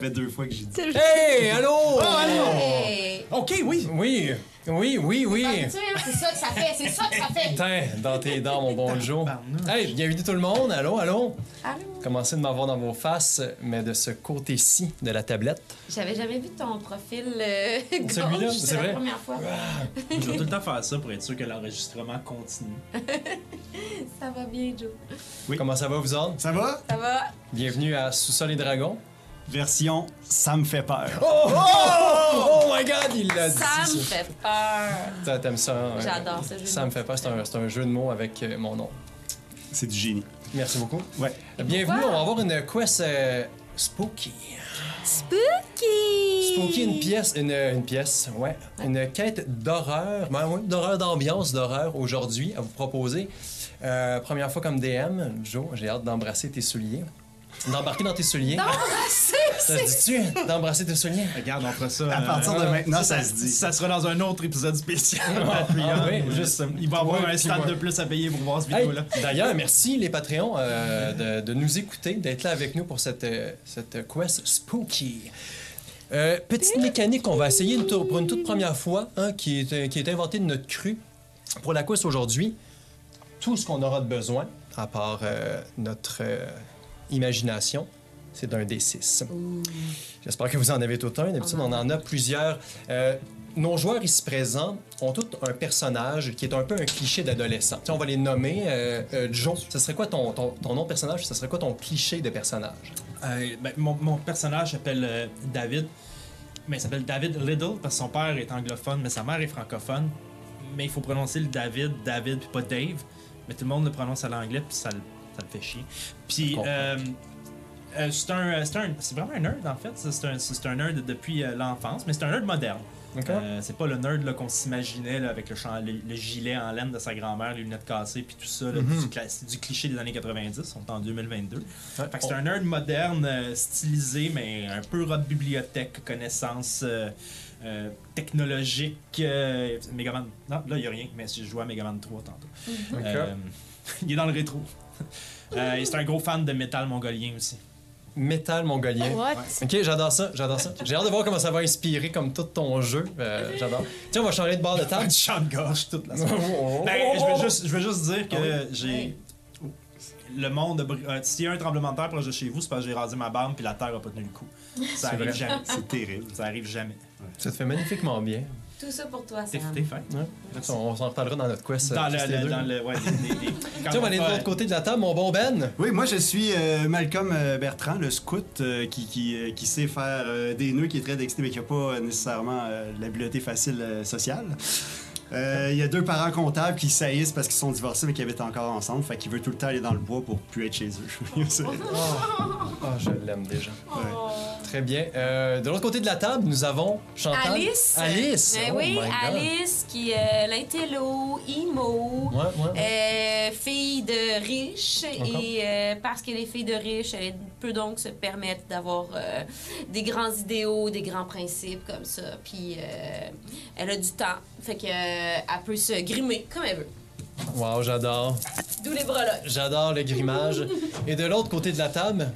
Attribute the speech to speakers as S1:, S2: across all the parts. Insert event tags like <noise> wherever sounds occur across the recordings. S1: fait deux fois que j'ai dit.
S2: Hey, Eh, Oh, allô! Eh.
S3: Hey!
S2: OK, oui. Oui, oui, oui, oui.
S3: Tu sais, C'est ça que ça fait, c'est ça que ça fait.
S2: Putain, dans tes dents, mon
S1: Oh.
S2: bonjour. Hey, bienvenue tout le monde. Allô, allô.
S3: Allô?
S2: Commencez de m'avoir dans vos faces, mais de ce côté-ci de la tablette.
S3: J'avais jamais vu ton profil euh,
S2: Celui-là,
S3: gauche,
S2: c'est
S3: la
S2: vrai.
S3: première fois.
S1: Je vais tout le temps faire ça pour être sûr que l'enregistrement continue.
S3: Ça va bien, Joe.
S2: Comment ça va, vous autres?
S4: Ça va?
S3: Ça va?
S2: Bienvenue à Sous-sol et Dragons.
S1: Version Ça me fait peur.
S2: Oh, oh, oh my god, il l'a dit.
S3: Ça me fait peur.
S2: Ça, T'aimes ça? hein?
S3: J'adore ce jeu de
S2: Ça me
S3: mots.
S2: fait peur, c'est un, c'est un jeu de mots avec euh, mon nom.
S1: C'est du génie.
S2: Merci beaucoup.
S1: Ouais.
S2: Bienvenue, on
S3: pourquoi?
S2: va avoir une quest euh, spooky.
S5: Spooky!
S2: Spooky, une pièce, une, euh, une pièce, ouais. Une quête d'horreur, ben oui, d'horreur d'ambiance, d'horreur aujourd'hui à vous proposer. Euh, première fois comme DM, Joe, j'ai hâte d'embrasser tes souliers. D'embarquer dans tes souliers.
S3: <laughs>
S2: Ça se dit-tu? hein, D'embrasser tes souliers.
S1: Regarde, on fera ça.
S4: À
S1: euh,
S4: partir de maintenant, ça,
S1: ça,
S4: se dit.
S1: ça sera dans un autre épisode spécial.
S2: Ah oui,
S1: Euh,
S2: juste-
S1: <laughs> Il va y avoir
S2: Ouais,
S1: un
S2: puis
S1: stade
S2: ouais.
S1: de plus à payer pour voir cette
S2: Hey,
S1: vidéo-là.
S2: D'ailleurs, merci les Patreons euh, de, de nous écouter, d'être là avec nous pour cette, euh, cette quest spooky. Euh, petite mécanique qu'on va essayer une tour- pour une toute première fois, hein, qui, est, euh, qui est inventée de notre cru. Pour la quest aujourd'hui, tout ce qu'on aura de besoin, à part euh, notre euh, imagination, c'est d'un D6. J'espère que vous en avez tout un. D'habitude, on en a plusieurs. Euh, nos joueurs ici présents ont tous un personnage qui est un peu un cliché d'adolescent. Tu sais, on va les nommer. euh, euh, Joe, ce serait quoi ton, ton, ton nom de personnage? Ce serait quoi ton cliché de personnage?
S1: Euh, ben, mon, mon personnage s'appelle euh, David. Mais il s'appelle David Little parce que son père est anglophone, mais sa mère est francophone. Mais il faut prononcer le David, David, puis pas Dave. Mais tout le monde le prononce à l'anglais, puis ça, le- ça le fait chier.
S2: Je
S1: Puis,
S2: comprends.
S1: euh, euh, c'est un, euh, c'est un- c'est vraiment un nerd en fait. C'est c'est un, c'est un nerd depuis euh, l'enfance, mais c'est un nerd moderne. Euh, c'est pas le nerd là, qu'on s'imaginait là, avec le, chan- le- le gilet en laine de sa grand-mère, les lunettes cassées, puis tout ça, là, du, cla- du cliché des années 90. On est en 2022.
S2: Ouais,
S1: Fait que c'est
S2: on-
S1: un nerd moderne, euh, stylisé, mais un peu robe bibliothèque, connaissance euh, euh, technologique. euh, Megaman. Non, là, il n'y a rien, mais si je jouais à Megaman 3 tantôt. Euh, <laughs> il est dans le rétro. <laughs> Euh, et c'est un gros fan de métal mongolien aussi. <laughs>
S2: Métal mongolien.
S3: Oh,
S5: What?
S2: Ok, j'adore ça, j'adore ça. J'ai hâte de voir comment ça va inspirer comme tout ton jeu. Euh, j'adore. Tiens, on va changer de bord de
S1: T'as <laughs>
S2: table.
S1: du chant de gorge toute la semaine.
S2: Oh.
S1: Ben, je veux juste, je veux juste dire que
S2: Ah
S1: j'ai. Le monde. a br- euh, S'il y a un tremblement de terre proche de chez vous, c'est parce que j'ai rasé ma barbe puis la terre a pas tenu le coup. Ça arrive
S2: vrai.
S1: jamais.
S4: C'est terrible.
S1: Ça arrive jamais.
S2: Ça te fait magnifiquement bien.
S3: Tout ça pour toi,
S1: T'es
S3: Sam.
S1: t'es fin.
S2: Ouais. On, on s'en reparlera dans notre quest.
S1: Dans
S2: euh, tous les
S1: le.
S2: deux.
S1: le- Dans le. Ouais, des- <laughs> des- des-
S2: Tiens,
S1: quand
S2: on va
S1: on
S2: aller de
S1: va-
S2: l'autre côté de la table, mon bon Ben.
S4: Oui, moi je suis euh, Malcolm euh, Bertrand, le scout euh, qui, qui, euh, qui sait faire euh, des nœuds, qui est très dextéreux, mais qui n'a pas euh, nécessairement euh, l'habileté facile euh, sociale. Euh, Il y a deux parents comptables qui saillissent parce qu'ils sont divorcés mais qui habitent encore ensemble, fait qu'il veut tout le temps aller dans le bois pour plus être chez eux. <laughs> C'est-
S1: Oh.
S2: Ah, je l'aime déjà.
S3: Oh.
S2: Très bien. Euh, de l'autre côté de la table, nous avons Chantal.
S3: Alice.
S2: Alice.
S3: Ben
S2: Oh my
S3: oui,
S2: God.
S3: Alice qui euh, est l'intello, emo.
S2: Ouais, ouais, ouais.
S3: euh, fille de riche
S2: Encore.
S3: et euh, parce qu'elle est fille de riche, elle peut donc se permettre d'avoir euh, des grands idéaux, des grands principes comme ça. Puis euh, elle a du temps, fait que euh, elle peut se grimer comme elle veut.
S2: Wow, j'adore.
S3: D'où les breloques.
S2: J'adore le grimage. Et de l'autre côté de la table,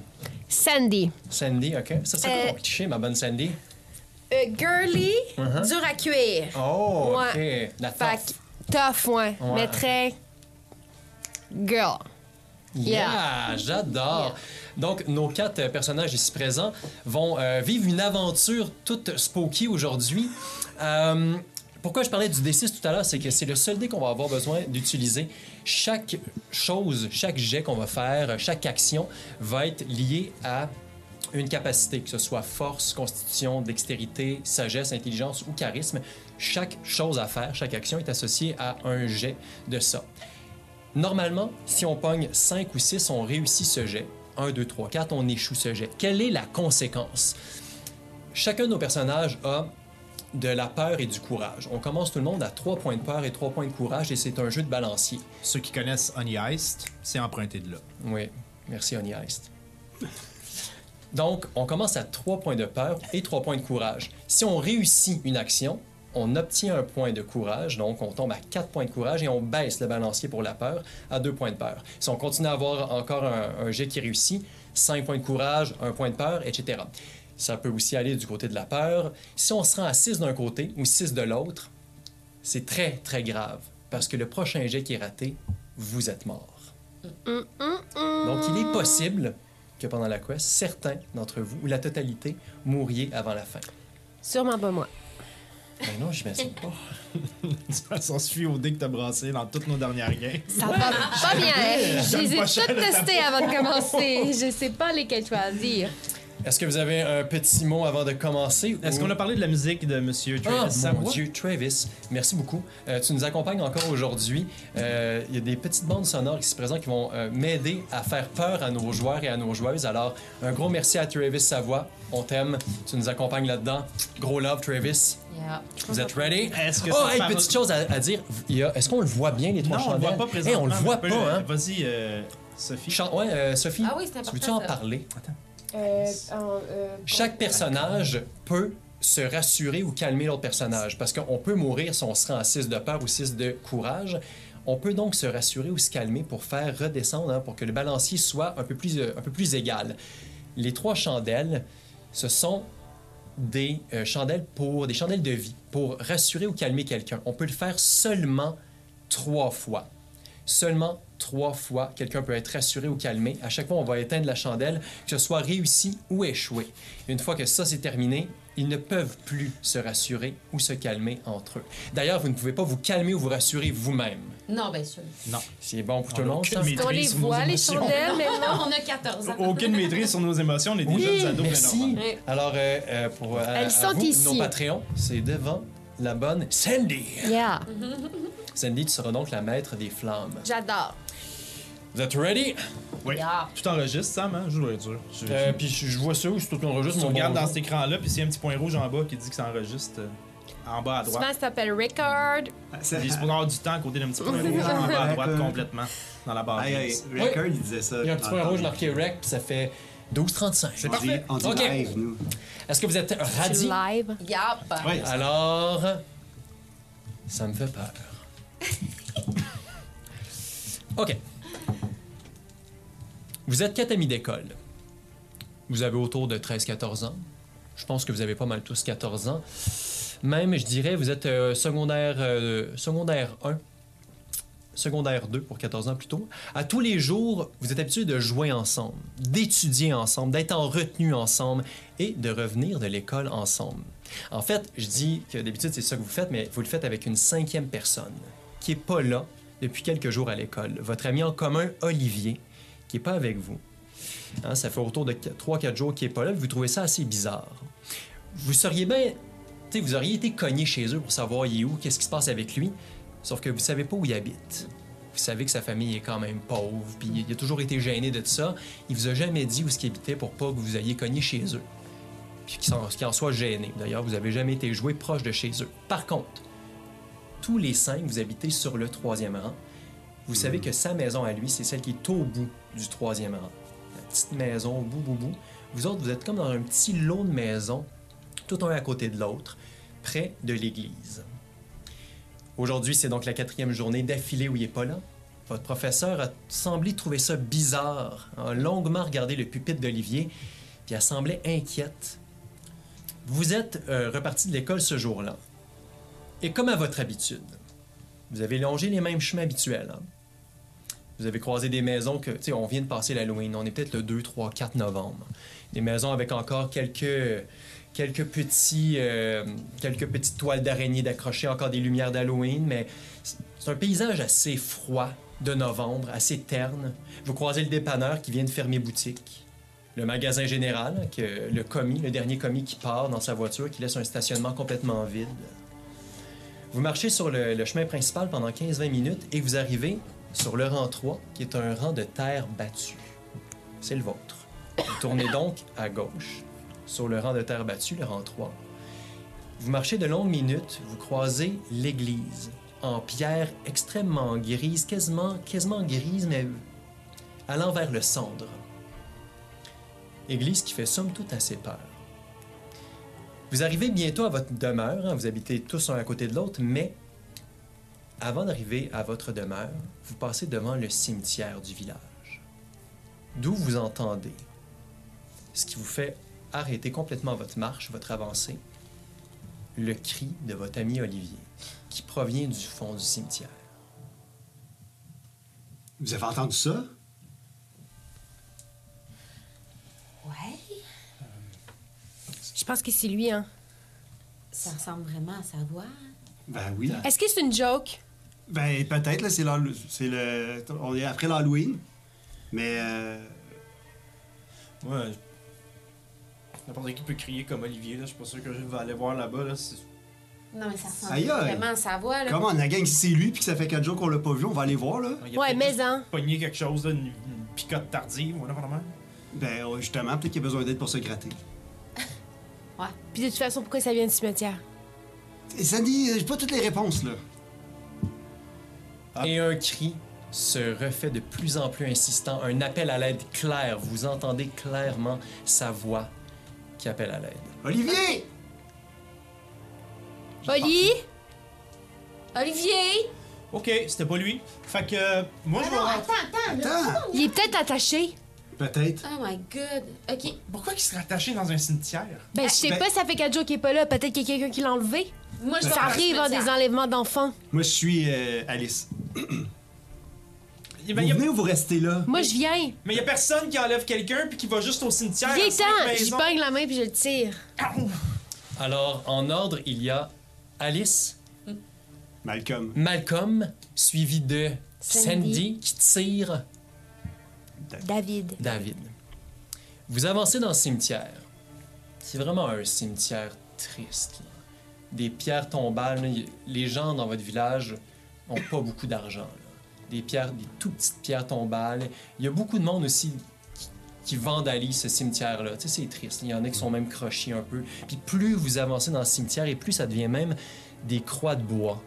S5: Sandy.
S2: Sandy, OK. Ça, c'est
S5: Euh.
S3: Eh.
S2: quoi ton cliché, ma bonne Sandy?
S5: Euh, girly,
S1: Uh-huh.
S2: Mhm.
S5: dur à cuire.
S2: Oh,
S5: Ouais.
S2: OK. La
S1: Ah.
S5: Fait
S2: toffe.
S5: que tough, ouais.
S2: Ouais.
S5: Mais très. Girl.
S2: Yeah, j'adore. Donc, nos quatre euh, personnages ici présents vont euh, vivre une aventure toute spooky aujourd'hui. Euh, pourquoi je parlais du D6 tout à l'heure, c'est que c'est le seul dé qu'on va avoir besoin d'utiliser. Chaque chose, chaque jet qu'on va faire, chaque action va être liée à une capacité, que ce soit force, constitution, dextérité, sagesse, intelligence ou charisme. Chaque chose à faire, chaque action est associée à un jet de ça. Normalement, si on pogne 5 ou 6, on réussit ce jet. 1, 2, 3, 4, on échoue ce jet. Quelle est la conséquence? Chacun de nos personnages a de la peur et du courage. On commence tout le monde à 3 points de peur et 3 points de courage et c'est un jeu de balancier.
S1: Ceux qui connaissent Honey Heist, c'est emprunté de là.
S2: Oui, merci Honey Heist. Donc, on commence à 3 points de peur et 3 points de courage. Si on réussit une action, on obtient un point de courage, donc on tombe à 4 points de courage et on baisse le balancier pour la peur à 2 points de peur. Si on continue à avoir encore un, un jet qui réussit, 5 points de courage, 1 point de peur, etc. Ça peut aussi aller du côté de la peur. Si on se rend à 6 d'un côté ou 6 de l'autre, c'est très, très grave. Parce que le prochain jet qui est raté, vous êtes mort. Donc, il est possible que pendant la quest, certains d'entre vous, ou la totalité, mouriez avant la fin.
S5: Sûrement pas moi.
S2: Mais Ben non, j'imagine pas.
S1: <laughs> Ça suit au dé que t'as brassé dans toutes nos dernières games.
S5: Ça va pas bien. hein? Je les ai
S1: <laughs> J'aime pas ça,
S5: toutes
S1: le
S5: testées avant de commencer. Je sais pas lesquelles choisir.
S2: Est-ce que vous avez un petit mot avant de commencer?
S1: Est-ce
S2: ou-
S1: qu'on a parlé de la musique de Monsieur
S2: Ah,
S1: Travis
S2: mon
S1: Savoie?
S2: Dieu, Travis, merci beaucoup. Euh, tu nous accompagnes encore aujourd'hui. Euh, Il y a des petites bandes sonores qui se présentent qui vont euh, m'aider à faire peur à nos joueurs et à nos joueuses. Alors, un gros merci à Travis Savoie. On t'aime. Tu nous accompagnes là-dedans. Gros love, Travis.
S3: Yeah.
S2: Vous êtes ready?
S1: Est-ce que
S2: oh,
S1: ça
S2: hey,
S1: parle-
S2: petite chose à, à dire. Il y a- Est-ce qu'on le voit bien, les trois
S1: Non, on le voit
S2: chandelles?
S1: pas
S2: Hey,
S1: présentement.
S2: on le voit
S1: mais
S2: pas,
S1: on peut le-
S2: hein?
S1: Vas-y, euh, Sophie.
S2: Chan- ouais, euh, Sophie,
S3: Ah oui, c'est
S2: tu veux-tu en
S3: important. ça.
S2: parler?
S5: Euh,
S2: Chaque personnage peut se rassurer ou calmer l'autre personnage parce qu'on peut mourir si on se rend à 6 de peur ou 6 de courage. On peut donc se rassurer ou se calmer pour faire redescendre, hein, pour que le balancier soit un peu plus, euh, un peu plus égal. Les trois chandelles, ce sont des euh, chandelles pour des chandelles de vie pour rassurer ou calmer quelqu'un. On peut le faire seulement trois fois. Seulement trois fois, quelqu'un peut être rassuré ou calmé. À chaque fois, on va éteindre la chandelle, que ce soit réussi ou échoué. Une fois que ça c'est terminé, ils ne peuvent plus se rassurer ou se calmer entre eux. D'ailleurs, vous ne pouvez pas vous calmer ou vous rassurer vous-même.
S3: Non, bien sûr.
S2: C'est bon pour tout
S1: On
S2: le
S1: a
S2: monde.
S1: aucune
S2: ça?
S1: maîtrise
S5: On les
S1: sur nos
S5: voit, les
S1: émotions.
S5: chandelles, mais non.
S3: On a 14 ans.
S1: Aucune maîtrise sur nos émotions, on est des
S2: Oui,
S1: jeunes ados. mais
S2: merci.
S1: normal.
S3: Oui.
S2: Alors, euh, euh, pour euh,
S5: Elles
S2: à
S5: sont
S2: vous,
S5: ici.
S2: nos Patreons, c'est devant la bonne Sandy.
S5: Yeah.
S2: Sandy, tu seras donc la maître des flammes.
S5: J'adore.
S2: Vous êtes ready?
S1: Oui.
S3: Yeah.
S1: Tu t'enregistres, Sam, hein? Je vais dur. Je,
S2: Euh, puis je je vois ça où c'est tout qu'on
S1: je-
S2: enregistre.
S1: tu
S2: mon
S1: regardes
S2: bon
S1: dans
S2: jeu.
S1: cet écran-là, puis s'il y a un petit point rouge en bas qui dit que ça enregistre, euh, en bas à droite.
S5: Souvent, ça s'appelle Record.
S4: Ça-
S1: Il se prend du temps à côté d'un petit point rouge en bas à droite complètement, dans la barre.
S4: Aïe, aïe,
S1: grise.
S4: Ah, Record, il disait ça.
S2: Il y a un petit point rouge marqué rec, puis ça fait 12,35.
S1: C'est
S4: On dit-
S1: parfait.
S4: On dit
S2: Ok.
S4: live, nous.
S2: Est-ce que vous êtes radis?
S5: Live.
S3: Yep.
S4: Ouais.
S2: Alors, ça me fait peur. OK. Vous êtes quatre amis d'école. Vous avez autour de 13-14 ans. Je pense que vous avez pas mal tous 14 ans. Même, je dirais, vous êtes euh, secondaire, euh, secondaire 1, secondaire 2 pour 14 ans plutôt. À tous les jours, vous êtes habitués de jouer ensemble, d'étudier ensemble, d'être en retenue ensemble et de revenir de l'école ensemble. En fait, je dis que d'habitude, c'est ça que vous faites, mais vous le faites avec une cinquième personne qui n'est pas là depuis quelques jours à l'école. Votre ami en commun, Olivier, qui n'est pas avec vous. Hein, ça fait autour de 3-4 jours qu'il n'est pas là, puis vous trouvez ça assez bizarre. Vous seriez bien. tu sais, vous auriez été cogné chez eux pour savoir il est où, qu'est-ce qui se passe avec lui, sauf que vous savez pas où il habite. Vous savez que sa famille est quand même pauvre, puis il a toujours été gêné de tout ça. Il vous a jamais dit où ce qu'il habitait pour pas que vous ayez cogné chez eux puis qu'ils en, qu'ils en soient gênés. D'ailleurs, vous n'avez jamais été joué proche de chez eux. Par contre, tous les cinq, vous habitez sur le troisième rang. Vous savez que sa maison à lui, c'est celle qui est au bout du troisième rang. La petite maison au bout, bout, bout. Vous autres, vous êtes comme dans un petit lot de maisons, tout un à côté de l'autre, près de l'église. Aujourd'hui, c'est donc la quatrième journée d'affilée où il n'est pas là. Votre professeur a semblé trouver ça bizarre, a longuement regardé le pupitre d'Olivier, puis elle semblait inquiète vous êtes euh, reparti de l'école ce jour-là. Et comme à votre habitude, vous avez longé les mêmes chemins habituels. hein. Vous avez croisé des maisons que, tu sais, on vient de passer l'Halloween, on est peut-être le 2, 3, 4 novembre. Des maisons avec encore quelques, quelques, petits, euh, quelques petites toiles d'araignée d'accrocher, encore des lumières d'Halloween, mais c'est- c'est un paysage assez froid de novembre, assez terne. Vous croisez le dépanneur qui vient de fermer boutique le magasin général, que le commis, le dernier commis qui part dans sa voiture, qui laisse un stationnement complètement vide. Vous marchez sur le, le chemin principal pendant 15-20 minutes et vous arrivez sur le rang 3, qui est un rang de terre battue. C'est le vôtre. Vous tournez donc à gauche sur le rang de terre battue, le rang 3. Vous marchez de longues minutes, vous croisez l'église en pierre extrêmement grise, quasiment, quasiment grise, mais allant vers le cendre. Église qui fait somme toute assez peur. Vous arrivez bientôt à votre demeure, hein, vous habitez tous un à côté de l'autre, mais avant d'arriver à votre demeure, vous passez devant le cimetière du village, d'où vous entendez ce qui vous fait arrêtez complètement votre marche, votre avancée, le cri de votre ami Olivier, qui provient du fond du cimetière.
S4: Vous avez entendu ça?
S3: Ouais,
S6: Je pense que c'est lui, hein.
S3: ça ressemble vraiment à sa voix.
S4: Ben oui.
S6: Est-ce que c'est une joke?
S4: Ben peut-être, là, c'est l'Hall- c'est le... On est après l'Halloween, mais... euh,
S1: Moi, je- n'importe qui peut crier comme Olivier. Là. Je suis pas sûr que je vais aller voir là-bas. Là. C'est-
S3: Non, mais ça ressemble
S4: Aïe, aïe.
S3: vraiment à sa voix. Là.
S4: Comment on a gang, si c'est lui puis que ça fait 4 jours qu'on l'a pas vu, on va aller voir là.
S1: Il a
S6: Ouais,
S1: peut-être
S6: mais
S1: juste
S6: hein.
S1: pogné quelque chose, là, une, une picotte tardive ou n'importe quoi.
S4: Ben euh, justement, peut-être qu'il a besoin d'aide pour se gratter.
S6: Puis de toute façon, pourquoi ça vient du cimetière?
S4: Et Sandy, euh, j'ai pas toutes les réponses là.
S1: Ah.
S2: Et un cri se refait de plus en plus insistant, un appel à l'aide clair. Vous entendez clairement sa voix qui appelle à l'aide.
S4: Olivier!
S6: Oli?
S3: Olivier!
S1: Ok, c'était pas lui. Fait que euh, moi, je vais
S3: Non,
S1: rentrer.
S3: attends, attends. là.
S4: Attends!
S6: Il est peut-être attaché.
S4: Peut-être.
S3: Oh my god. Ok.
S1: Pourquoi il serait attaché dans un cimetière?
S6: Ben, je sais
S4: Ben-
S6: pas, ça fait 4 jours qu'il est pas là. Peut-être qu'il y a quelqu'un qui l'a enlevé.
S3: Moi, Ben, je vais
S6: Ça
S3: voir le
S6: arrive, hein,
S3: cimetière.
S6: des enlèvements d'enfants.
S4: Moi je suis euh, Alice.
S1: Eh ben,
S4: Vous
S1: il y a-
S4: venez ou vous restez là?
S6: Moi, je viens.
S1: Mais il y a personne qui enlève quelqu'un puis qui va juste au cimetière. à cinq
S6: Viens-t'en! J'y
S1: maisons.
S6: pogne la main puis je le tire.
S2: Alors, en ordre, il y a Alice,
S4: Malcolm.
S2: Malcolm, suivi de
S6: Sandy.
S2: Sandy qui tire
S6: David.
S2: David. Vous avancez dans le cimetière. C'est vraiment un cimetière triste. là. Des pierres tombales. là, y- Les gens dans votre village ont pas beaucoup d'argent. là. Des pierres, des tout petites pierres tombales. Il y a beaucoup de monde aussi qui, qui vandalise ce cimetière-là. Tu sais, c'est triste. Il y en a qui sont même crochés un peu. Puis plus vous avancez dans le cimetière et plus ça devient même des croix de bois.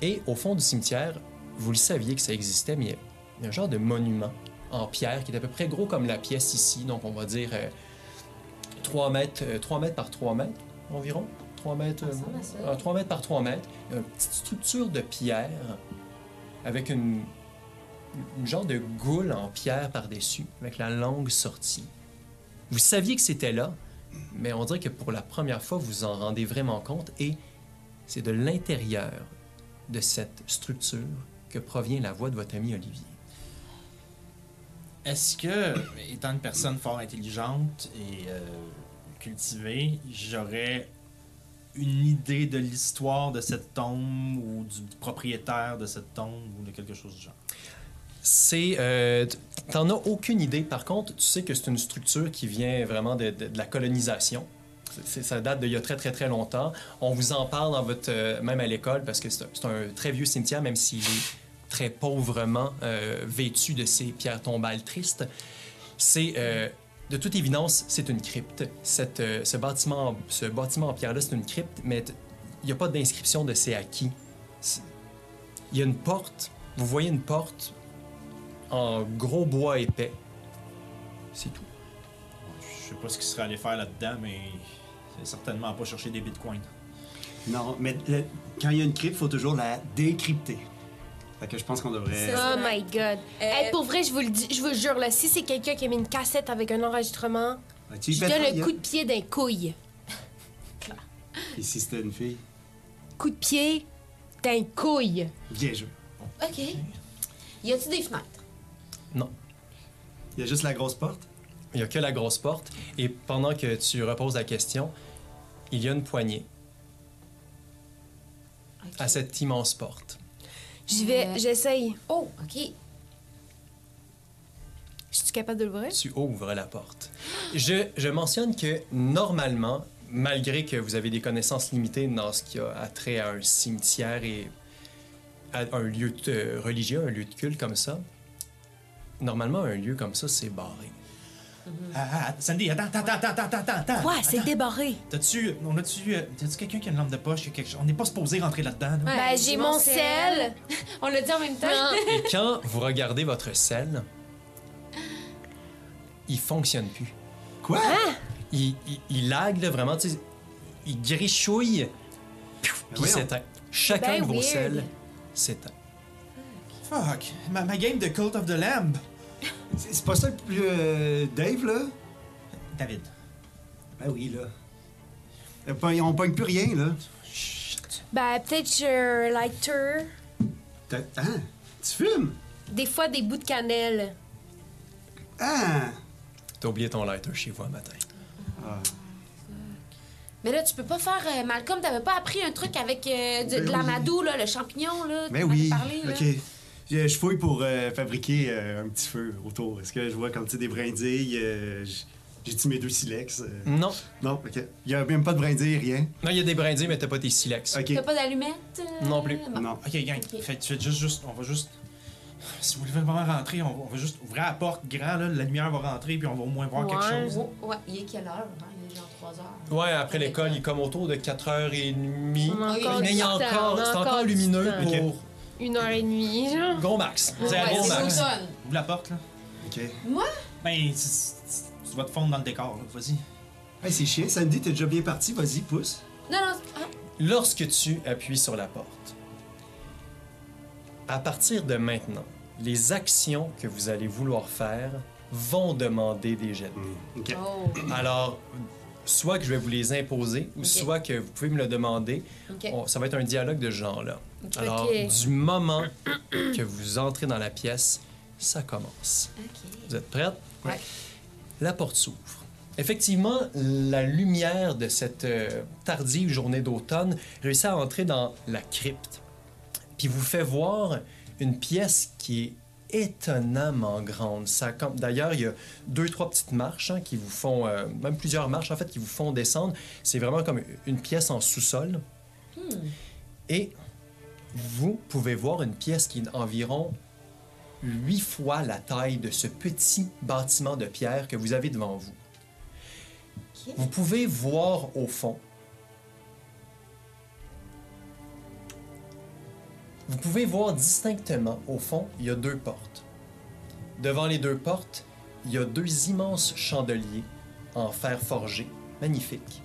S2: Et au fond du cimetière, vous le saviez que ça existait, mais il y a- il y a un genre de monument en pierre qui est à peu près gros comme la pièce ici, donc on va dire 3, mètres, euh, 3 mètres par 3 mètres environ. 3 mètres, euh,
S3: Ah, Ça ressemble à ça.
S2: euh, 3 mètres par 3 mètres. Une petite structure de pierre avec une, une genre de goule en pierre par-dessus, avec la langue sortie. Vous saviez que c'était là, mais on dirait que pour la première fois, vous en rendez vraiment compte et c'est de l'intérieur de cette structure que provient la voix de votre ami Olivier.
S1: Est-ce que, étant une personne fort intelligente et euh, cultivée, j'aurais une idée de l'histoire de cette tombe ou du propriétaire de cette tombe ou de quelque chose du genre?
S2: C'est. euh, t- T'en as aucune idée. Par contre, tu sais que c'est une structure qui vient vraiment de, de- de la colonisation. C'est- c'est- ça date d'il y a très, très, très longtemps. On vous en parle dans votre, euh, même à l'école parce que c'est un- c'est un très vieux cimetière, même s'il est très pauvrement euh, vêtu de ces pierres tombales tristes. C'est. euh, de toute évidence, c'est une crypte. Cette, euh, ce, bâtiment, ce bâtiment en pierre-là, c'est une crypte, mais t- il n'y a pas d'inscription de c'est acquis. Il y a une porte. Vous voyez une porte en gros bois épais. C'est tout.
S1: Je sais pas ce qu'il serait allé faire là-dedans, mais c'est certainement pas chercher des bitcoins.
S4: Non, mais le- quand il y a une crypte, faut toujours la décrypter. Fait que je pense qu'on
S3: C'est
S4: devrait.
S3: ça.
S6: Oh my
S3: Euh,
S6: god. Hey, pour vrai, je vous le dis, je vous le jure, là, si c'est quelqu'un qui a mis une cassette avec un enregistrement,
S4: Ah, tu y
S6: je
S4: fais
S6: donne
S4: pas,
S6: le
S4: Yann?
S6: coup de pied d'un couille.
S4: Et si c'était une fille?
S6: Coup de pied d'un couille.
S4: Bien joué.
S3: Ok. Y a-tu des fenêtres?
S2: Non.
S4: Il y a juste la grosse porte.
S2: Il n'y a que la grosse porte. Et pendant que tu reposes la question, il y a une poignée
S3: Ok.
S2: à cette immense porte.
S6: J'y vais,
S3: Euh.
S6: j'essaye.
S3: Oh, ok.
S6: Je suis capable de l'ouvrir?
S2: Tu ouvres la porte. Je, je mentionne que normalement, malgré que vous avez des connaissances limitées dans ce qui a attrait à un cimetière et à un lieu de- euh, religieux, un lieu de culte comme ça, normalement, un lieu comme ça, c'est barré.
S1: Ah, ah, att- Sandy, attends, attends, attends, attends, attends, attends, attends.
S6: Quoi? C'est débarré.
S1: T'as-tu, on a-tu, euh, t'as-tu quelqu'un qui a une lampe de poche, quelque chose? On n'est pas supposé rentrer là-dedans, là.
S3: Ouais,
S6: Ben, j'ai mon <laughs> sel.
S3: On l'a dit en même temps.
S2: Et quand vous regardez votre selle, il fonctionne plus.
S4: Quoi?
S6: Ah!
S2: Il, il, il lague là, vraiment, tu sais, il grichouille, piouf, puis il
S4: Ben voyons.
S2: s'éteint. Chacun
S6: Ben
S2: de vos
S6: weird.
S2: selles s'éteint.
S1: Fuck, ma, ma game de Cult of the Lamb.
S4: C'est c'est pas ça le plus. euh, Dave, là?
S1: David.
S4: Ben oui, là. Euh, pas- On pogne plus rien, là.
S6: Ben, peut-être sur lighter.
S4: T'as- Hein? Tu fumes?
S6: Des fois, des bouts de cannelle.
S4: Ah!
S2: T'as oublié ton lighter chez vous un matin.
S4: Ah.
S3: Mais là, tu peux pas faire. euh, Malcolm, t'avais pas appris un truc avec euh, du- de,
S4: Ben oui.
S3: l'amadou, là, le champignon, là. tu
S4: Mais
S3: m'en as
S4: oui,
S3: parlé, là.
S4: ok. Je, je fouille pour euh, fabriquer euh, un petit feu autour. Est-ce que je vois quand tu des brindilles? euh, j- J'ai-tu mes deux silex? euh?
S2: Non.
S4: Non, ok. Il n'y a même pas de brindilles, rien.
S2: Non, il y a des brindilles, mais t'as pas tes silex.
S4: Ok.
S3: T'as pas d'allumettes? euh,
S2: Non plus.
S3: bon.
S4: Non.
S1: Ok, gang,
S3: Ok.
S1: Fait, faites juste, juste, on va juste. Si vous voulez vraiment rentrer, on va, on va juste ouvrir la porte grand, là, la lumière va rentrer, puis on va au moins voir quelque
S6: Ouais.
S1: chose.
S3: Oh, ouais, il est quelle heure? hein? Il est genre 3 heures.
S2: Ouais, après l'école, il est comme autour de 4h30.
S6: On a
S3: Oui,
S6: encore
S2: mais
S6: du
S2: il y a
S6: temps,
S2: encore,
S6: on a
S2: c'est encore
S6: encore du
S2: lumineux
S6: temps.
S2: pour
S6: Une heure et demie, genre.
S2: Gros Max. C'est à hein.
S3: Ouais,
S2: Gros
S3: c'est
S2: Max.
S3: l'automne.
S1: Ouvre la porte, là.
S4: Ok.
S1: Ben, tu, tu- tu vas te fondre dans le décor, là. Vas-y.
S4: Hey, c'est chiant. Sandy, t'es déjà bien parti. Vas-y, pousse.
S3: Non, non, ah,
S2: Lorsque tu appuies sur la porte, à partir de maintenant, les actions que vous allez vouloir faire vont demander des jets. de dés.
S4: Ok.
S3: Oh,
S2: Alors, soit que je vais vous les imposer, ou
S3: Ok.
S2: soit que vous pouvez me le demander.
S3: ok.
S2: On- ça va être un dialogue de ce genre-là. Oh, Alors,
S6: Ok.
S2: du moment que vous entrez dans la pièce, ça commence.
S3: Ok.
S2: Vous êtes prête?
S3: Ouais.
S2: La porte s'ouvre. Effectivement, la lumière de cette euh, tardive journée d'automne réussit à entrer dans la crypte, puis vous fait voir une pièce qui est étonnamment grande. Ça comme- D'ailleurs, il y a deux, trois petites marches hein, qui vous font, euh, même plusieurs marches en fait, qui vous font descendre. C'est vraiment comme une pièce en sous-sol. Et vous pouvez voir une pièce qui est environ huit fois la taille de ce petit bâtiment de pierre que vous avez devant vous.
S3: Ok.
S2: Vous pouvez voir au fond. Vous pouvez voir distinctement au fond, il y a deux portes. Devant les deux portes, il y a deux immenses chandeliers en fer forgé, magnifiques.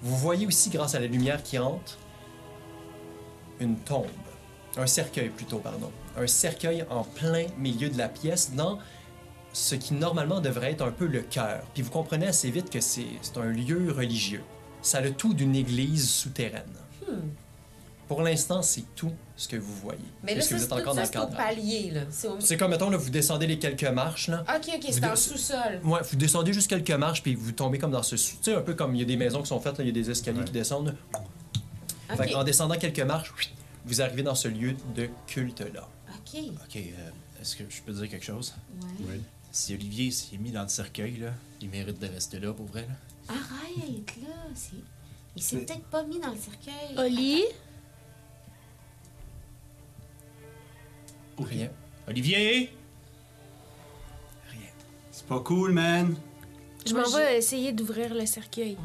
S2: Vous voyez aussi, grâce à la lumière qui entre, une tombe. Un cercueil plutôt, pardon. Un cercueil en plein milieu de la pièce dans ce qui normalement devrait être un peu le cœur. Puis vous comprenez assez vite que c'est c'est un lieu religieux. Ça a le tout d'une église souterraine.
S3: Hmm.
S2: Pour l'instant, c'est tout ce que vous voyez.
S3: Mais là,
S2: Puisque
S3: ça,
S2: vous
S3: c'est
S2: êtes
S3: tout
S2: encore dans
S3: ça,
S2: le
S3: c'est au
S2: cadre.
S3: palier, là. C'est au...
S2: C'est comme, mettons, là, vous descendez les quelques marches, là.
S3: Ok, ok, c'est en sous-sol.
S2: Ouais, vous descendez juste quelques marches, puis vous tombez comme dans ce... sou- Tu sais, un peu comme il y a des maisons qui sont faites, là, il y a des escaliers qui descendent.
S3: Ok,
S2: en descendant quelques marches, vous arrivez dans ce lieu de culte-là.
S3: ok.
S1: Ok, euh, est-ce que je peux dire quelque chose?
S3: Ouais.
S1: Si Olivier s'est mis dans le cercueil, là, il mérite de rester là, pour vrai, là.
S3: Arrête, là. c'est- Il s'est
S4: Mais-
S3: peut-être pas mis dans le cercueil.
S2: Ah,
S5: Oli,
S2: Rien.
S1: Olivier!
S2: Rien.
S4: C'est pas cool, man.
S6: Je m'en vais essayer d'ouvrir le cercueil.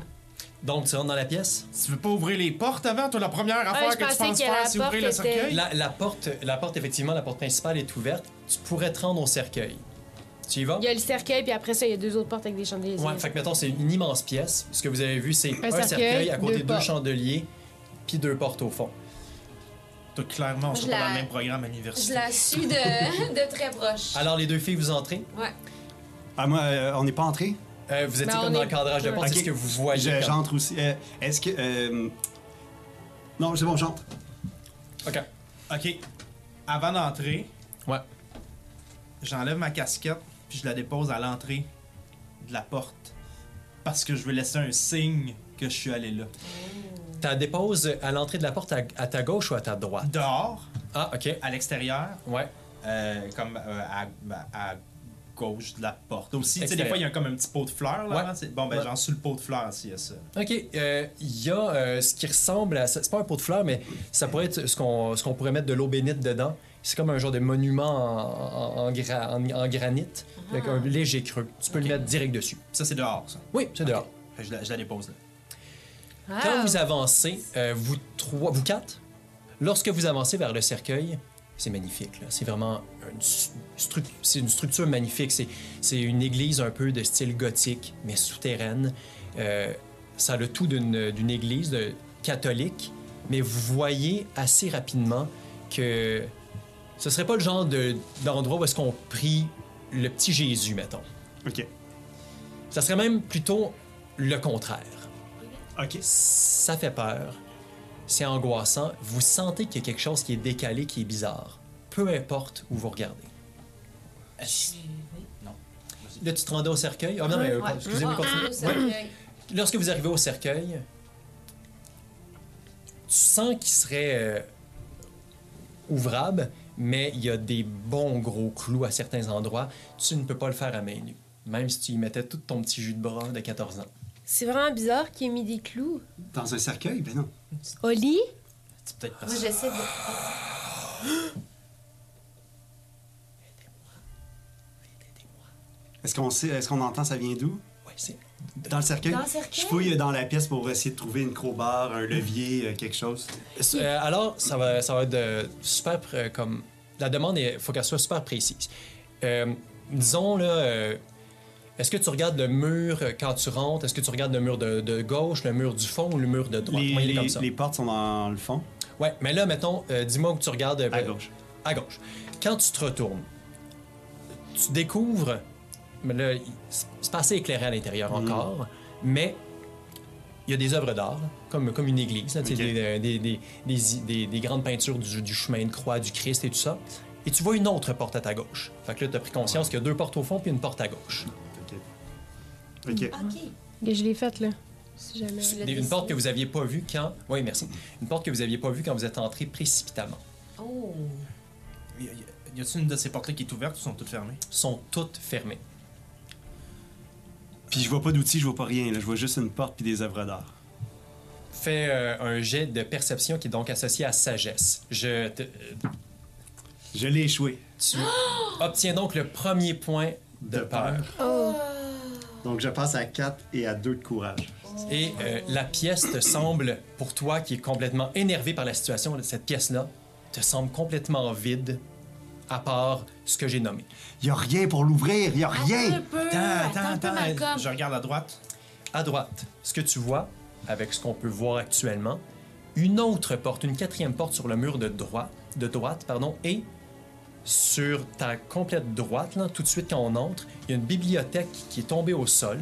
S2: Donc, tu rentres dans la pièce.
S1: Tu veux pas ouvrir les portes avant, toi, la première affaire
S6: je
S1: que tu
S6: pensais
S1: penses
S6: que
S1: faire,
S6: la
S1: c'est ouvrir le
S6: porte
S1: cercueil?
S6: était-
S2: La, la porte, la porte, effectivement, la porte principale est ouverte. Tu pourrais te rendre au cercueil. Tu y vas?
S6: Il y a le cercueil, puis après ça, il y a deux autres portes avec des chandeliers.
S2: Ouais, fait que mettons, c'est une immense pièce. Ce que vous avez vu, c'est un, cercueil,
S5: cercueil,
S2: à côté
S5: deux
S2: de deux
S5: portes.
S2: chandeliers, puis deux portes au fond.
S1: Toi, clairement, on
S3: Je
S1: sera pas dans
S3: la-
S1: le même programme à
S3: Je
S1: l'université.
S3: la suis de, <laughs> de très proche.
S2: Alors, les deux filles, vous entrez.
S3: Ouais.
S4: Ah, moi, euh, on n'est pas entré?
S2: Euh, vous étiez
S6: Ben,
S2: comme
S6: on
S2: dans
S6: est-
S2: le cadrage de porte,
S4: Ok.
S2: c'est ce que vous voyez.
S4: Je-
S2: comme-
S4: J'entre aussi. Euh, Est-ce que. euh, Non, c'est bon, j'entre.
S2: OK.
S1: Ok, avant d'entrer,
S2: Ouais.
S1: j'enlève ma casquette, puis je la dépose à l'entrée de la porte. Parce que je veux laisser un signe que je suis allé là.
S2: T'as dépose à l'entrée de la porte à, à ta gauche ou à ta
S4: Mm.
S2: droite?
S1: Dehors,
S2: Ah, OK.
S1: à l'extérieur,
S2: Ouais.
S1: euh, comme euh, à, à- à gauche de la porte. Aussi, tu sais, des
S2: Extérieur.
S1: fois, il y a comme un petit pot de fleurs, là.
S2: Ouais.
S1: avant, c'est- Bon, ben,
S2: Ouais.
S1: j'en suis le pot de fleurs, s'il y a ça.
S2: OK. euh, Il y a euh, ce qui ressemble à. C'est pas un pot de fleurs, mais ça pourrait être ce qu'on ce qu'on pourrait mettre de l'eau bénite dedans. C'est comme un genre de monument en, en- en gra- en- en granit, avec un léger creux. Tu peux le mettre direct dessus.
S1: Ça, c'est dehors, ça.
S2: Oui, c'est dehors.
S1: Fait que Je la, je la dépose là.
S6: Ah.
S2: Quand vous avancez, euh, vous trois, vous quatre, lorsque vous avancez vers le cercueil, c'est magnifique. là. C'est vraiment une, stru- stru- c'est une structure magnifique. C'est, c'est une église un peu de style gothique, mais souterraine. Euh, ça a le tout d'une, d'une église de- catholique, mais vous voyez assez rapidement que ce serait pas le genre de, d'endroit où est-ce qu'on prie le petit Jésus, mettons.
S4: Ok.
S2: Ça serait même plutôt le contraire.
S4: Ok.
S2: Ça fait peur, c'est angoissant, vous sentez qu'il y a quelque chose qui est décalé, qui est bizarre. Peu importe où vous regardez.
S3: Euh,
S2: Là, tu te rendais au cercueil. Ah non, mais, euh,
S3: Ouais.
S2: excusez-moi,
S3: Ah,
S2: continuez.
S3: au cercueil.
S2: Lorsque vous arrivez au cercueil, tu sens qu'il serait euh, ouvrable, mais il y a des bons gros clous à certains endroits. Tu ne peux pas le faire à main nue, même si tu y mettais tout ton petit jus de bras de 14 ans.
S6: C'est vraiment bizarre qu'il ait mis des clous.
S4: Dans un cercueil? Ben non.
S6: Au lit?
S2: C'est peut-être parce
S3: Moi, j'essaie de.
S4: Est-ce qu'on sait, est-ce qu'on entend ça vient d'où?
S2: Ouais, c'est-
S4: Dans le cercueil?
S3: Dans le cercueil?
S4: Je fouille dans la pièce pour essayer de trouver une crowbar, un levier, euh, quelque chose.
S2: Euh, alors, ça va, ça va être euh, super pr- comme la demande, il faut qu'elle soit super précise. Euh, disons là, euh, est-ce que tu regardes le mur euh, quand tu rentres Est-ce que tu regardes le mur de, de gauche, le mur du fond ou le mur de droite
S4: Les,
S2: Moi, il est
S4: les-
S2: comme ça.
S4: les portes sont dans le fond,
S2: Ouais, mais là, mettons, euh, dis-moi où tu regardes. euh,
S4: à gauche.
S2: à gauche. Quand tu te retournes, tu découvres, mais là, il- c'est pas assez éclairé à l'intérieur
S4: Mhm.
S2: encore, mais il y a des œuvres d'art, comme, comme une église, là, tu sais,
S4: Ok.
S2: des, euh, des- des- des- des- des grandes peintures du, du chemin de croix, du Christ et tout ça. Et tu vois une autre porte à ta gauche. Fait que là, tu as pris conscience qu'il y a deux portes au fond puis une porte à gauche.
S4: OK. OK.
S3: Ah, Ok.
S6: Et je l'ai faite, là. Si jamais.
S3: Tu l'as
S2: Des- une
S3: dessiné.
S2: porte que vous aviez pas vue quand... Oui, merci. Une porte que vous aviez pas vue quand vous êtes entré précipitamment.
S3: Oh.
S1: Y a- Y a-t-il une de ces portes-là qui est ouverte ou sont toutes fermées?
S2: sont toutes fermées.
S4: Puis je vois pas d'outils, je vois pas rien. Là. Je vois juste une porte puis des œuvres d'art.
S2: Fais euh, un jet de perception qui est donc associé à sagesse. Je te- euh,
S4: Je l'ai échoué.
S2: tu obtiens donc le premier point de,
S4: De
S2: peur.
S6: Oh.
S4: Donc je passe à 4 et à 2 de courage.
S2: Et euh, la pièce te semble, pour toi qui est complètement énervé par la situation, cette pièce-là, te semble complètement vide, à part ce que j'ai nommé.
S4: Y a rien pour l'ouvrir, y a
S3: Attends
S4: rien!
S3: un peu. Ah, Attends, un peu, Malcolm.
S1: Je regarde à droite.
S2: À droite, ce que tu vois, avec ce qu'on peut voir actuellement, une autre porte, une quatrième porte sur le mur de, droite, de droite, pardon, et sur ta complète droite, là, tout de suite quand on entre, il y a une bibliothèque qui est tombée au sol,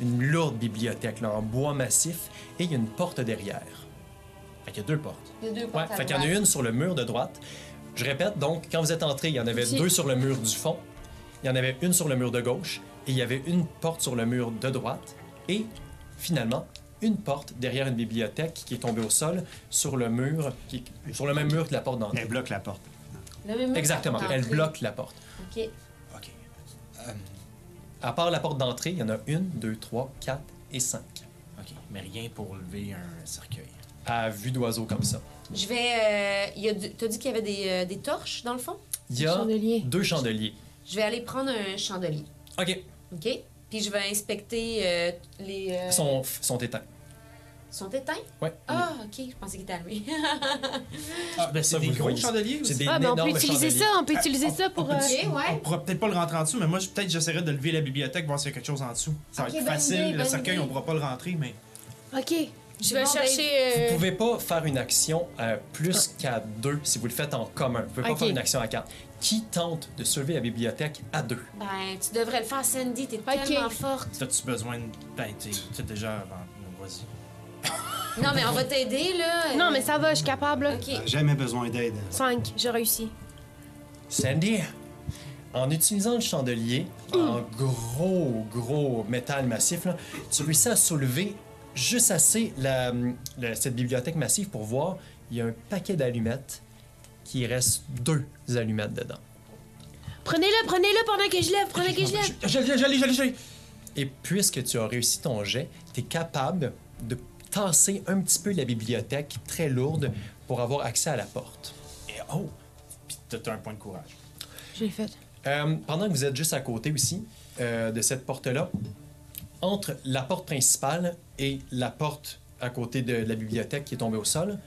S2: une lourde bibliothèque là, en bois massif, et il y a une porte derrière. Fait qu'il y a deux portes.
S3: Il y a deux
S2: Ouais,
S3: portes à
S2: fait qu'il y en a
S3: droite.
S2: une sur le mur de droite. Je répète, donc, quand vous êtes entré, il y en avait
S3: J'ai-
S2: deux sur le mur du fond, il y en avait une sur le mur de gauche, et il y avait une porte sur le mur de droite, et finalement, une porte derrière une bibliothèque qui est tombée au sol sur le mur, qui, sur le même mur que la porte d'entrée.
S4: Elle bloque la porte.
S3: Le même mur que
S2: Exactement,
S3: la porte
S2: elle
S3: d'entrée.
S2: bloque la porte.
S3: Ok.
S1: Ok.
S2: À part la porte d'entrée, il y en a une, deux, trois, quatre et cinq.
S1: Ok. Mais rien pour lever un cercueil.
S2: À vue d'oiseau comme ça.
S3: Je vais. euh, il y a du- T'as dit qu'il y avait des, euh, des torches dans le fond?
S2: Il y a
S6: Chandelier.
S2: deux chandeliers.
S3: Je vais aller prendre un chandelier.
S2: OK,
S3: OK? Puis je vais inspecter euh, les. euh,
S2: ils sont, sont éteints.
S3: sont éteints?
S2: Ouais.
S3: Ah, OK. Je pensais qu'ils étaient allumés.
S1: Ah, ben,
S2: ça,
S1: c'est des
S2: vous le
S1: gros
S2: voyez.
S1: chandeliers
S2: C'est
S1: aussi.
S2: des
S6: Ah, mais on peut
S2: énormes
S6: utiliser
S2: chandeliers.
S6: ça, on peut utiliser ça pour. euh,
S3: OK,
S1: On
S3: ouais.
S1: pourra peut-être pas le rentrer en dessous, mais moi, je- peut-être j'essaierai de lever la bibliothèque, voir s'il y a quelque chose en dessous. Ça va
S3: Ok,
S1: être
S3: bonne
S1: facile.
S3: idée,
S1: le
S3: bonne
S1: cercueil,
S3: idée.
S1: on pourra pas le rentrer, mais.
S6: Ok. Je vais
S3: Bon,
S2: Vous
S6: chercher. euh,
S2: pouvez pas faire une action à plus qu'à deux si vous le faites en commun. Vous pouvez pas
S6: Ok.
S2: faire une action à quatre. Qui tente de sauver la bibliothèque à deux?
S3: <laughs> Ben, tu devrais le faire, Sandy. T'es
S6: Ok.
S3: tellement forte.
S1: As-tu besoin de. Ben, t'es t'es déjà avant. Vas-y.
S3: Non, mais on va t'aider, là.
S6: Non, mais ça va, je suis capable. là.
S3: OK.
S4: J'ai Jamais besoin d'aide.
S6: 5, j'ai réussi.
S2: Sandy, en utilisant le chandelier,
S6: Hmm.
S2: en gros, gros métal massif, là, tu réussis à soulever juste assez la- la- cette bibliothèque massive pour voir il y a un paquet d'allumettes qui reste deux allumettes dedans.
S6: Prenez-le, prenez-le pendant que je lève, pendant que je lève.
S1: J'allais, j'allais, j'allais, j'allais.
S2: Et puisque tu as réussi ton jet, tu es capable de tasser un petit peu la bibliothèque très lourde pour avoir accès à la porte.
S1: Et oh! Puis t'as t'as un point de courage.
S6: Je l'ai faite.
S2: Euh, pendant que vous êtes juste à côté aussi euh, de cette porte-là, entre la porte principale et la porte à côté de la bibliothèque qui est tombée au sol,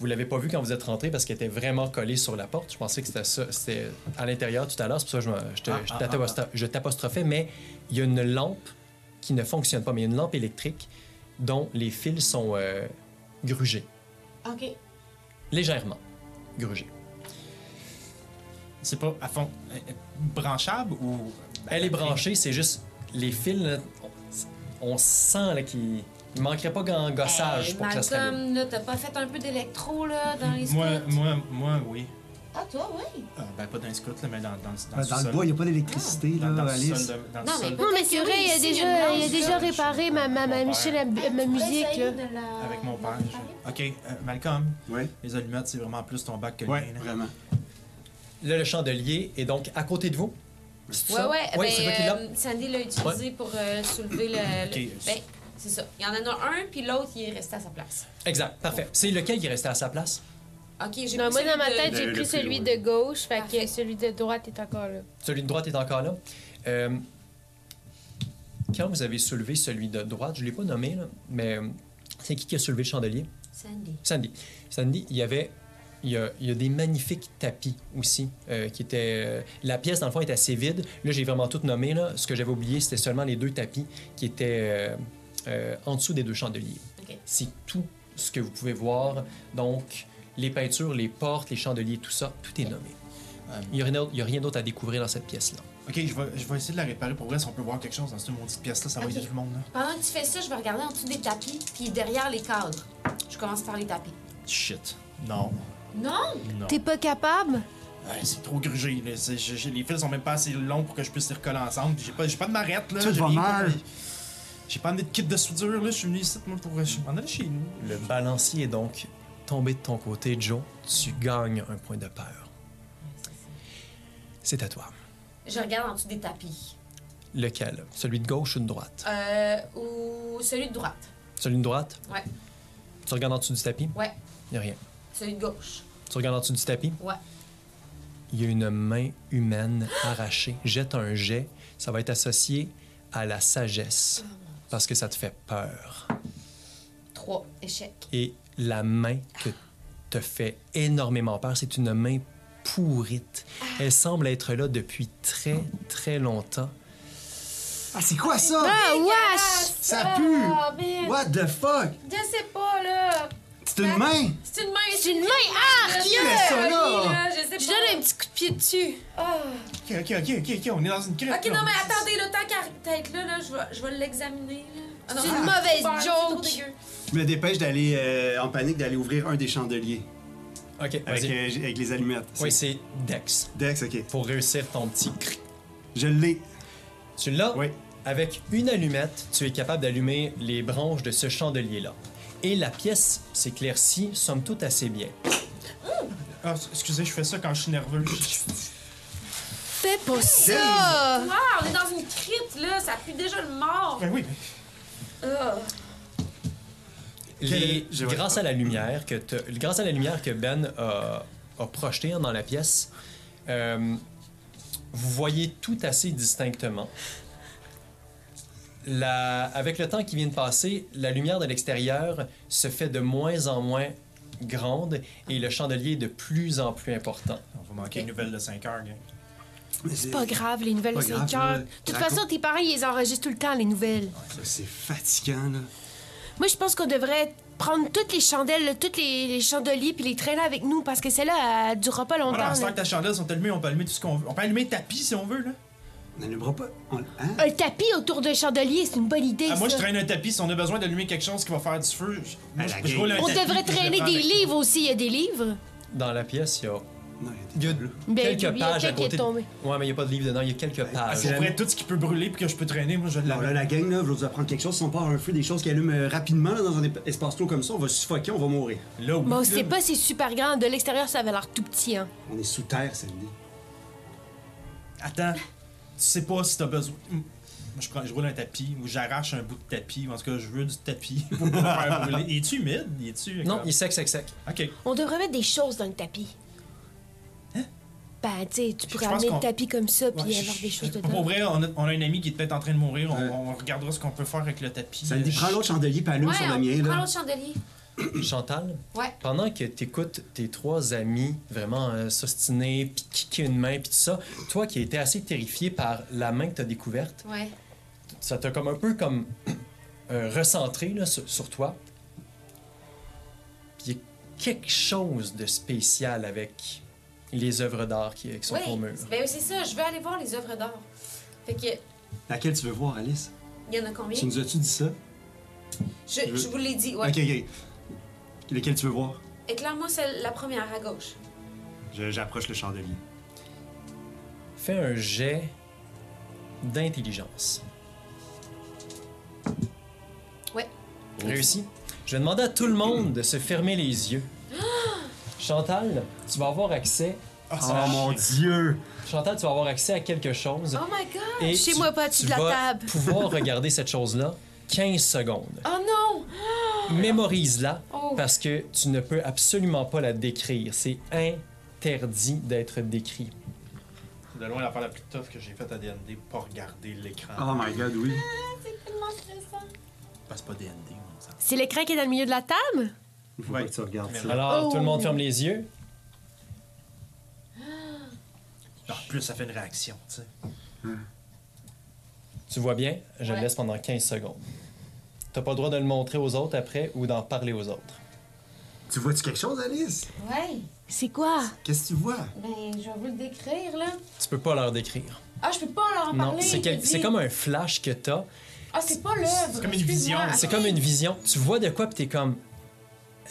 S2: vous l'avez pas vue quand vous êtes rentré parce qu'elle était vraiment collée sur la porte. Je pensais que c'était ça, c'était à l'intérieur tout à l'heure. C'est pour ça que je, me- je te-
S1: Ah,
S2: je
S1: ah,
S2: t'aposto- je t'apostrophais, mais il y a une lampe qui ne fonctionne pas, mais il y a une lampe électrique dont les fils sont euh, grugés,
S3: OK.
S2: légèrement grugés.
S1: C'est pas à fond. euh, euh, branchable ou.
S2: Elle est branchée, c'est juste les fils. là, on sent là, qu'il il manquerait pas grand gossage
S3: Hey,
S2: pour que ça se règle.
S3: Euh, Malcolm, là, t'as pas fait un peu d'électro, là, dans les
S1: Moi,
S3: scouts?
S1: moi, moi, oui.
S3: Ah, toi, oui.
S1: Euh, ben, pas dans les scouts, là, mais dans, dans, dans,
S4: Ben, Dans le bois, il n'y a pas d'électricité,
S1: Dans,
S4: là,
S1: dans le
S4: Alice.
S1: sol de- dans le
S3: Non, mais
S1: sol
S3: pas-
S6: Non, mais c'est vrai, il a
S3: Ici, il y a
S6: déjà,
S3: une
S6: il a
S3: lance,
S6: déjà
S3: là.
S6: réparé ma, ma, ma,
S1: Mon
S6: Michel, la- ma, musique, là.
S3: Essaye de la-
S1: avec mon père.
S3: de la
S1: je-
S3: réparer.
S1: Ok, euh, Malcolm,
S4: Ouais,
S1: les allumettes, c'est vraiment plus ton bac que le
S4: ouais,
S1: mien. là.
S4: vraiment.
S2: Là, le chandelier est donc à côté de vous. C'est
S3: Ouais,
S2: ça?
S3: ouais.
S2: Oui,
S3: ben,
S2: c'est toi qui l'as.
S3: euh, Sandy l'a utilisé pour euh, soulever le.
S1: Ok.
S3: le- Ben, c'est ça. Il y en en a un, puis l'autre, il est resté à sa place.
S2: Exact, parfait. C'est lequel qui est resté à sa place?
S3: Ok, j'ai
S6: Non,
S3: pris
S6: moi,
S3: celui
S6: dans ma
S3: de-
S6: tête,
S4: de-
S6: j'ai
S4: le
S6: pris
S4: plus
S6: celui
S4: loin.
S6: de gauche, fait que
S3: Parfait.
S6: celui de droite est encore là.
S2: Celui de droite est encore là. Euh, quand vous avez soulevé celui de droite, je ne l'ai pas nommé, là, mais euh, c'est qui qui a soulevé le chandelier?
S3: Sandy.
S2: Sandy. Sandy, il y avait... Il y, a, il y a des magnifiques tapis aussi euh, qui étaient... euh, la pièce, dans le fond, est assez vide. Là, j'ai vraiment tout nommé. Là. Ce que j'avais oublié, c'était seulement les deux tapis qui étaient euh, euh, en dessous des deux chandeliers.
S3: Ok.
S2: C'est tout ce que vous pouvez voir. Donc, les peintures, les portes, les chandeliers, tout ça, tout est nommé.
S1: Euh,
S2: Il n'y a rien d'autre- il y a rien d'autre à découvrir dans cette pièce-là.
S1: ok, je vais, je vais essayer de la réparer pour vrai si on peut voir quelque chose dans cette maudite pièce-là, ça va
S3: Ok.
S1: aider tout le monde. Là.
S3: Pendant que tu fais ça, je vais regarder en dessous des tapis, puis derrière les cadres. Je commence par les tapis.
S1: Shit. Non.
S3: Non!
S1: Non.
S6: T'es pas capable?
S1: Hey, c'est trop grugé. Là. C'est- je- je- les fils sont même pas assez longs pour que je puisse les recoller ensemble. J'ai pas, j'ai pas de marrette. Là.
S4: Tu
S1: J'ai
S4: vas
S1: rien
S4: mal.
S1: compris. J'ai pas amené de kit de soudure. Là. Je suis venu ici moi, pour. Je m'en allais chez nous.
S2: Le balancier est donc tombé de ton côté, Joe. Tu gagnes un point de peur. C'est à toi.
S3: Je regarde en dessous des tapis.
S2: Lequel Celui de gauche ou de droite
S3: Euh, ou celui de droite.
S2: Celui de droite
S3: Ouais.
S2: Tu regardes en dessous du tapis
S3: Ouais.
S2: Il a rien.
S3: Celui de gauche.
S2: Tu regardes en dessous du tapis
S3: Ouais.
S2: Il y a une main humaine arrachée. Jette un jet. Ça va être associé à la sagesse parce que ça te fait peur.
S3: Trois. Échec.
S2: Et la main que te fait énormément peur, c'est une main pourrite. Elle semble être là depuis très, très longtemps.
S4: Ah, c'est quoi ça?
S6: Ah, wesh!
S4: Ça pue!
S3: Ah, man.
S4: What the fuck?
S3: Je sais pas, là.
S4: C'est une main!
S3: C'est une main.
S6: J'ai une main! Ah!
S3: Je
S4: Qui est ça, là?
S3: Euh, Je sais
S6: Je
S3: pas.
S6: donne un petit coup de pied dessus.
S1: Ok, ok, ok, ok, ok, on est dans une crête.
S3: Ok,
S1: là.
S3: non, mais attendez, le temps qu'elle être là, là, je vais, je vais l'examiner. là. Ah, non,
S6: C'est
S3: non,
S6: une
S3: non,
S6: mauvaise
S3: c'est pas- c'est trop
S6: joke.
S3: dégueu.
S4: Je me dépêche d'aller, euh, en panique, d'aller ouvrir un des chandeliers
S2: OK,
S4: avec,
S2: vas-y.
S4: euh, j- avec les allumettes.
S2: Oui, c'est Dex.
S4: Dex, ok.
S2: Pour réussir ton petit cric.
S4: Je l'ai.
S2: Tu l'as?
S4: Oui.
S2: Avec une allumette, tu es capable d'allumer les branches de ce chandelier-là. Et la pièce s'éclaircit, somme toute, assez bien.
S1: Ah, excusez, je fais ça quand je suis nerveux.
S6: <laughs> Fais pas ça!
S3: Wow, Ah, on est dans une crypte, là, ça pue déjà le mort.
S1: ben oui,
S3: Ah.
S2: Les-
S4: Je vois
S2: grâce, à la lumière que te- grâce à la lumière que Ben a, a projetée dans la pièce, euh, vous voyez tout assez distinctement. La- avec le temps qui vient de passer, la lumière de l'extérieur se fait de moins en moins grande et le chandelier est de plus en plus important.
S1: on va manquer une nouvelle de 5 heures, gang.
S4: Mais
S6: C'est pas grave, les nouvelles,
S4: Pas
S6: c'est
S4: grave,
S6: cœur.
S4: là.
S6: De toute
S4: Raconte-
S6: façon, tes parents, ils les enregistrent tout le temps, les nouvelles.
S4: C'est fatigant, là.
S6: Moi, je pense qu'on devrait prendre toutes les chandelles, là, toutes les, les chandeliers, puis les traîner avec nous, parce que celle-là, elle durera pas longtemps.
S1: Voilà, à ce
S6: là.
S1: temps que ta chandelle sont allumées, on peut allumer tout ce qu'on veut. On peut allumer le tapis si on veut, là.
S4: On n'allumera pas. On... Hein?
S6: Un tapis autour d'un chandelier, c'est une bonne idée,
S1: Ah, moi, je
S6: ça.
S1: traîne un tapis. Si on a besoin d'allumer quelque chose qui va faire du feu, je, moi,
S4: À la
S1: je- je roule un
S6: On
S1: tapis,
S6: devrait
S1: puis je le
S6: traîner
S1: prends
S6: des
S1: avec-
S6: livres aussi, il y a des livres.
S2: Dans la pièce, il y a
S4: Non, il y a des
S2: Il y a
S4: tableaux.
S6: Ben,
S2: quelques pages à
S6: bibliothèque
S2: côté.
S6: est tombée.
S2: Ouais, mais il n'y a pas de livre dedans, il y a quelques
S1: Ah,
S2: pages.
S1: c'est vrai, tout ce qui peut brûler puis que je peux traîner, moi, je
S4: Alors là,
S1: l'avais.
S4: la gang, là, je vais vous apprendre quelque chose. Si on part un feu, des choses qui allument euh, rapidement là, dans un ép- espace clos comme ça, on va suffoquer, on va mourir.
S1: Là, oui.
S6: Bon,
S1: là.
S6: c'est pas c'est super grand. De l'extérieur, ça avait l'air tout petit, hein.
S4: On est sous terre, Sandy.
S1: Attends, tu sais pas si t'as besoin. Moi, je, prends, je roule un tapis ou j'arrache un bout de tapis. ou En tout cas, je veux du tapis <laughs> pour me faire brûler. Il est-tu humide? Il est-tu.
S2: Non,
S1: comme-
S2: il est sec, sec, sec.
S1: Ok.
S6: On devrait mettre des choses dans le tapis. Ben, tu sais, tu pourrais
S1: Je pense
S6: amener le
S1: qu'on-
S6: tapis comme ça, puis
S1: Ouais, je-
S6: avoir des
S1: je-
S6: choses
S1: Pour
S6: dedans.
S1: vrai, on a, on a un ami qui est peut-être en train de mourir. On,
S4: Ouais.
S1: on regardera ce qu'on peut faire avec le tapis.
S4: Sandy,
S1: Euh, Je-
S4: prends l'autre chandelier puis allume
S3: Ouais,
S4: sur
S3: on
S4: le mien,
S3: prend
S4: là.
S3: l'autre chandelier.
S2: Chantal,
S3: Ouais.
S2: pendant que tu écoutes tes trois amis vraiment euh, s'ostiner, puis kicker une main, puis tout ça, toi qui as été assez terrifié par la main que tu as découverte,
S3: Ouais.
S2: ça t'a comme un peu comme <clears throat> euh, recentré là, sur, sur toi. Puis il y a quelque chose de spécial avec les œuvres d'art qui, qui sont
S3: Oui,
S2: au mur.
S3: ben oui, c'est ça, je vais aller voir les œuvres d'art. Fait que,
S4: Laquelle tu veux voir, Alice?
S3: Il y en a combien?
S4: Tu nous as-tu dit ça?
S3: Je, je vous l'ai dit, ouais.
S4: Ok, ok. Lequel tu veux voir?
S3: Éclaire-moi celle- la première à gauche.
S4: Je- J'approche le chandelier.
S2: Fais un jet d'intelligence.
S3: Ouais.
S2: Réussi. Je vais demander à tout le monde de se fermer les
S6: <gasps>
S2: yeux. Chantal, tu vas avoir accès.
S4: Oh mon dieu!
S2: Chantal, tu vas avoir accès à quelque chose.
S3: Oh my god!
S2: et
S6: Ah, Chez
S2: tu-
S6: moi, pas au-dessus
S2: tu
S6: de la
S2: vas
S6: table. <laughs>
S2: pouvoir regarder cette chose-là 15 secondes.
S3: Oh non!
S2: Mémorise-la
S3: Oh!
S2: parce que tu ne peux absolument pas la décrire. C'est interdit d'être décrit.
S1: C'est de loin l'affaire la plus tough que j'ai faite à DND, pas regarder l'écran.
S4: Oh my god, oui.
S3: C'est tellement stressant.
S1: Parce que c'est pas DND, on s'en
S6: C'est l'écran qui est dans le milieu de la table?
S4: Il faut
S1: Ouais.
S4: pas que tu regardes ça.
S2: Alors, tout le
S6: Oh.
S2: monde ferme les yeux.
S1: En plus, ça fait une réaction, tu sais.
S2: Tu vois bien, je
S3: Ouais.
S2: le laisse pendant 15 secondes. T'as pas le droit de le montrer aux autres après ou d'en parler aux autres.
S4: Tu vois-tu quelque chose, Alice?
S3: Ouais,
S6: C'est quoi?
S4: Qu'est-ce que tu vois?
S3: ben je vais vous le décrire, là.
S2: Tu peux pas leur décrire.
S3: Ah, je peux pas leur en
S2: Non,
S3: parler.
S2: c'est
S3: je
S2: quel-
S3: dis.
S2: c'est comme un flash que t'as.
S3: Ah, c'est pas l'œuvre.
S1: c'est comme une
S3: excuse-moi.
S1: vision,
S2: C'est comme une vision. Tu vois de quoi, puis t'es comme. <sighs>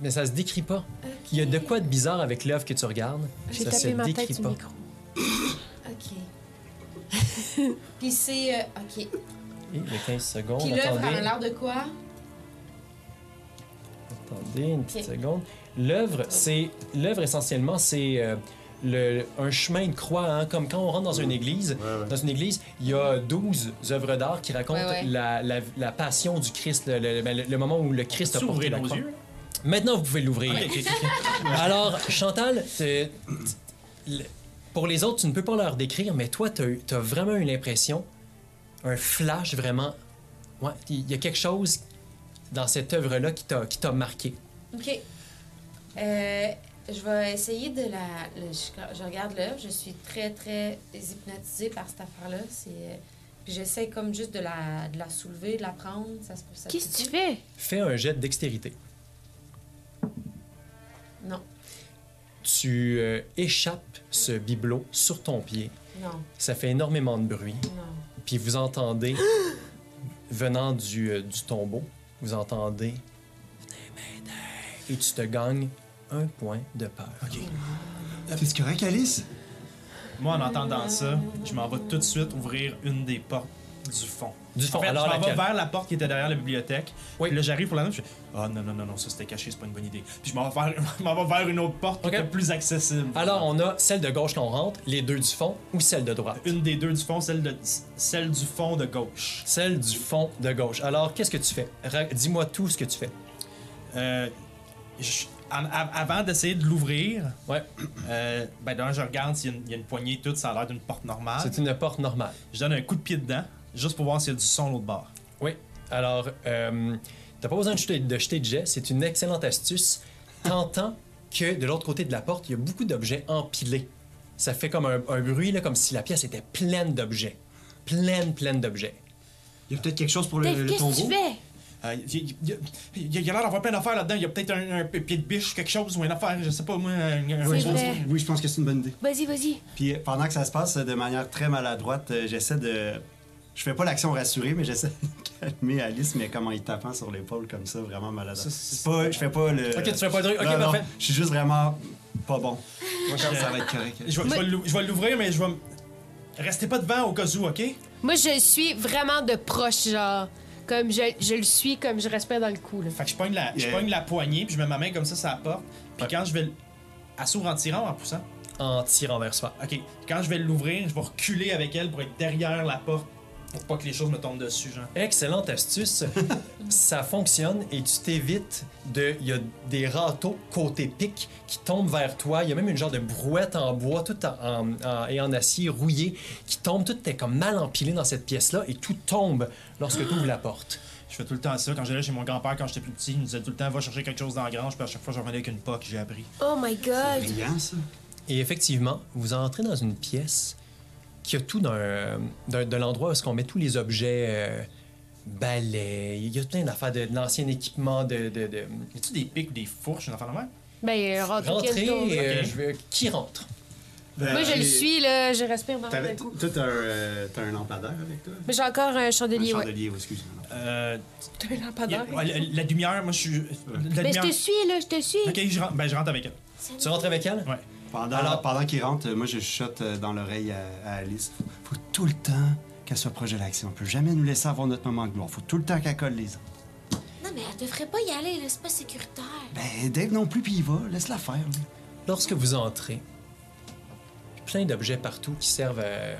S2: Mais ça se décrit pas. Il y a de quoi de bizarre avec l'œuvre que tu regardes.
S6: J'ai
S2: ça se
S6: tapé ma
S2: décrit
S6: tête du
S2: pas.
S6: micro.
S3: Ok. <laughs> Puis c'est. euh, ok.
S1: Oh,
S2: Et les 15 Eh, secondes.
S3: Puis l'œuvre elle
S2: attendez,
S3: a l'air de quoi?
S2: attendez une petite
S3: Ok.
S2: seconde. L'œuvre, c'est l'œuvre essentiellement, c'est euh, le- un chemin de croix, hein, comme quand on rentre dans une église.
S4: ouais.
S2: Dans une église, il y a 12 œuvres d'art qui racontent
S3: Ouais, ouais.
S2: La, la- la passion du Christ, le, le- ben, le- le moment où le Christ a porté
S1: S'ouvrir
S2: la
S1: nos
S2: croix.
S1: yeux.
S2: Maintenant, vous pouvez l'ouvrir. Alors, Chantal, c'est- le- pour les autres, tu ne peux pas leur décrire, mais toi, tu as, vraiment une impression, un flash vraiment. Ouais, il y a quelque chose dans cette œuvre-là qui t'a qui t'a marqué.
S3: Ok. Euh, je vais essayer de la. le- je, je regarde l'œuvre. Je suis très, très hypnotisée par cette affaire-là. C'est. euh, Puis j'essaie comme juste de la, de la soulever, de la prendre. Ça se peut. ça se
S6: Qu'est-ce que tu
S3: peut-tu?
S6: fais?
S2: Fais un jet de dextérité.
S3: Non.
S2: Tu euh, échappes ce bibelot sur ton pied.
S3: Non.
S2: Ça fait énormément de bruit.
S3: Non.
S2: Puis vous entendez, <gasps> venant du, euh, du tombeau, vous entendez Venez m'aider. Et tu te gagnes un point de peur.
S6: Euh.
S4: T'es correct, Alice?
S1: Moi, en entendant ça, je m'en vais tout de suite ouvrir une des portes du fond.
S2: Du fond,
S1: En fait,
S2: alors
S1: je m'en vais
S2: laquelle
S1: vers la porte qui était derrière la bibliothèque.
S2: Oui.
S1: Puis là, j'arrive pour la même, je fais Ah non, non, non, non, ça c'était caché, c'est pas une bonne idée. Puis je m'en vais, vers- <laughs> je m'en vais vers une autre porte
S2: Ok.
S1: qui était plus accessible.
S2: Alors, on a celle de gauche qu'on rentre, les deux du fond ou celle de droite
S1: Une des deux du fond, celle, de, celle du fond de gauche.
S2: Celle du fond de gauche. Alors, qu'est-ce que tu fais Ra- Dis-moi tout ce que tu fais.
S1: Euh, je- en- av- avant d'essayer de l'ouvrir,
S2: Ouais,
S1: euh, ben, d'un, je regarde s'il y, a une- il y a une poignée toute, ça a l'air d'une porte normale.
S2: c'est une porte normale.
S1: Je donne un coup de pied dedans, juste pour voir s'il y a du son à l'autre bord.
S2: Oui. Alors, euh, t'as pas besoin de jeter de, jeter de jet, c'est une excellente astuce. T'entends que de l'autre côté de la porte, il y a beaucoup d'objets empilés. Ça fait comme un, un bruit, là, comme si la pièce était pleine d'objets. Pleine, pleine d'objets.
S4: Il y a peut-être quelque chose pour le,
S6: Dave,
S4: le
S6: qu'est-ce
S4: tombeau?
S6: que tu fais?
S1: Euh, Il y, il y a- il y a- il y a l'air d'avoir plein d'affaires là-dedans. Il y a peut-être un, un pied de biche, quelque chose, ou une affaire, je sais pas moi. un- un-
S6: C'est
S1: un-
S6: vrai.
S4: Oui, je pense que c'est une bonne idée.
S6: Vas-y, vas-y.
S4: Puis euh, pendant que ça se passe euh, de manière très maladroite, euh, j'essaie de. Je fais pas l'action rassurée, mais j'essaie <laughs> de calmer Alice, mais comme en y tapant sur l'épaule comme ça, vraiment maladroit.
S1: Ça, c'est-
S4: C'est pas, je fais pas le.
S2: Ok, tu fais pas le truc. Ok,
S4: Non, non,
S2: parfait.
S4: je suis juste vraiment pas bon. ça va être correct.
S1: Je vais- je vais l'ou- je vais l'ouvrir, mais je vais. m- Restez pas devant au cas où, ok?
S6: Moi, je le suis vraiment de proche, genre. Comme je, je le suis, comme je respire dans le cou, là.
S1: Fait que je pogne la, je
S4: Yeah.
S1: pogne la poignée, puis je mets ma main comme ça sur la porte. Puis quand je vais. l- Elle s'ouvre en tirant ou en poussant.
S2: En tirant vers soi.
S1: Ok, quand je vais l'ouvrir, je vais reculer avec elle pour être derrière la porte pour pas que les choses me tombent dessus, genre.
S2: Excellente astuce. ça fonctionne et tu t'évites de. Il y a des râteaux côté pic qui tombent vers toi. Il y a même une genre de brouette en bois tout en, en- en- et en acier rouillé qui tombe. Tout est comme mal empilé dans cette pièce-là et tout tombe lorsque tu ouvres la porte.
S1: Je fais tout le temps ça. Quand j'allais chez mon grand-père, quand j'étais plus petit, il me disait tout le temps va chercher quelque chose dans la grange, puis à chaque fois, je revenais avec une poque, j'ai appris.
S6: Oh my god.
S4: Brillant, ça.
S2: Et effectivement, vous entrez dans une pièce qui a tout d'un, d'un- de l'endroit où est-ce qu'on met tous les objets. euh, balais, il y a plein d'affaires de, de l'ancien équipement, de- de- de,
S1: Y a-tu des pics ou des fourches, une affaire de même?
S6: Ben, euh, rentre
S2: Rentrez,
S6: quel tour?
S2: euh,
S1: Ok.
S2: je veux- qui rentre
S4: Ben,
S6: Moi, je le
S4: j'ai-
S6: suis, là, je respire dans
S4: T'avais-
S6: le coup.
S4: Toi, t'as un, euh, t'as un lampadaire avec toi?
S6: Mais j'ai encore un
S4: Un
S6: chandelier, ouais.
S4: chandelier, oh, excuse-moi.
S1: Euh,
S6: T'as un
S1: y a-
S6: lampadaire.
S1: ouais, la, la lumière, moi, je suis. La
S6: Mais je
S1: lumière.
S6: te suis, là, je te suis.
S1: Ok, je rentre, ben, je rentre avec elle.
S2: Tu rentres avec elle?
S1: Ouais.
S4: Pendant,
S2: Alors-
S4: pendant qu'il rentre, euh, moi, je chuchote euh, dans l'oreille à, à Alice. Faut, faut tout le temps qu'elle soit proche de l'action. On peut jamais nous laisser avoir notre moment de gloire. Faut tout le temps qu'elle colle les autres.
S3: Non, mais elle devrait pas y aller, là, c'est pas sécuritaire.
S4: Ben, Dave non plus, puis il va. Laisse-la faire. lui.
S2: Lorsque vous entrez, plein d'objets partout qui servent euh,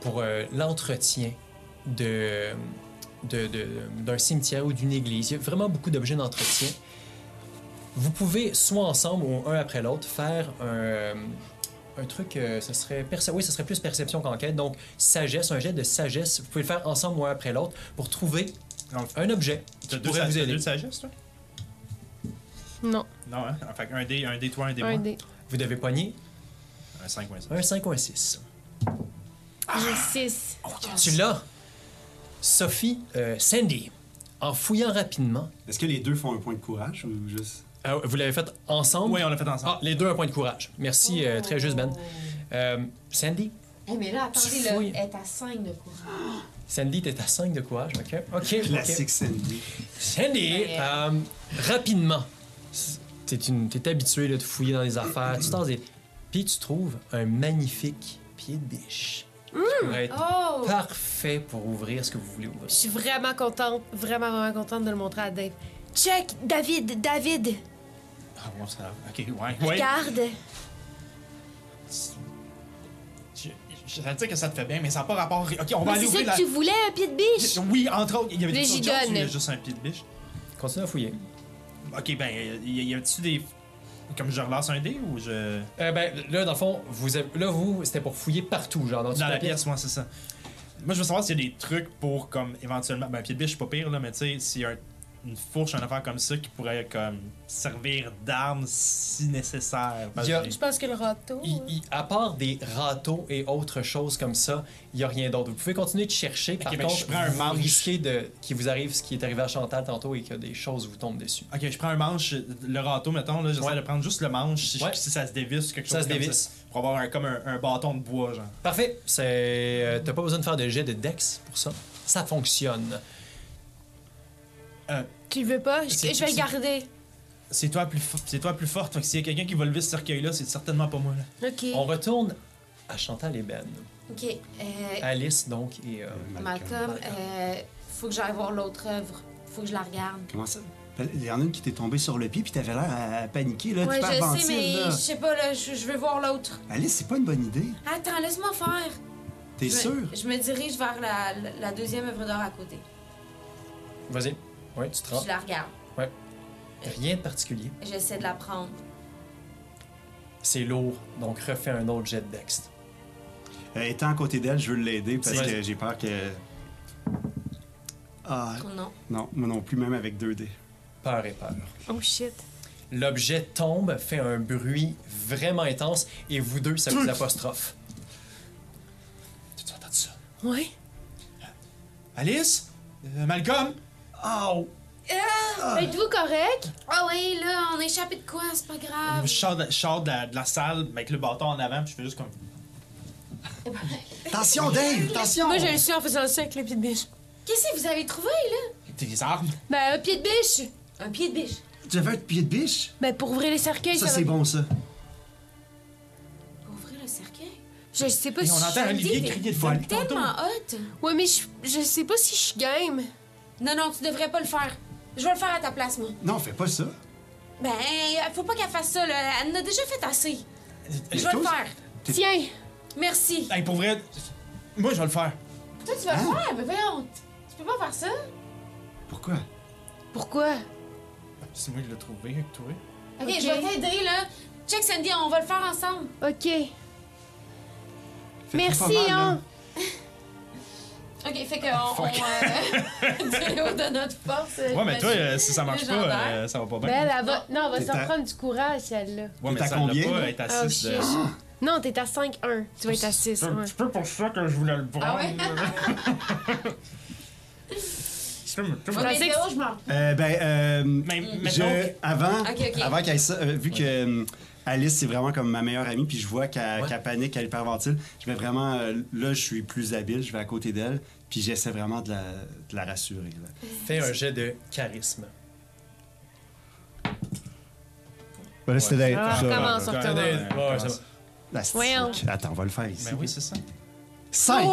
S2: pour euh, l'entretien de, de- de- d'un cimetière ou d'une église. Il y a vraiment beaucoup d'objets d'entretien. Vous pouvez, soit ensemble ou un après l'autre, faire un, euh, un truc, euh, ça serait perce- oui, ça serait plus perception qu'enquête, donc sagesse, un jet de sagesse. Vous pouvez le faire ensemble ou un après l'autre pour trouver
S1: En-
S2: un objet qui
S1: T'as deux,
S2: pourrait
S1: sa-
S2: vous
S1: t'as
S2: aider.
S1: deux de sagesse, toi
S6: Non,
S1: Non, hein En fait, un dé, un dé toi, un dé
S6: un
S1: moi.
S6: dé.
S2: Vous devez pogner
S1: Un 5 moins 5.
S2: un 5 ou un 6.
S6: J'ai six.
S2: Tu l'as. Sophie, euh, Sandy, en fouillant rapidement,
S4: Est-ce que les deux font un point de courage ou juste.
S2: Euh, vous l'avez fait ensemble?
S1: Oui, on l'a fait
S2: Ah,
S1: ensemble.
S2: les deux un point de courage. Merci, euh, très juste, Ben. Euh, Sandy,
S3: Eh, mais là, attendez, là,
S2: fouilles.
S3: elle est à 5 de courage.
S2: Sandy, t'es à 5 de courage, ok? Ok, ok.
S4: Classique Sandy.
S2: Sandy,
S3: Ouais.
S2: euh, rapidement, t'es, une, t'es habitué là, de fouiller dans les affaires, tu tasses des... Puis tu trouves un magnifique pied de biche. Ça pourrait être
S6: Oh!
S2: parfait pour ouvrir ce que vous voulez ouvrir.
S6: Je suis vraiment contente, vraiment, vraiment contente de le montrer à Dave. Check, David, David,
S1: Ah, bon, ça. Ok, ouais. Ouais.
S6: regarde.
S1: Je, je, ça veut dire que ça te fait bien, mais ça n'a pas rapport. Ok, on va
S6: Mais
S1: aller
S6: C'est ça
S1: ouvrir
S6: que
S1: la.
S6: tu voulais, un pied de biche?
S1: Oui, entre autres, il y avait
S6: Les
S1: des choses,
S6: gigones.
S1: il y a juste un pied de biche.
S2: Continue à fouiller.
S1: Ok, ben, il y, y avait-tu des. Comme je relance un dé ou je.
S2: Euh, ben, là, dans le fond, vous avez- là, vous, c'était pour fouiller partout, genre dans, toute
S1: Dans la pièce, moi, c'est ça. Moi, je veux savoir s'il y a des trucs pour, comme, éventuellement. Ben, un pied de biche, c'est pas pire, là, mais tu sais, s'il y a un- une fourche, un affaire comme ça qui pourrait, comme, servir d'arme si nécessaire. Parce
S2: Il y a-
S1: que-
S6: Je pense que le râteau. hein.
S2: Il- il- à part des râteaux et autres choses comme ça, il n'y a rien d'autre. Vous pouvez continuer de chercher. Par
S1: ben,
S2: contre,
S1: je prends un
S2: vous
S1: manche.
S2: risquez de, qu'il vous arrive ce qui est arrivé à Chantal tantôt et que des choses vous tombent dessus.
S1: Ok, je prends un manche, le râteau, mettons, là, j'essaie
S2: Ouais.
S1: de prendre juste le manche si, je-
S2: Ouais.
S1: si ça se dévisse ou quelque
S2: Ça
S1: chose
S2: se
S1: comme
S2: dévisse.
S1: ça. Pour avoir un- comme un, un bâton de bois, genre.
S2: Parfait. C'est, euh, t'as pas besoin de faire de jet de Dex pour ça. Ça fonctionne.
S6: Tu le veux pas? Je,
S1: C'est-
S6: je vais le
S1: c'est-
S6: garder.
S1: C'est toi la plus, fo- c'est toi la plus forte, fait que s'il y a quelqu'un qui va lever ce cercueil-là, c'est certainement pas moi, là.
S6: Ok.
S2: On retourne à Chantal et Ben.
S3: Ok, euh,
S2: Alice, donc, et... euh,
S3: Malcolm, euh, faut que j'aille voir l'autre œuvre. Faut que je la regarde.
S4: Comment ça? Ben, Il y en a une qui t'est tombée sur le pied, puis t'avais l'air à, à paniquer, là.
S3: ouais,
S4: tu peux
S3: je
S4: avancer,
S3: sais, mais
S4: là.
S3: je sais pas, là, je, je veux voir l'autre.
S4: Alice, c'est pas une bonne idée.
S3: Attends, laisse-moi faire.
S4: T'es
S3: je, me-
S4: sûr?
S3: Je me dirige vers la, la- la deuxième œuvre d'art à côté.
S2: Vas-y. Ouais, tu te
S4: Ah.
S2: rends.
S3: Je la regarde.
S2: Rien de particulier.
S3: J'essaie de la prendre.
S2: C'est lourd, donc refais un autre jet de Dex.
S4: Euh, étant à côté d'elle, je veux l'aider parce
S2: Vas-y.
S4: que j'ai peur que. Ah,
S3: Ton nom.
S4: non, moi non plus, même avec deux dés.
S2: Peur et peur.
S6: Oh shit.
S2: L'objet tombe, fait un bruit vraiment intense et vous deux, ça vous apostrophe. Tu as entendu ça?
S6: Ouais.
S1: Alice? Euh, Malcolm?
S4: Oh!
S5: Êtes-vous correct?
S3: Ah oui, là, on a échappé de quoi? C'est pas grave.
S4: Oh,
S1: Je sors, de, je sors de la, de la salle avec le bâton en avant, puis je fais juste comme.
S4: Attention, Dave! Attention!
S6: Moi, je le suis en faisant ça avec le pied de biche.
S3: Qu'est-ce que vous avez trouvé, là?
S1: Des armes?
S6: Ben, un pied de biche!
S3: Un pied de biche.
S4: J'avais un pied de biche?
S6: Ben, pour ouvrir les cercueils,
S4: Ça,
S6: ça,
S4: c'est
S6: va.
S4: bon, ça.
S3: Ouvrez le cercueil.
S6: Je sais pas
S1: Et
S6: si
S1: on entend
S6: je...
S1: Olivier
S3: dis,
S1: crier de folie tantôt.
S3: Tellement hot.
S6: Ouais, mais je... je sais pas si je suis game.
S3: Non, non, tu devrais pas le faire. Je vais le faire à ta place, moi.
S4: Non, fais pas ça.
S3: Ben, faut pas qu'elle fasse ça, là. Elle en a déjà fait assez. Je vais le
S4: chose-
S3: faire.
S6: Tiens!
S3: Merci.
S1: Hey, pour vrai, moi je vais le faire.
S3: Toi, tu vas
S1: Ah.
S3: le faire, mais voyons. Tu peux pas faire ça.
S4: Pourquoi?
S6: Pourquoi?
S1: C'est moi qui l'ai trouvé, toi.
S3: Ok,
S6: Ok.
S3: je vais t'aider, là. Check, Sandy, on va le faire ensemble.
S6: Ok.
S4: Fais-toi
S6: Merci,
S4: pas mal, là.
S6: hein!
S3: Ok, fait qu'on. on, euh, <laughs> du haut de notre force.
S1: Ouais, mais toi, euh, si ça marche pas, euh, ça va pas bien.
S6: Ben, elle elle va... Non, elle va
S4: T'es
S6: s'en
S4: à-
S6: prendre du courage, celle-là.
S1: ouais, mais
S4: t'es à
S1: ça l'a
S4: combien,
S1: pas,
S4: là?
S1: elle est à
S6: Oh,
S1: six
S6: shit.
S1: de-
S6: Non, t'es à 5-1. Tu vas être à 6.
S1: C'est un
S6: ouais.
S1: petit peu pour ça que je voulais le prendre.
S3: Ah ouais?
S1: C'est un petit peu-
S3: Ouais, mais
S6: pensais que-
S3: Théo, je m'en
S4: Euh, ben, euh,
S1: Mais
S4: je,
S1: mettons
S4: avant,
S3: Ok, ok.
S4: avant qu'elle sa- euh, vu que euh, Alice, c'est vraiment comme ma meilleure amie, puis je vois qu'elle
S2: Ouais.
S4: qu'elle panique, qu'elle hyperventile. Je vais vraiment. euh, Là, je suis plus habile, je vais à côté d'elle, puis j'essaie vraiment de la, de la rassurer. là.
S2: Fais un jet de charisme.
S7: Voilà, c'était d'être.
S5: Ah,
S7: ça.
S5: recommence, on
S1: Ouais,
S5: recommence.
S1: ouais,
S2: Ouais, ça va.
S4: La
S5: Voyons.
S4: stick. Attends, on va le faire ici.
S1: Ben oui, Ben Oh! c'est ça.
S4: 5!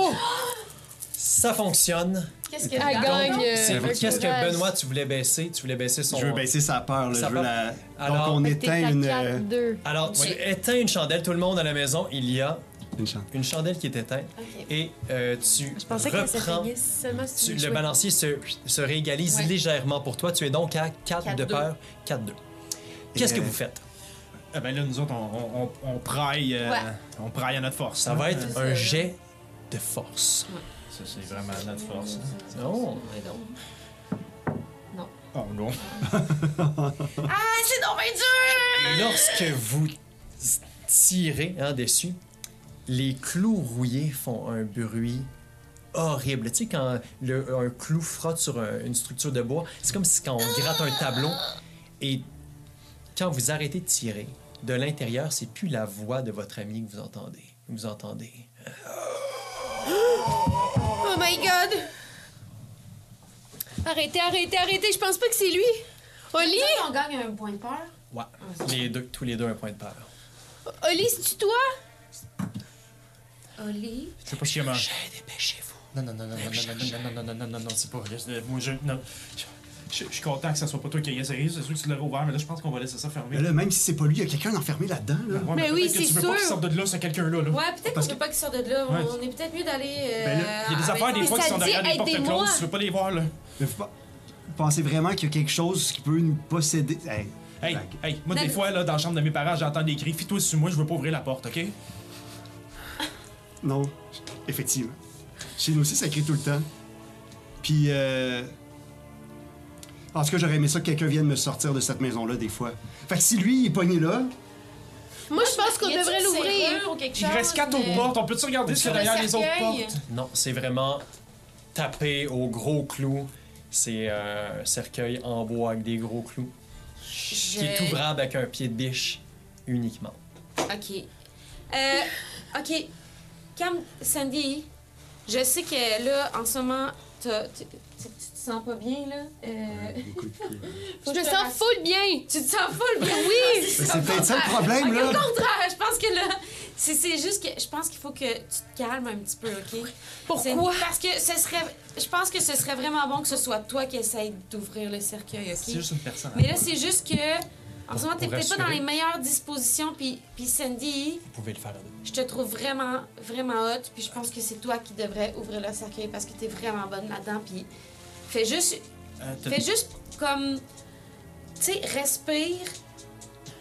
S2: Ça fonctionne.
S3: Qu'est-ce que
S5: Elle
S6: Oh,
S5: gagne. euh,
S2: C'est
S5: un
S2: Qu'est-ce que
S5: courage.
S2: Benoît, tu voulais baisser Tu voulais baisser son.
S4: Je veux baisser sa peur, là.
S2: Sa
S4: je veux
S2: peur.
S4: la-
S2: Alors-
S4: Donc, on
S5: Fait que t'es
S4: éteint
S5: à
S4: une,
S5: quatre,
S4: euh,
S5: deux.
S2: Alors, tu
S3: Oui.
S2: éteins une chandelle. Tout le monde à la maison, il y a
S4: une chance.
S2: une chandelle qui est éteinte.
S3: Ok.
S2: Et euh, tu
S6: Je pensais que ça
S2: reprends.
S6: s'éteignait seulement si
S2: tu-
S6: tu
S2: le
S6: jouais.
S2: balancier se, se réégalise
S3: Ouais.
S2: légèrement pour toi. Tu es donc à 4
S3: Quatre,
S2: de
S3: deux.
S2: peur, 4-2. Qu'est-ce
S4: Et,
S2: que
S4: euh,
S2: vous faites?
S1: Ah ben là, nous autres, on, on, on, on praille, euh,
S3: Ouais.
S1: on praille à notre force.
S2: Ça
S1: hein.
S4: ah,
S2: va être
S3: c'est
S2: un
S3: ça.
S2: jet de force.
S1: Ça, c'est vraiment notre force. hein.
S2: Oh.
S3: Ouais, donc.
S1: Oh non.
S3: Ah, c'est donc bien dur!
S2: Lorsque vous tirez hein, dessus, les clous rouillés font un bruit horrible. Tu sais, quand le- un clou frotte sur un- une structure de bois, c'est comme si quand on gratte un tableau et quand vous arrêtez de tirer, de l'intérieur, c'est plus la voix de votre ami que vous entendez. Vous entendez.
S6: Oh my god! Arrêtez, arrêtez, arrêtez, je pense pas que c'est lui! Oli!
S3: on gagne un point de peur.
S2: Ouais. Les deux, tous les deux un point de peur.
S6: Oli, c'est-tu toi?
S3: Oli.
S1: Je sais pas si il y a un-
S2: J'ai dépêchez-vous.
S7: Non, non, non, non, non, non, non, non, non, non, non, non, non, non, c'est pas vrai.
S1: Euh, Moi, je, non. Je, je suis content que ça soit pas toi qui aille essayé. C'est sûr que tu l'aurais ouvert, mais là, je pense qu'on va laisser ça fermé.
S4: Mais là, même si c'est pas lui, il y a quelqu'un enfermé là-dedans. Là.
S1: Ouais,
S6: Mais oui,
S1: peut-être que
S6: c'est
S1: Tu veux pas qu'il
S6: sûr.
S1: sorte de là, ce quelqu'un-là. Là.
S3: Ouais, peut-être qu'on
S4: Parce
S3: ne peut pas qu'il sorte de là. On-
S1: Ouais.
S3: On est peut-être mieux d'aller. euh,
S4: Ben là,
S1: Il y a des
S3: à la
S1: affaires,
S3: maison.
S1: des fois,
S6: Ah, ça
S1: qui sont
S6: dit,
S1: derrière des portes
S6: aidez-moi.
S1: closes. Tu veux pas les voir, là.
S4: Mais faut pas- Pensez vraiment qu'il y a quelque chose qui peut nous posséder. Hey,
S1: Hey,
S4: blague.
S1: hey, moi,
S3: Non,
S1: des
S3: mais-
S1: fois, là, dans la chambre de mes parents, j'entends des cris. Fis-toi sur moi, je veux pas ouvrir la porte, OK?
S4: Non, effectivement. Chez nous aussi, ça crie tout le temps. Puis, euh... En tout cas, j'aurais aimé ça que quelqu'un vienne me sortir de cette maison-là, des fois. Fait que si lui, il est pogné là,
S6: Moi, je pense qu'on
S3: Y a-t-il
S6: devrait
S3: une
S6: l'ouvrir.
S3: serrure ou quelque
S1: Il reste
S3: chose,
S1: quatre autres
S3: mais-
S1: portes. On peut-tu regarder ce qu'il y a derrière les autres
S3: cercueil.
S1: portes?
S2: Non, c'est vraiment tapé au gros clou. C'est euh, un cercueil en bois avec des gros clous.
S3: Je-
S2: qui est ouvrable avec un pied de biche uniquement.
S3: Ok. Euh, ok. Cam, Sandy, je sais que là, en ce moment, t'as- tu tu- tu te sens pas bien, là. Euh,
S6: Je
S3: faut que
S6: me
S3: te
S6: sens
S3: rassure.
S6: full bien!
S3: Tu te sens full bien? Ah, Oui!
S4: ben, c'est peut-être ça le problème,
S3: Au
S4: là.
S3: contraire, je pense que là, c'est c'est juste que je pense qu'il faut que tu te calmes un petit peu, OK?
S6: Pourquoi?
S3: C'est- Parce que ce serait. Je pense que ce serait vraiment bon que ce soit toi qui essaye d'ouvrir le cercueil, OK?
S1: C'est juste une personne. hein.
S3: Mais là, c'est juste que. En ce moment, t'es
S2: Pour
S3: peut-être pas dans
S2: rassurer.
S3: les meilleures dispositions, puis, puis Sandy,
S2: Vous pouvez le faire à deux.
S3: je te trouve vraiment, vraiment hot, puis je pense que c'est toi qui devrais ouvrir le cercueil parce que t'es vraiment bonne là-dedans, puis fais juste
S1: Euh, t'as-
S3: Fais juste comme. Tu sais, respire.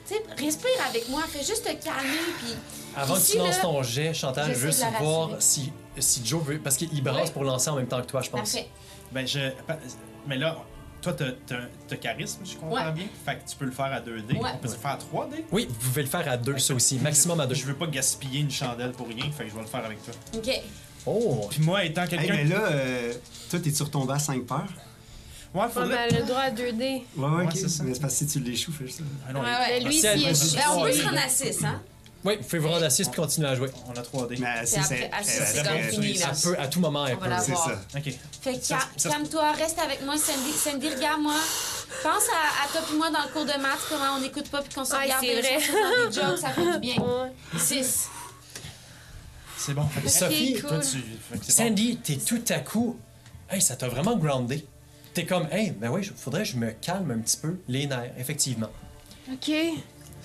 S3: Tu sais, respire avec moi. Fais juste te calmer. Puis.
S2: Avant que
S3: Ici,
S2: tu lances
S3: là,
S2: ton jet, Chantal, je veux
S3: j'essaie de la
S2: savoir
S3: rassurer.
S2: si, si Joe veut. Parce qu'il brasse
S3: Ouais.
S2: pour lancer en même temps que toi, je pense.
S3: Parfait.
S1: Ben, je. pa- Mais là, toi, t'as- t'as t'as charisme, je comprends
S3: Ouais.
S1: bien. Fait que tu peux le faire à 2D.
S3: Ouais.
S1: On peut le faire à 3D.
S2: Oui, vous pouvez le faire à deux, ça aussi. Maximum à deux.
S1: Je veux pas gaspiller une chandelle pour rien, fait que je vais le faire avec toi.
S3: OK.
S2: Oh!
S1: Puis moi, étant
S4: Hey,
S1: quelqu'un.
S4: mais là, euh... toi, t'es-tu retombé à 5 peurs?
S1: Ouais,
S6: On
S1: faudrait.
S6: a ben, le droit à 2D.
S4: Ouais, ouais,
S1: Ouais,
S4: ok.
S1: c'est ça.
S4: Mais c'est parce que si tu l'échoues, fais ça.
S1: Ah non,
S6: Mais lui,
S2: Martial,
S6: s'il est
S2: vas-y.
S3: Ben, on peut se rendre à 6, hein?
S2: Oui, vous pouvez vous rendre à 6 puis continuer à jouer.
S1: on a 3D.
S4: Mais
S3: C'est après- à six, c'est comme fini, là.
S2: Elle peut, à tout moment, elle
S3: On
S2: peut.
S3: va la
S4: C'est
S3: voir.
S4: ça.
S1: Ok.
S3: Fait que
S1: Ça-
S3: cal-
S1: ça-
S3: calme-toi, reste avec moi, Sandy. Sandy, regarde-moi. Pense à, à toi puis moi dans le cours de maths, comment on n'écoute pas puis qu'on se
S6: Ouais,
S3: regarde. bien,
S6: c'est vrai.
S3: je trouve que dans des jokes, ça fait du
S6: <laughs>
S3: bien. 6.
S1: C'est bon. Fait que-
S2: Sophie,
S1: Toi, tu. fait que c'est bon.
S2: Sandy, t'es tout à coup. Hey, ça t'a vraiment groundé. T'es comme, hey, ben oui, je- faudrait que je me calme un petit peu les nerfs, effectivement.
S6: Ok.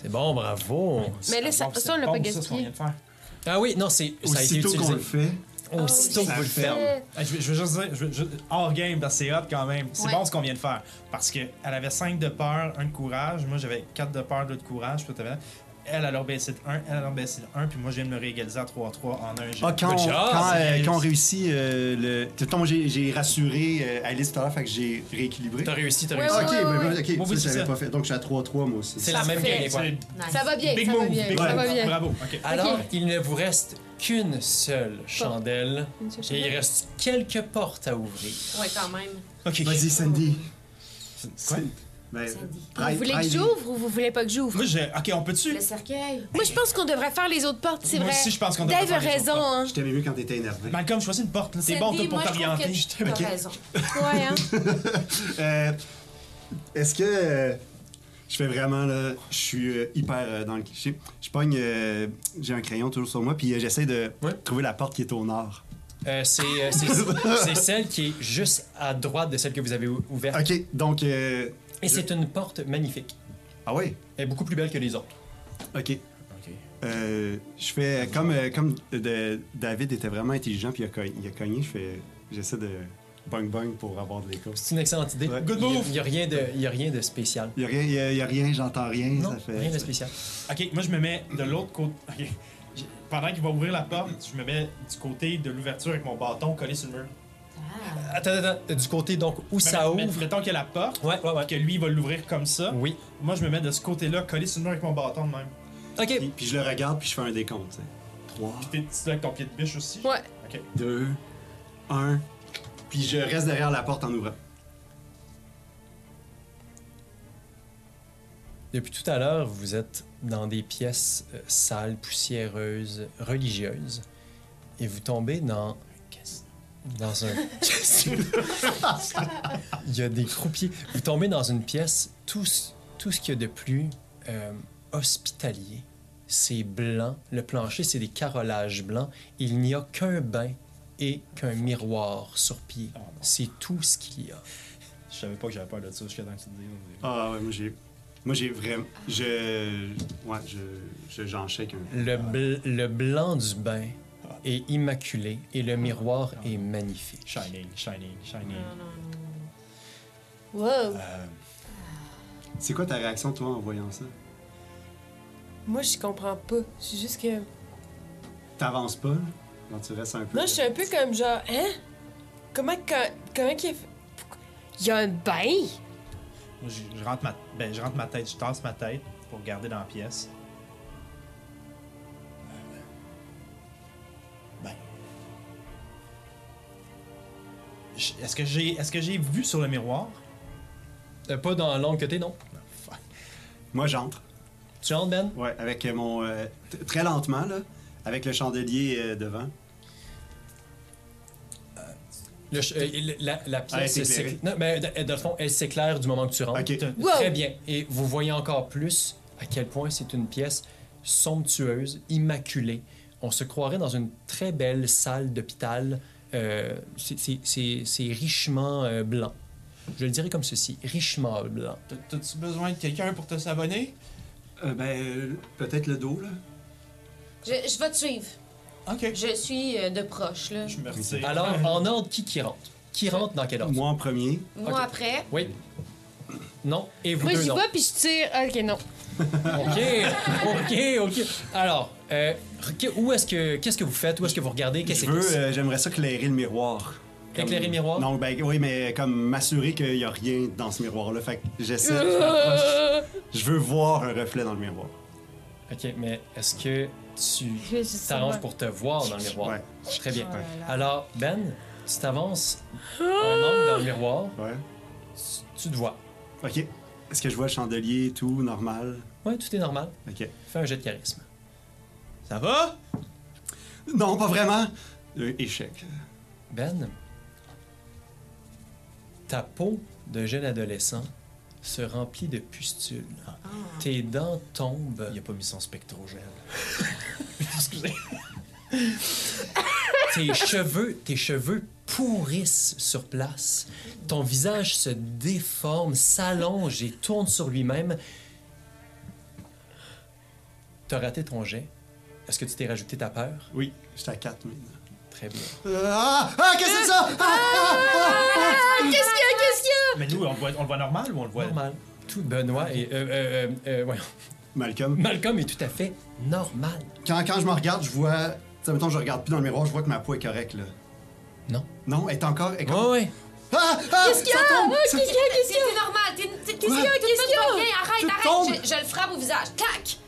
S2: C'est bon, bravo.
S6: Mais là,
S1: C'est
S6: ça-
S1: bon,
S6: ça,
S1: c'est
S6: on l'a
S1: bon, ça,
S6: pas
S1: ce qu'on
S6: gaspillé.
S1: vient de faire.
S2: Ah oui, non, c'est, ça a été
S4: Aussitôt qu'on
S2: utilisé.
S4: le fait, Ah
S2: Aussitôt que vous le faites.
S1: Hey, Je veux, je veux juste dire, je veux- je- hors game, parce que c'est hot quand même. C'est
S3: Ouais.
S1: bon ce qu'on vient de faire. Parce qu'elle avait 5 de peur, 1 de courage. Moi, j'avais 4 de peur, 2 de courage. Puis t'avais- Elle, elle a baissé de 1, elle, elle a baissé de 1. Puis moi, je viens de me réégaliser à 3-3 en un jeu.
S4: Ah, quand,
S2: Good
S4: on,
S2: job.
S4: quand, euh,
S1: Yes.
S4: quand on réussit euh, le. De toute façon, moi, j'ai j'ai rassuré euh, Alice tout à l'heure, fait que j'ai rééquilibré.
S2: T'as réussi, t'as
S6: Ouais,
S2: réussi.
S4: Ah, ok,
S6: ouais,
S4: mais
S6: ouais,
S4: moi, ok,
S1: Moi
S4: ça,
S1: aussi,
S4: je l'avais
S1: ça.
S4: pas fait. Donc, je suis à 3-3, moi aussi.
S2: C'est la même
S6: Parfait.
S2: que les fois.
S1: C'est-
S3: Nice.
S6: Ça va bien, Ah,
S1: Big
S6: ça va
S1: move,
S6: bien,
S1: big
S6: ça
S4: move.
S6: va bien.
S1: Bravo. OK.
S2: Alors, il ne vous reste qu'une seule chandelle
S6: Une seule
S2: et il
S6: chandelle.
S2: reste quelques portes à ouvrir.
S3: Ouais, quand même.
S1: OK.
S4: Vas-y, Sandy.
S1: Quoi?
S4: Sandy. Ben,
S3: Cindy.
S4: Pride-
S6: vous voulez que
S4: Pride-
S6: j'ouvre ou vous voulez pas que j'ouvre?
S1: Moi, j'ai. Ok, on peut-tu?
S3: Le cercueil.
S6: Moi, je pense qu'on devrait faire les autres portes, c'est
S1: Moi
S6: vrai.
S1: aussi, je pense qu'on devrait
S6: Dave a
S1: faire les autres
S6: raison,
S1: portes.
S6: hein.
S4: Je t'aimais mieux quand t'étais énervé.
S1: Malcolm, choisis une porte. là. C'est
S3: Cindy,
S1: bon, toi, pour
S3: moi, je trouve
S1: t'orienter.
S3: que tu as <laughs>
S1: Ok.
S3: raison.
S6: Ouais, hein.
S4: Euh, Est-ce que. euh, je fais vraiment, là. Je suis euh, hyper euh, dans le cliché. Je pogne. euh, J'ai un crayon toujours sur moi, puis euh, j'essaie de
S2: Ouais.
S4: trouver la porte qui est au nord.
S2: Euh, c'est, euh,
S4: <laughs>
S2: c'est, c'est celle qui est juste à droite de celle que vous avez ou- ouverte.
S4: Ok, donc. euh,
S2: Et c'est une porte magnifique.
S4: ah ouais?
S2: Elle est beaucoup plus belle que les autres.
S4: Ok. Euh, je fais comme, euh, comme de- David était vraiment intelligent puis il a cogné, il a cogné, je fais j'essaie de bang bang pour avoir de l'écho.
S2: C'est une excellente idée.
S4: Ouais.
S1: Good
S2: Il y a-
S1: move.
S2: Il n'y a, rien de- il y a rien de spécial.
S4: Il y a rien, il y a, il y a rien, j'entends rien,
S2: Non,
S4: ça fait.
S2: rien de spécial.
S1: Ok, moi je me mets de l'autre côté. Ok. J- Pendant qu'il va ouvrir la porte, je me mets du côté de l'ouverture avec mon bâton collé sur le mur.
S3: Ah.
S2: Attends, attends, attends. Du côté donc où
S1: Mais-
S2: ça
S1: mais-
S2: ouvre.
S1: Mettons qu'il y a la porte,
S2: Ouais, ouais, ouais.
S1: puis que lui il va l'ouvrir comme ça.
S2: Oui.
S1: Moi je me mets de ce côté-là collé sur le mur avec mon bâton de même.
S2: Ok.
S4: Puis, puis je le regarde puis je fais un décompte. tu sais. Trois,
S1: Puis t'es tu l'as avec ton pied de biche aussi.
S5: hein.
S6: Ouais.
S1: Ok.
S4: deux, un. Puis je reste derrière la porte en ouvrant.
S2: Depuis tout à l'heure, vous êtes dans des pièces euh, sales, poussiéreuses, religieuses, et vous tombez dans dans un. Il y a des croupiers. Vous tombez dans une pièce, tout, ce- tout ce qu'il y a de plus euh, hospitalier. C'est blanc. Le plancher, c'est des carolages blancs. Il n'y a qu'un bain et qu'un miroir sur pied.
S1: Oh non.
S2: C'est tout ce qu'il y a.
S1: Je savais pas que j'avais peur de ça jusqu'à temps que tu le dises. on dirait.
S4: Ah ouais, moi j'ai. Moi j'ai vraiment. Je. Ouais, je. je- J'en shake un.
S2: Le, bl- le blanc du bain est immaculé et le miroir est magnifique.
S1: Shining, shining, shining.
S3: Non, non, non.
S6: Wow.
S1: Euh,
S4: C'est quoi ta réaction toi en voyant ça?
S6: Moi, je comprends pas. Je suis juste que.
S4: T'avances pas? Quand tu restes un peu.
S6: Moi, je suis un peu comme genre, hein? Comment, quand- comment qu'il a fait. Pourquoi- Il y a un bain?
S1: moi, je, je rentre ma, ben, je rentre ma tête, je tasse ma tête pour regarder dans la pièce. Euh, Ben. J- Est-ce que j'ai est-ce que j'ai vu sur le miroir?
S2: Euh, pas dans l'angle que t'es, non?
S4: Moi j'entre.
S2: Tu entres, Ben?
S4: Ouais, avec euh, mon. euh, t- très lentement, là. Avec le chandelier euh, devant.
S2: Le ch- euh, le- la, la
S4: Ah, elle
S2: pièce
S4: s'éclaire.
S2: s'éclaire. Non, mais de- dans le fond, elle s'éclaire du moment que tu rentres.
S4: Ok.
S1: T'as-
S6: Wow!
S2: Très bien. Et vous voyez encore plus à quel point c'est une pièce somptueuse, immaculée. On se croirait dans une très belle salle d'hôpital. Euh, c'est- c'est- c'est c'est richement euh, blanc. Je le dirais comme ceci, richement blanc.
S1: t'as- T'as-tu besoin de quelqu'un pour te savonner?
S4: Euh, ben, euh, peut-être le dos, là.
S3: Je, je vais te suivre.
S1: Ok.
S3: Je suis euh, de proche, là.
S1: Je me retire.
S2: Alors,
S4: <laughs>
S2: en ordre, qui qui rentre? Qui rentre dans quel ordre?
S4: Moi en premier.
S3: Moi,
S2: Ok.
S3: après,
S2: Oui. Non, et vous
S5: Moi,
S2: deux
S5: j'y
S2: non.
S5: vais puis je tire. Ah, Ok, non.
S2: OK, OK, OK. Alors, euh, que- où est-ce que... Qu'est-ce que vous faites? Où est-ce que vous regardez? Qu'est-ce
S4: Je
S2: que
S4: veux, euh, j'aimerais ça clairer le miroir. Comme-
S2: Éclairer le miroir?
S4: Non, ben oui, mais comme m'assurer qu'il n'y a rien dans ce miroir-là. Fait que j'essaie, je
S2: <laughs>
S4: m'approche. Je veux voir un reflet dans le miroir.
S2: OK, mais est-ce que tu
S5: Je vais juste
S2: t'arranges
S5: savoir.
S2: pour te voir dans le miroir?
S4: Ouais.
S2: Très bien.
S4: Ouais.
S2: Alors, Ben, tu t'avances
S5: Ah!
S2: un angle dans le miroir,
S4: Ouais.
S2: tu te vois.
S4: Ok. Est-ce que je vois le chandelier et tout, normal?
S2: Ouais, tout est normal.
S4: Ok.
S2: Fais un jet de charisme.
S1: Ça va?
S4: Non, pas vraiment! Euh, échec.
S2: Ben, ta peau de jeune adolescent se remplit de pustules. Tes dents tombent.
S1: Il a pas mis
S2: <laughs>
S1: son spectrogel.
S2: tes cheveux, tes cheveux pourrissent sur place. Ton visage se déforme, s'allonge et tourne sur lui-même. T'as raté ton jet. Est-ce que tu t'es rajouté ta peur?
S4: Oui, j'étais à 4 maintenant.
S2: Très bien.
S4: Euh, ah! Ah! Qu'est-ce que c'est ça? ah!
S5: Ah,
S1: Mais nous, on le voit, on le voit normal ou on le voit.
S2: Normal. Tout Benoît et euh, euh, euh, euh, ouais.
S4: Malcolm,
S2: <laughs> Malcolm est tout à fait normal.
S4: quand, quand je me regarde, je vois. Tu sais, mettons, je regarde plus dans le miroir, je vois que ma peau est correcte, là.
S2: Non.
S4: Non, elle est encore. elle est comme-
S2: Ouais, ouais.
S4: Ah! Ah! Qu'est-ce qu'il y a?
S3: c'est c'est normal. T'es- t'es- Qu'est-ce qu'il y a? Qu'est-ce qu'il y a? Bien, Arrête,
S4: Tout
S3: arrête.
S4: tombe.
S3: Je, je le frappe au visage. Clac!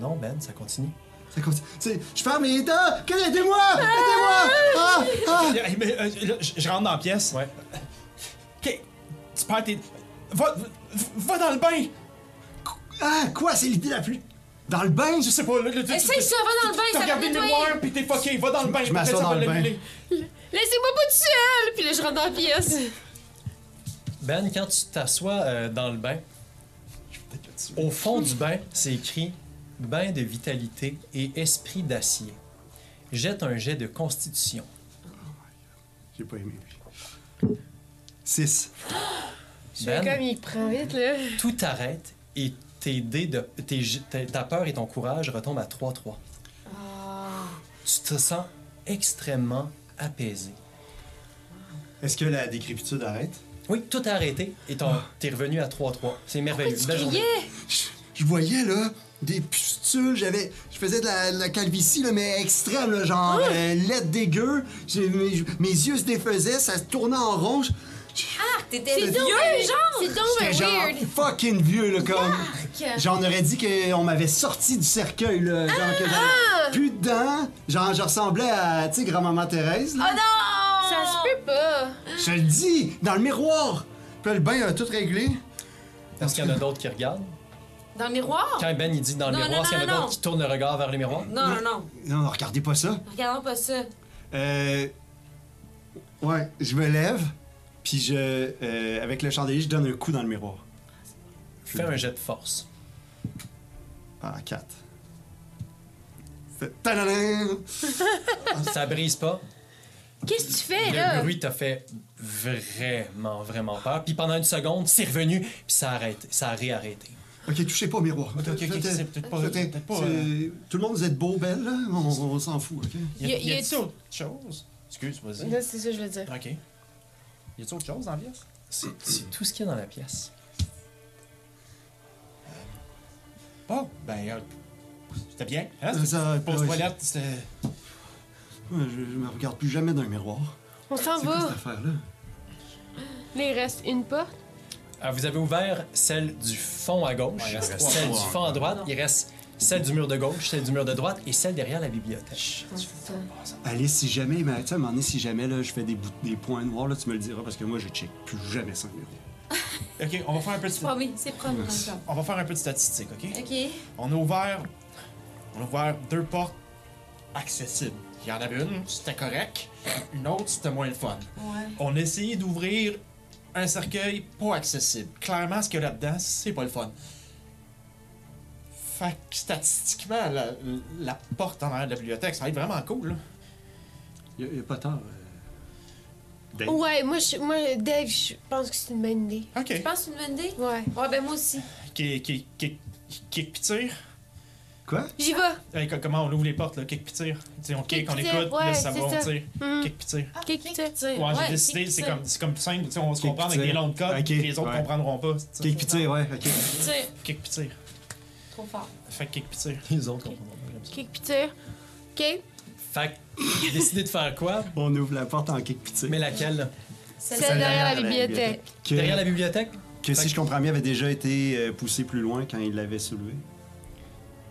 S2: Non, Ben, ça continue.
S4: Ça continue. C'est- Je ferme les dents! Que- Aidez-moi! Aidez-moi! Ah! Ah!
S1: Eh, Hey, mais, euh, là, je je rentre dans la pièce.
S2: Ouais.
S1: Ok, Tu perds tes. Va, va dans le bain!
S4: Ah, quoi? C'est l'idée la plus. Dans le bain?
S1: Je sais pas, là, là, tu-
S3: Essaye ça, va dans le bain,
S1: T'as
S3: ça va
S1: regardé le
S3: nettoyer.
S1: miroir, pis t'es fucké, va dans le bain,
S4: je m'assois
S1: peut-être ça
S4: dans
S1: va
S4: le bain.
S1: l'annuler.
S5: Laissez-moi pas tout seul! Puis là, je rentre dans la pièce.
S2: Ben, quand tu t'assois euh, dans le bain, au fond du bain, c'est écrit bain de vitalité et esprit d'acier. Jette un jet de constitution.
S4: J'ai pas aimé. 6.
S2: Ben,
S5: Comme il prend vite, là.
S2: tout t'arrête et tes dés de, tes j- ta- ta peur et ton courage retombent à 3-3. Tu te sens extrêmement apaisé.
S4: Est-ce que la décrépitude arrête?
S2: Oui, tout a arrêté et t'en-
S1: Ah.
S2: t'es revenu à 3-3. C'est merveilleux. Belle journée.
S4: Je, je voyais, là, des pustules. J'avais. Je faisais de la, de la calvitie, là, mais extrême, là, genre. euh, laide dégueu. J'ai- Mes, mes yeux se défaisaient, ça se tournait en rond. Je-
S3: Ah, T'étais
S4: C'est
S3: vieux, genre!
S5: C'est donc
S4: J'étais
S5: ben
S4: genre
S5: weird.
S4: fucking vieux, là, comme. Genre, on aurait dit qu'on m'avait sorti du cercueil, là. Genre, que j'avais plus de dents. Genre, je ressemblais à, tu sais, grand-maman Thérèse,
S6: Oh
S4: là.
S3: non!
S5: Ça se peut pas.
S4: Je le dis, dans le miroir. Puis là, le bain a tout réglé.
S2: Est-ce qu'il y en a d'autres qui regardent?
S3: Dans le miroir?
S2: Quand Ben il dit dans le
S3: Non,
S2: miroir,
S3: non,
S2: est-ce qu'il y en
S3: non, non.
S2: a
S3: Ah.
S2: d'autres qui tournent le regard vers le miroir?
S3: Non, non, non.
S4: Non, regardez pas ça.
S3: Regardons pas ça.
S4: Euh. Ouais, je me lève, puis je. euh, avec le chandelier, je donne un coup dans le miroir.
S2: Fais un jet de force.
S4: Ah, 4. Tadadam!
S2: Ça brise pas.
S5: Qu'est-ce que tu fais,
S2: Le
S5: là?
S2: bruit t'a fait vraiment, vraiment peur. Puis pendant une seconde, c'est revenu, puis ça a arrêté. Ça a réarrêté.
S4: Ok, touchez pas au miroir.
S1: Ok, ok, ok, c'est peut-être pas-
S4: C'était-
S1: peut-être pas,
S4: c'est-
S1: euh,
S4: Tout le monde, vous êtes beau, belle, là? On, on s'en fout, ok?
S1: Y a-
S5: Y a-
S1: y
S5: y
S1: a-t-il
S5: a-t-il-
S1: autre chose? Excuse, vas-y.
S5: Là, c'est ça que je veux dire.
S1: Ok. Y a-t-il autre chose dans la pièce?
S2: C'est c'est tout ce qu'il y a dans la pièce.
S1: Bon, ben, euh, c'était bien. Hein?
S4: Euh, ça-
S1: Pause
S4: ouais,
S1: toilette, c'était.
S4: Ouais, Je, je me regarde plus jamais dans le miroir.
S5: On s'en
S4: C'est
S6: Oh!
S4: quoi cette
S5: va.
S4: affaire-là?
S5: Là, il reste une porte.
S2: Alors, vous avez ouvert celle du fond à gauche,
S1: Ouais, il reste trois
S2: celle du
S1: fois.
S2: fond à droite, il reste celle du mur de gauche, celle du mur de droite et celle derrière la bibliothèque.
S4: Allez, si jamais, mais tu sais, à un moment donné, si jamais, là, je fais des, bout- des points noirs, là, tu me le diras, parce que moi, je check plus jamais ça le miroir.
S1: Ok, on va faire un peu de sta-
S3: Promis, c'est promis, Malcolm.
S1: on va faire un peu de statistique, ok?
S3: Ok.
S1: On a ouvert. On a ouvert deux portes accessibles. Il y en avait une, c'était correct. Une autre, c'était moins le fun.
S3: Ouais.
S1: On a essayé d'ouvrir un cercueil pas accessible. Clairement, ce qu'il y a là-dedans, c'est pas le fun. Fait que statistiquement, la, la porte en arrière de la bibliothèque, ça va être vraiment cool. là.
S4: Il n'y a, pas tard. euh. Dave.
S6: Ouais, moi, je, moi, Dave, je pense que c'est une bonne idée.
S1: Ok.
S3: Tu penses que c'est une bonne idée?
S6: Ouais.
S3: Ouais, ben moi aussi.
S1: Kick, kick, kick, kick pis tire.
S4: Quoi?
S6: J'y vais.
S1: Hey, co- comment on ouvre les portes, là? Kick pis tire. Tu sais, on kick,
S6: Kick,
S1: on
S6: puis tire,
S1: écoute,
S6: ouais,
S1: là, ça va,
S6: c'est
S1: on
S6: ça.
S1: tire.
S6: Hmm.
S1: Kick
S3: Ah,
S1: pis tire.
S6: Qu'est-ce que tu
S1: Ouais, j'ai décidé, c'est comme, c'est comme plus simple. tu sais, on va se
S4: Kick,
S1: comprendre
S4: puis
S1: avec des
S4: tire.
S1: longs de codes,
S4: Ok,
S1: puis les autres
S4: ouais.
S1: comprendront pas. c'est ça.
S4: Kick pis tire, ouais, ok.
S3: Tire.
S1: Kick pis tire.
S3: Trop fort.
S1: Fait que kick pis tire.
S2: Les autres comprendront pas, j'aime ça.
S6: Kick pis tire. OK.
S2: Fait que, décidez de faire quoi?
S4: On ouvre la porte en kick pis tire.
S2: Mais laquelle?
S3: C'est
S6: Celle
S3: ça.
S6: derrière la
S4: la
S6: bibliothèque.
S4: Que,
S2: Derrière la bibliothèque?
S4: que si je comprends bien, avait déjà été euh, poussé plus loin quand il l'avait soulevé.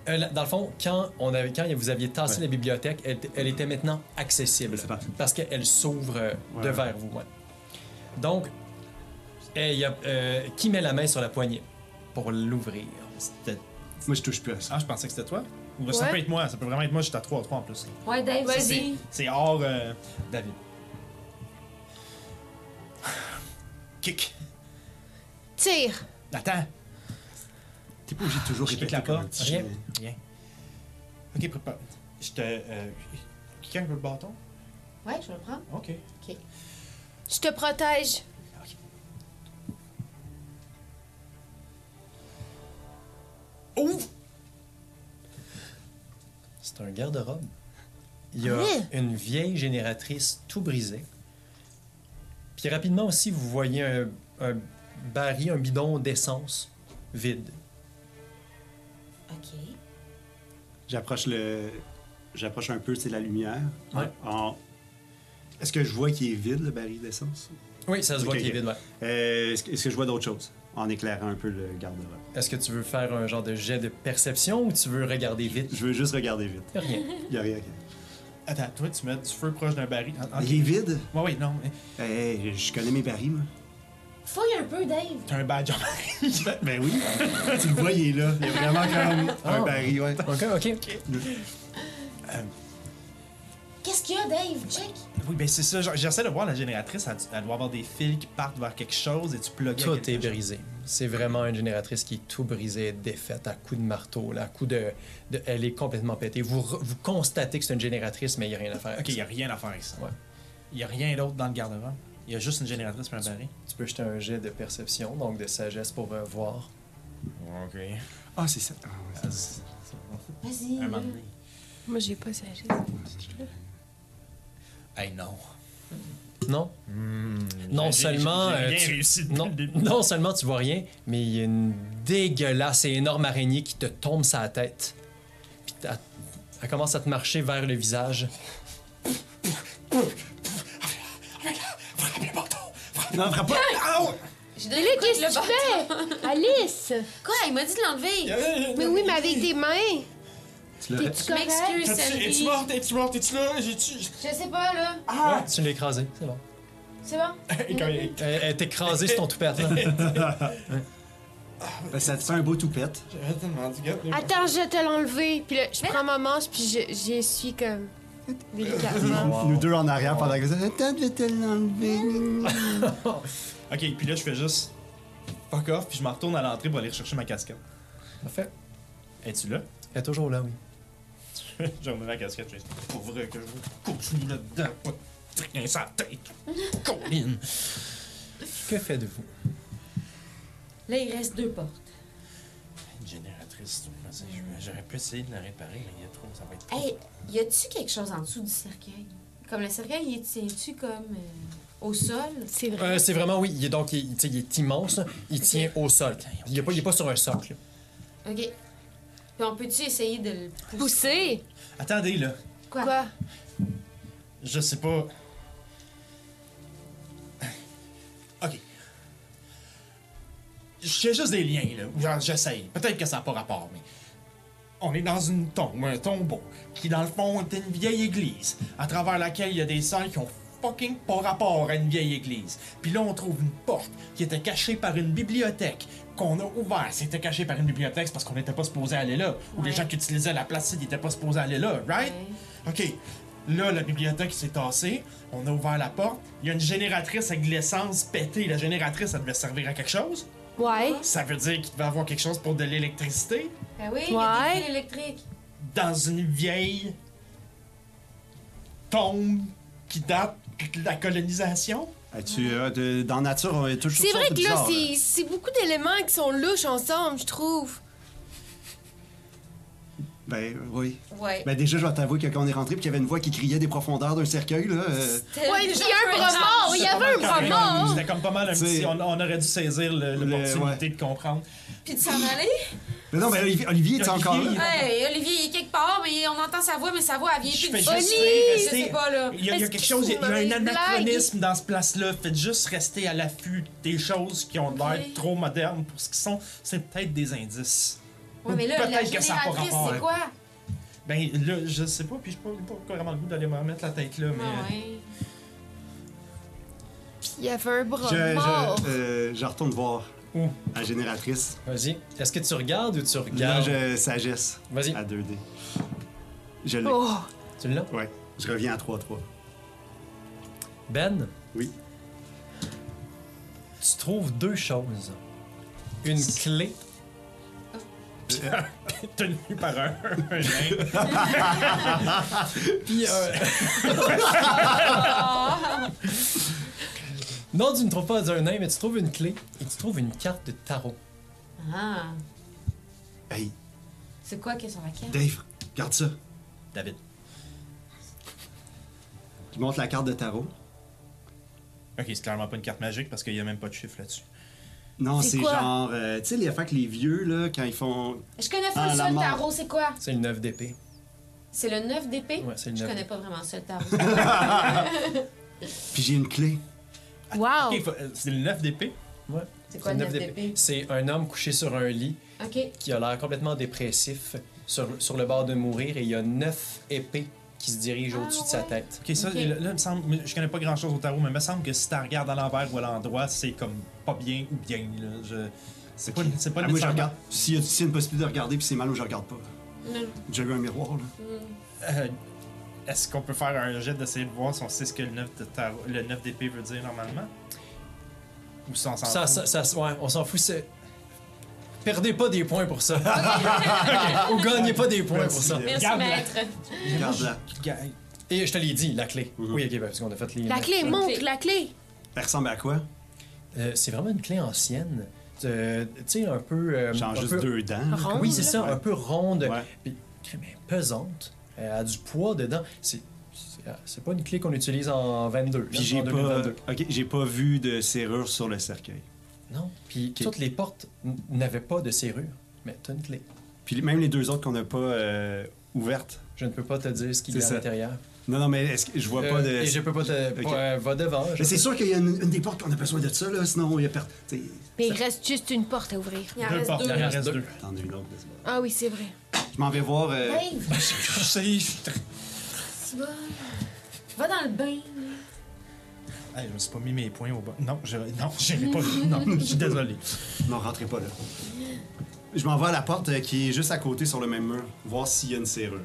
S2: Euh, là- dans le fond, quand, on avait, quand vous aviez tassé
S4: Ouais.
S2: la bibliothèque, elle, était- elle était maintenant accessible.
S4: C'est parti.
S2: Parce qu'elle s'ouvre euh,
S4: Ouais,
S2: de
S4: ouais.
S2: vers vous. ouais. Donc, eh, il y a, euh, qui met la main sur la poignée pour l'ouvrir?
S1: C'était-
S4: Moi, je touche plus à ça.
S1: Ah, je pensais que c'était toi. Ou ça
S5: Ouais.
S1: peut être moi, ça peut vraiment être moi, je suis à 3 3 en plus.
S3: Ouais, Dave,
S1: Ça,
S3: vas-y.
S1: c'est- C'est hors euh, David. Kick.
S6: Tire.
S1: Attends.
S4: T'es pas obligé de toujours
S1: Je kick
S4: répéter
S1: la
S4: comme un
S1: porte.
S4: petit
S2: Rien.
S4: chien.
S1: Ok, prépare. Je te. Euh, Quelqu'un veut le bâton
S3: Ouais, je vais le prendre.
S1: Ok.
S6: Je te protège.
S1: Ouvre
S2: C'est un garde-robe. Il y a
S6: Oui.
S2: une vieille génératrice tout brisée. Puis rapidement aussi, vous voyez un, un baril, un bidon d'essence vide.
S3: Ok.
S4: J'approche le. J'approche un peu, c'est la lumière.
S2: Ouais.
S4: En- Est-ce que je vois qu'il est vide, le baril d'essence?
S2: Oui, ça se voit
S4: Ok,
S2: qu'il est
S4: ok.
S2: vide, ouais.
S4: Euh, Est-ce que, est-ce que je vois d'autres choses? En éclairant un peu le garde-robe.
S2: Est-ce que tu veux faire un genre de jet de perception ou tu veux regarder vite?
S4: Je veux juste regarder vite.
S2: Rien.
S4: Il y a rien.
S1: Attends, toi, tu mets du feu proche d'un baril. Ah, En- en-
S4: Il est vide? Eh,
S1: Ouais, ouais, non. mais-
S4: Hey, je connais mes barils, moi.
S3: Fouille un peu, Dave.
S1: T'as un badge en main.
S4: Ben oui. <laughs> tu le vois, il est là. Il est vraiment comme un baril, ouais.
S2: Ok, ok.
S3: Qu'est-ce qu'il y a, Dave? Check.
S1: Oui, ben c'est ça. genre, J'essaie de voir la génératrice. Elle, elle doit avoir des fils qui partent vers quelque chose et tu plugues à
S2: Tout
S1: quelque
S2: est
S1: chose.
S2: brisé. C'est vraiment une génératrice qui est tout brisée, défaite, à coups de marteau, là, à coups de, de- Elle est complètement pétée. Vous, re- vous constatez que c'est une génératrice, mais il n'y a rien à faire. avec
S1: Ok, il
S2: ça.
S1: n'y a rien à faire avec ça.
S2: Ouais.
S1: Il n'y a rien d'autre dans le garde-robe. Il y a juste une génératrice et un baril.
S2: Tu peux jeter un jet de perception, donc de sagesse pour euh, voir.
S1: Ok.
S4: Ah, c'est ça. Ah, ouais, c'est ça.
S3: Vas-y.
S1: Un moment donné.
S6: Moi, j'ai pas sagesse.
S1: Hey, non.
S2: Non? Hmm. Non
S1: J'ai-
S2: seulement,
S1: j'ai
S2: euh,
S1: bien
S2: tu-
S1: réussi depuis
S2: Non,
S1: le début.
S2: non seulement tu vois rien, mais il y a une dégueulasse et énorme araignée qui te tombe sur la tête. Puis elle, elle commence à te marcher vers le visage.
S4: Non, frappe pas. Ow!
S3: J'ai
S5: Mais
S3: donné
S5: là,
S3: le coup avec
S5: qu'est-ce
S3: le bâton.
S5: que tu
S6: <laughs>
S5: fais? Alice!
S3: Quoi? Il m'a dit de l'enlever.
S6: Mais oui, mais avec des mains.
S4: Tu l'as-
S5: T'es-tu
S3: Je
S5: correct?
S3: m'excuse,
S1: Es-tu
S3: Sandy.
S1: morte? Es-tu morte? Es-tu là? J'ai-tu. <laughs>
S3: Je sais pas, là.
S2: Ouais, tu l'as écrasée, c'est bon.
S3: C'est bon?
S1: J'ai
S2: Elle, elle est écrasée sur ton toupette, là.
S4: Ben, ça te fait un beau toupette.
S1: tellement dit, regarde.
S6: Attends, je vais te l'enlever. Puis là, je prends ma manche, puis je- j'essuie comme délicatement.
S2: Wow.
S4: Nous deux en arrière pendant que ça. Attends, je vais te l'enlever.
S1: Ok, puis là, je fais juste. Fuck off, puis je me retourne à l'entrée pour aller chercher ma casquette.
S2: Parfait.
S1: Es-tu là?
S2: Elle est toujours là, oui.
S1: J'ai remis ma casquette, <laughs> je fais C'est pas vrai que je continue là-dedans, pas de rien sur la tête. Colline!
S2: Que faites-vous?
S3: Là, il reste deux portes.
S1: Une génératrice, tu sais, je- j'aurais pu essayer de la réparer, mais il y a trop, ça va être trop.
S3: Hey, y a-tu quelque chose en dessous du cercueil? Comme le cercueil, il tient-tu comme euh, au sol?
S6: C'est vrai.
S2: Euh, c'est vraiment, oui, il est, donc, il, tu sais, il est immense, là. il tient au sol. Il n'est pas, il est pas sur un socle.
S3: Ok. Puis on peut-tu essayer de le
S6: Euh,
S3: pousser?
S6: Poussé?
S1: Attendez, là.
S3: Quoi?
S6: Quoi?
S1: Je sais pas. Ok. Je fais juste des liens, là. ou genre, J'essaye. Peut-être que ça n'a pas rapport, mais. On est dans une tombe, un tombeau, qui dans le fond est une vieille église, à travers laquelle il y a des salles qui ont fucking pas rapport à une vieille église. Puis là, on trouve une porte qui était cachée par une bibliothèque qu'on a ouverte. C'était caché par une bibliothèque c'est parce qu'on n'était pas supposé aller là. Ou les
S3: Ouais.
S1: gens qui utilisaient la place ils n'étaient pas supposés aller là, right? OK. Là, la bibliothèque s'est tassée. On a ouvert la porte. Il y a une génératrice avec de l'essence pétée. La génératrice, elle devait servir à quelque chose.
S6: Ouais.
S1: Ça veut dire qu'il devait avoir quelque chose pour de l'électricité
S3: Ben oui, il y a
S6: Ouais.
S3: des fils électriques.
S1: dans une vieille tombe qui date de la colonisation.
S4: Ah, tu, euh, de- dans nature, on est toujours
S6: C'est vrai
S4: sortes
S6: que là,
S4: bizarres,
S6: c'est- c'est beaucoup d'éléments qui sont louches ensemble, je trouve.
S4: Ben oui.
S3: Ouais.
S4: Ben déjà, je vais t'avouer que quand on est rentré, puis qu'il y avait une voix qui criait des profondeurs d'un cercueil, là. euh,
S3: C'était
S6: Ouais, il y
S3: déjà
S6: a un bromard, il y
S1: C'était
S6: avait un
S1: pas mal quand
S3: hein.
S1: même-
S6: bromard.
S1: C'était comme pas mal un
S4: T'sais,
S1: petit... On, on aurait dû saisir le-
S4: le-
S1: l'opportunité de comprendre.
S3: Puis de s'en aller.
S4: Mais non, ben Olivier, Olivier, tu
S1: Olivier,
S4: encore là.
S1: il-
S3: Ouais, Olivier, il est quelque part, mais on entend sa voix, mais sa voix, elle vient
S1: Je
S3: plus du
S1: fais juste
S3: Oli! Je
S1: rester-
S3: sais pas, là.
S1: Il y a, il y a quelque chose, il y a, il y a un anachronisme dans ce place-là. Faites juste rester à l'affût des choses qui ont l'air
S3: Ok.
S1: trop modernes pour ce qu'ils sont. C'est peut-être des indices.
S3: Ouais, mais là, la
S1: Peut-être que ça a pas
S3: génératrice,
S1: rapport. hein.
S3: c'est quoi?
S1: Ben là, je sais pas, puis je n'ai pas vraiment le goût d'aller me remettre la tête là, mais. euh,
S3: Ah ouais.
S6: Puis il y avait un
S4: Je,
S6: bromard.
S4: je, euh, je retourne voir
S1: Où?
S4: la génératrice.
S2: Vas-y. Est-ce que tu regardes ou tu
S4: Là,
S2: regardes?
S4: je sagesse
S2: Vas-y.
S4: à 2D. Je l'ai.
S6: Oh,
S2: Tu l'as?
S4: Ouais. Je reviens à 3-3.
S2: Ben,
S4: Oui.
S2: tu trouves deux choses. Une
S1: <laughs>
S2: clé.
S1: Tenu par un. un nain.
S2: <laughs> Puis euh, un- <laughs> non, tu ne trouves pas un nain, mais tu trouves une clé et tu trouves une carte de tarot.
S3: Ah.
S4: Hey,
S3: C'est quoi qui est sur la carte?
S4: Dave, regarde ça.
S1: David.
S4: Je montre la carte de tarot.
S1: Ok, c'est clairement pas une carte magique parce qu'il y a même pas de chiffre là-dessus.
S4: Non,
S6: C'est
S4: c'est
S6: quoi?
S4: genre. euh, tu sais, les affaires que les vieux, là, quand ils font.
S3: Je connais pas
S4: Ah,
S3: le
S4: la
S3: seul
S4: mort.
S3: tarot, c'est quoi?
S2: C'est le 9 d'épée.
S3: C'est le 9 d'épée?
S2: Ouais, c'est le
S3: Je
S2: 9.
S3: connais pas vraiment ça, le
S1: <laughs>
S3: tarot.
S4: Puis j'ai une clé.
S6: wow.
S1: Ok, faut- euh, c'est le 9 d'épée.
S2: Ouais.
S3: C'est quoi
S2: le
S3: le
S2: neuf
S3: 9 d'épée?
S2: C'est un homme couché sur un lit
S3: OK.
S2: qui a l'air complètement dépressif sur, sur le bord de mourir et il y a neuf épées qui se dirige
S3: Ah,
S2: au-dessus de sa
S3: ouais.
S2: tête.
S1: Ok, ça,
S3: Ok.
S1: Là, là, il me semble, mais je connais pas grand chose au tarot, mais il me semble que si tu regardes à l'envers ou à l'endroit, c'est comme pas bien ou bien. Là. Je... C'est pas, c'est pas
S4: Ah, moi, je
S1: nécessairement-
S4: regarde. S'il y a s'il y a une possibilité de regarder, puis c'est mal, je regarde pas.
S3: Non.
S4: J'ai vu un miroir, là.
S1: Euh, Est-ce qu'on peut faire un jet d'essayer de voir si on sait ce que le 9 de tarot- le 9 d'épée veut dire normalement Ou si on s'en
S2: Ça,
S1: fout?
S2: ça, ça, ouais, on s'en fout. c'est- Perdez pas des points pour ça. Ok. <laughs> Ou gagnez pas des points pour ça.
S3: Merci,
S1: Garde-la.
S3: maître.
S4: Regarde là.
S1: Ga-
S2: Et je te l'ai dit, la clé.
S4: Mhm.
S2: Oui, ok, ben, parce qu'on a fait les.
S6: La clé, montre
S3: clé.
S6: la clé.
S4: Elle ressemble à quoi
S2: Euh, c'est vraiment une clé ancienne. Euh, tu sais, un peu. euh,
S4: Genre
S2: un
S4: juste
S2: peu-
S4: deux dents. là.
S6: Ronde,
S2: Oui, c'est
S6: là.
S2: ça,
S4: Ouais.
S2: un peu ronde.
S4: Ouais.
S2: Puis, mais pesante. Elle a du poids dedans. C'est. c'est- euh, C'est pas une clé qu'on utilise en 22.
S4: Puis
S2: là,
S4: j'ai
S2: en
S4: pas,
S2: 2022.
S4: ok, j'ai pas vu de serrure sur le cercueil.
S2: Non. Puis
S4: Ok.
S2: toutes les portes n- n'avaient pas de serrure, mais t'as une clé.
S4: Puis même les deux autres qu'on n'a pas euh, ouvertes.
S2: Je ne peux pas te dire ce qu'il y a
S4: C'est
S2: à
S4: ça.
S2: l'intérieur.
S4: Non, non, mais est-ce que je vois
S2: Euh,
S4: pas de.
S2: Et je peux pas te.
S4: Ok.
S2: pas, euh, va devant. je-
S4: Mais c'est sûr qu'il y a une, une des portes qu'on a besoin de ça, là, sinon il y a per... t'sais,
S6: Mais il reste juste une porte à ouvrir.
S3: Il en
S1: Deux
S3: reste
S1: portes, il
S3: deux.
S1: en reste deux.
S4: Attendez une autre. laisse-moi.
S6: Ah oui, c'est vrai.
S4: Je m'en vais voir. euh,
S3: Dave,
S1: Je sais, je suis très-
S3: tu vas. Va dans le bain.
S1: Hey, je me suis pas mis mes points au bas. Non, je <laughs> non, j'irai pas. Non, je suis désolé.
S4: Non, rentrez pas là. Je m'en vais à la porte euh, qui est juste à côté sur le même mur, voir s'il y a une serrure.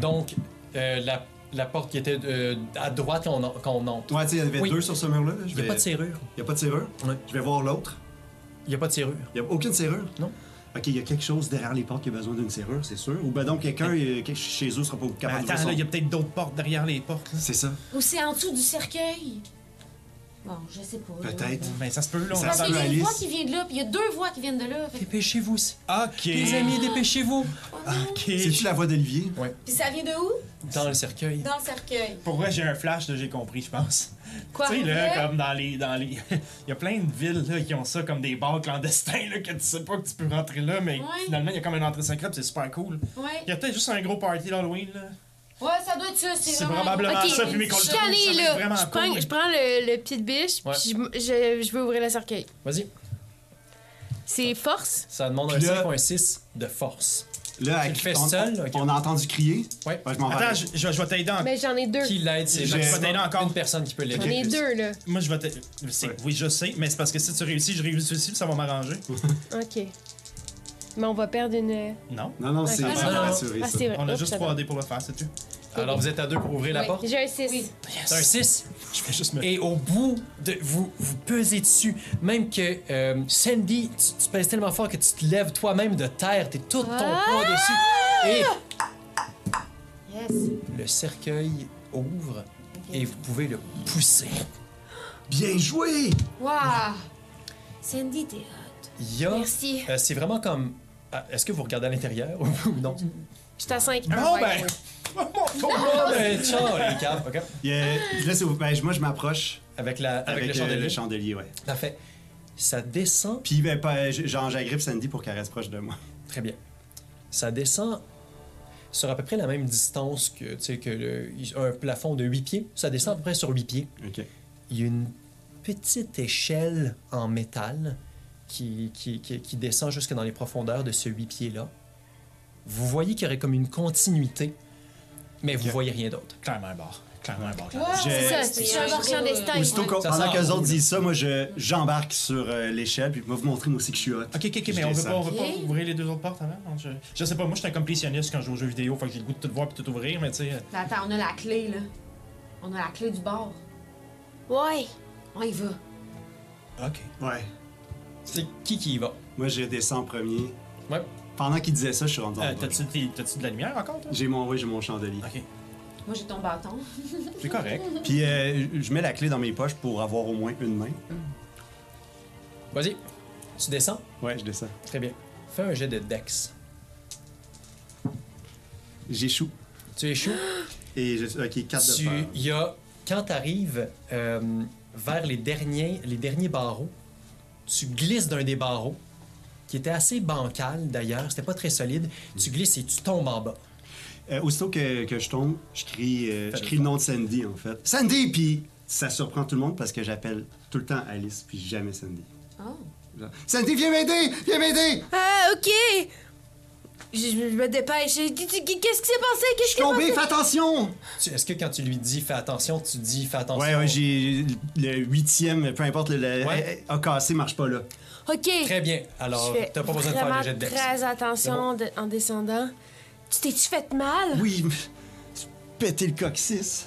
S2: Donc, euh, la, la porte qui était euh, à droite quand on, en- quand on entre.
S4: Ouais, tu sais, il y en avait
S2: Oui.
S4: deux sur ce mur-là.
S2: Il n'y a pas de serrure.
S4: Il n'y a pas de serrure.
S2: Ouais.
S4: Je vais voir l'autre.
S2: Il n'y a pas de serrure.
S4: Il n'y a aucune serrure.
S2: Non.
S4: Ok, il y a quelque chose derrière les portes qui a besoin d'une serrure, c'est sûr. Ou ben donc quelqu'un euh, que- chez eux sera pas
S2: Ben,
S1: Mais
S4: capable de
S1: <laughs> attends, là, il y a peut-être d'autres portes derrière les portes. là.
S4: C'est ça.
S3: Ou c'est en dessous du cercueil. Bon, je sais pas. là.
S4: Peut-être.
S1: Ben, ça se peut, là. on
S4: Ça
S1: va
S3: Parce
S4: se
S1: dans
S3: qu'il y a une
S4: Alice.
S3: voix qui vient de là, puis il y a deux voix qui viennent de là. Fait...
S2: Dépêchez-vous.
S1: Ok.
S2: Les amis, dépêchez-vous.
S1: Ok.
S4: C'est-tu la voix d'Olivier?
S3: Puis ça vient de où?
S2: Dans le cercueil.
S3: Dans le cercueil.
S1: Pour vrai, j'ai un flash, là, j'ai compris, je pense.
S3: Quoi?
S1: Tu sais,
S3: Vrai?
S1: là, comme dans les. Dans les... <laughs> il y a plein de villes là, qui ont ça comme des bars clandestins là, que tu sais pas que tu peux rentrer là, mais
S3: Ouais.
S1: finalement, il y a comme une entrée secrète, c'est super cool.
S3: Ouais.
S1: Il y a peut-être juste un gros party d'Halloween. là.
S3: Ouais, ça doit être ça. C'est
S1: C'est
S3: vraiment-
S1: probablement
S3: Ok.
S1: ça, puis mes
S6: Je suis
S1: Ça va
S6: allée,
S1: être
S6: là.
S1: vraiment
S6: Je prends,
S1: cool.
S6: je prends le, le pied de biche,
S2: Ouais.
S6: puis je, je, je vais ouvrir le cercueil.
S2: Vas-y.
S6: C'est force.
S2: Ça demande
S4: Puis
S2: un
S4: là-
S2: 5 ou un 6 de force.
S4: Là,
S2: Tu
S4: à-
S2: le fais
S4: on,
S2: seul, ok.
S4: on a entendu crier.
S2: Ouais.
S4: je m'en vais.
S1: Attends, je, je- je vais t'aider en...
S6: Mais j'en ai deux.
S2: Qui l'aide, c'est
S4: J'ai-
S2: maximum
S1: encore.
S2: une personne qui peut
S6: J'en
S2: l'aider.
S6: ai deux, là.
S1: Moi, je vais t'aider. C'est-
S4: Ouais.
S1: Oui, je sais, mais c'est parce que si tu réussis, je réussis aussi, puis ça va m'arranger.
S6: OK. Mais on va perdre une...
S1: Non.
S4: Non, non, c'est
S6: Ah,
S4: c'est
S2: non, non.
S4: rassuré,
S6: Ah,
S4: ça.
S6: c'est vrai.
S1: On a
S6: Oups,
S1: juste
S6: ça
S1: 3D pour le faire, c'est tu
S2: Alors, vous êtes à deux pour ouvrir la
S6: Oui.
S2: porte.
S6: J'ai un 6.
S3: Oui.
S2: C'est un 6.
S1: Je vais juste me.
S2: Et au bout, de, vous, vous pesez dessus. Même que euh, Sandy, tu, tu pèses tellement fort que tu te lèves toi-même de terre. T'es tout ton poids dessus. Et
S3: Yes.
S2: le cercueil ouvre et vous pouvez le pousser.
S4: Bien joué!
S3: Wow. Sandy, t'es hot.
S2: Il
S1: Oh.
S2: y a-
S6: Merci.
S2: euh, c'est vraiment comme. ah, Est-ce que vous regardez à l'intérieur ou <laughs> non?
S6: Je suis à Ah, 5.
S1: Oh, ben!
S2: Ah, ben, ciao, les caves. OK.
S4: Il y a- Là, c'est- ben, moi, je m'approche
S2: Avec, la, avec,
S4: avec,
S2: le
S4: euh,
S2: chandelier.
S4: le chandelier, ouais.
S2: Parfait. Ça descend.
S4: Puis, ben, pas- j- genre, j'agrippe Sandy pour qu'elle reste proche de moi. <laughs>
S2: Très bien. Ça descend sur à peu près la même distance que, tu sais, que le- un plafond de 8 pieds. Ça descend à peu près sur 8 pieds.
S4: OK.
S2: Il y a une petite échelle en métal qui, qui, qui- qui descend jusque dans les profondeurs de ce huit pieds-là. Vous voyez qu'il y aurait comme une continuité, mais vous
S1: Ok.
S2: voyez rien d'autre.
S1: Clairement un bar. Clairement un bar. clairement.
S3: Wow,
S4: J'ai-
S6: C'est ça, c'est
S3: C'est
S6: un
S3: un
S6: bar
S3: gros-
S6: clandestin.
S4: Aussitôt qu'on-
S2: Ça
S4: pendant
S2: sort
S4: que les
S2: en
S4: autres
S2: haut,
S4: disent ça, moi, je- j'embarque sur euh, l'échelle, puis moi, vous montrer, moi aussi, que je suis hot.
S1: Ok, ok, ok,
S4: Je
S1: mais on veut,
S4: descends.
S1: pas, on veut pas
S3: Ok.
S1: ouvrir les deux autres portes avant. non, Je, je sais pas, moi je suis un complétionniste quand je joue aux jeux vidéo, fait que j'ai le goût de tout voir et tout ouvrir, mais tu sais. euh,
S3: Mais attends, on a la clé, là. On a la clé du bar.
S6: Ouais.
S3: On y va.
S1: euh, Ok.
S4: Ouais.
S2: C'est qui qui y va?
S4: Moi, je descends en premier.
S2: Ouais.
S4: Pendant qu'il disait ça, je suis rentré dans
S1: Euh,
S4: le bar.
S1: T'as-tu tes- t'as-tu de la lumière encore, toi
S4: J'ai mon, oui, j'ai mon chandelier.
S1: Ok.
S3: Moi, j'ai ton bâton.
S1: C'est correct.
S4: Puis, euh, je mets la clé dans mes poches pour avoir au moins une main.
S2: Vas-y, tu descends.
S4: Ouais, je descends.
S2: Très bien. Fais un jet de dex.
S4: J'échoue.
S2: Tu échoues.
S4: Et je, ok, 4
S2: Tu-
S4: de peur.
S2: il y a, quand tu arrives vers les derniers, les derniers barreaux, tu glisses d'un des barreaux, qui était assez bancal d'ailleurs, c'était pas très solide. Tu glisses et tu tombes en bas.
S4: Euh, aussitôt que, que je tombe, je crie, euh, je crie le nom de Sandy, en fait. Sandy! Puis ça surprend tout le monde parce que j'appelle tout le temps Alice, puis jamais Sandy.
S3: Oh.
S4: Genre, Sandy, viens m'aider! Viens m'aider!
S6: Ah, OK. Je, je me dépêche. Qu'est-ce qui s'est passé? Qu'est-ce qui s'est
S4: Tombé,
S6: passé?
S4: fais attention!
S2: Tu- Est-ce que quand tu lui dis fais attention, tu dis fais attention?
S4: Ouais, ouais, j'ai le huitième, peu importe, le, le-
S2: Ouais.
S4: a cassé, marche pas là.
S6: OK.
S2: Très bien. Alors,
S6: Je fais
S2: t'as pas besoin de faire
S6: vraiment
S2: le jet de dex.
S6: Très attention de- en descendant. Tu t'es-tu fait mal?
S4: Oui, péter le coccyx.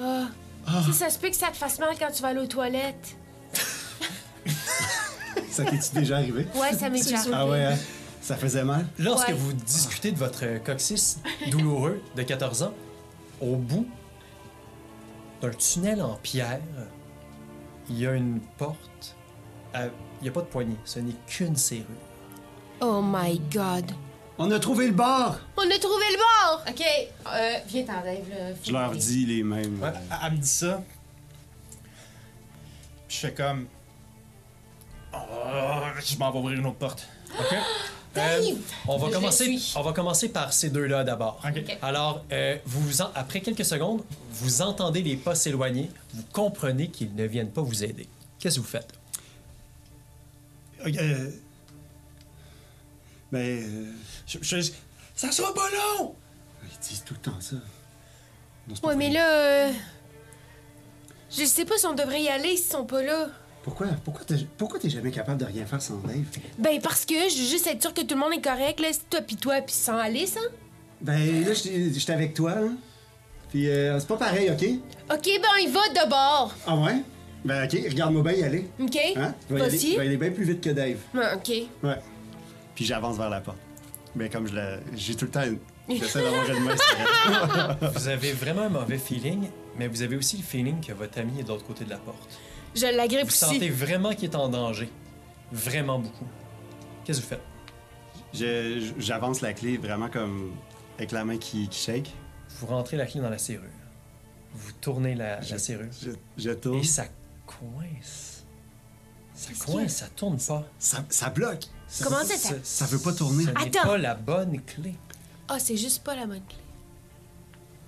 S6: Ah. Tu sais, ça se peut que ça te fasse mal quand tu vas aller aux toilettes.
S4: Ça t'est-tu déjà arrivé?
S6: <laughs> Ouais, ça m'est déjà
S4: Ah ouais, hein? ça faisait mal.
S2: Lorsque
S6: Ouais.
S2: vous discutez de votre euh,
S3: <laughs>
S2: coccyx douloureux de 14 ans, au bout d'un tunnel en pierre, il y a une porte. à- Il n'y a pas de poignée, ce n'est qu'une serrure.
S6: Oh my god.
S4: On a trouvé le bar!
S6: On a trouvé le bord!
S3: Ok, euh, viens t'en, Dave. là.
S4: Je leur dis les mêmes.
S2: Ouais.
S1: Elle, elle me dit ça. Puis je fais comme. Oh, je m'en vais ouvrir une autre porte.
S2: OK?
S3: Dave!
S2: Euh, on, va
S3: Je
S2: commencer,
S3: suis.
S2: on va commencer par ces deux-là d'abord.
S1: Ok.
S3: Ok.
S2: Alors, euh, vous en- après quelques secondes, vous entendez les pas s'éloigner, vous comprenez qu'ils ne viennent pas vous aider. Qu'est-ce que vous faites?
S4: Euh, ben, euh,
S1: Je, je- je- ça sera pas long!
S4: ils disent tout le temps ça. Non, c'est pas
S6: Ouais,
S4: vrai.
S6: mais là. euh, Je sais pas si on devrait y aller s'ils sont pas là.
S4: Pourquoi, pourquoi, t'es, pourquoi t'es jamais capable de rien faire sans Dave?
S6: Ben, parce que je veux juste être sûr que tout le monde est correct, là. C'est toi pis toi pis sans Alice, hein?
S4: Ben, là, j'étais j'étais avec toi, hein? Puis, euh, c'est pas pareil, OK?
S6: Ok, ben, on y va de bord.
S4: Ah ouais? Ben, OK, regarde-moi bien y aller.
S6: Ok?
S4: Hein? Je vais y aller-
S6: Vas-y.
S4: je vais y aller bien plus vite que Dave.
S6: Ah, ok.
S4: Ouais. Puis j'avance vers la porte. Mais comme je la... j'ai tout le temps, une- j'essaie d'avoir une main sur elle.
S2: Vous avez vraiment un mauvais feeling, mais vous avez aussi le feeling que votre ami est de l'autre côté de la porte.
S6: Je l'agrippe
S2: Vous
S6: aussi.
S2: sentez vraiment qu'il est en danger. Vraiment beaucoup. Qu'est-ce que vous faites?
S4: Je- J'avance la clé vraiment comme avec la main qui, qui shake.
S2: Vous rentrez la clé dans la serrure. Vous tournez la, la serrure.
S4: Je, je tourne.
S2: Et ça coince. Ça coince, ça tourne pas.
S4: Ça, ça bloque.
S6: Comment ça, ça-
S2: ça?
S4: ça veut pas tourner.
S2: Ce n'est
S6: Attends.
S2: pas la bonne clé.
S6: Ah, c'est juste pas la bonne clé.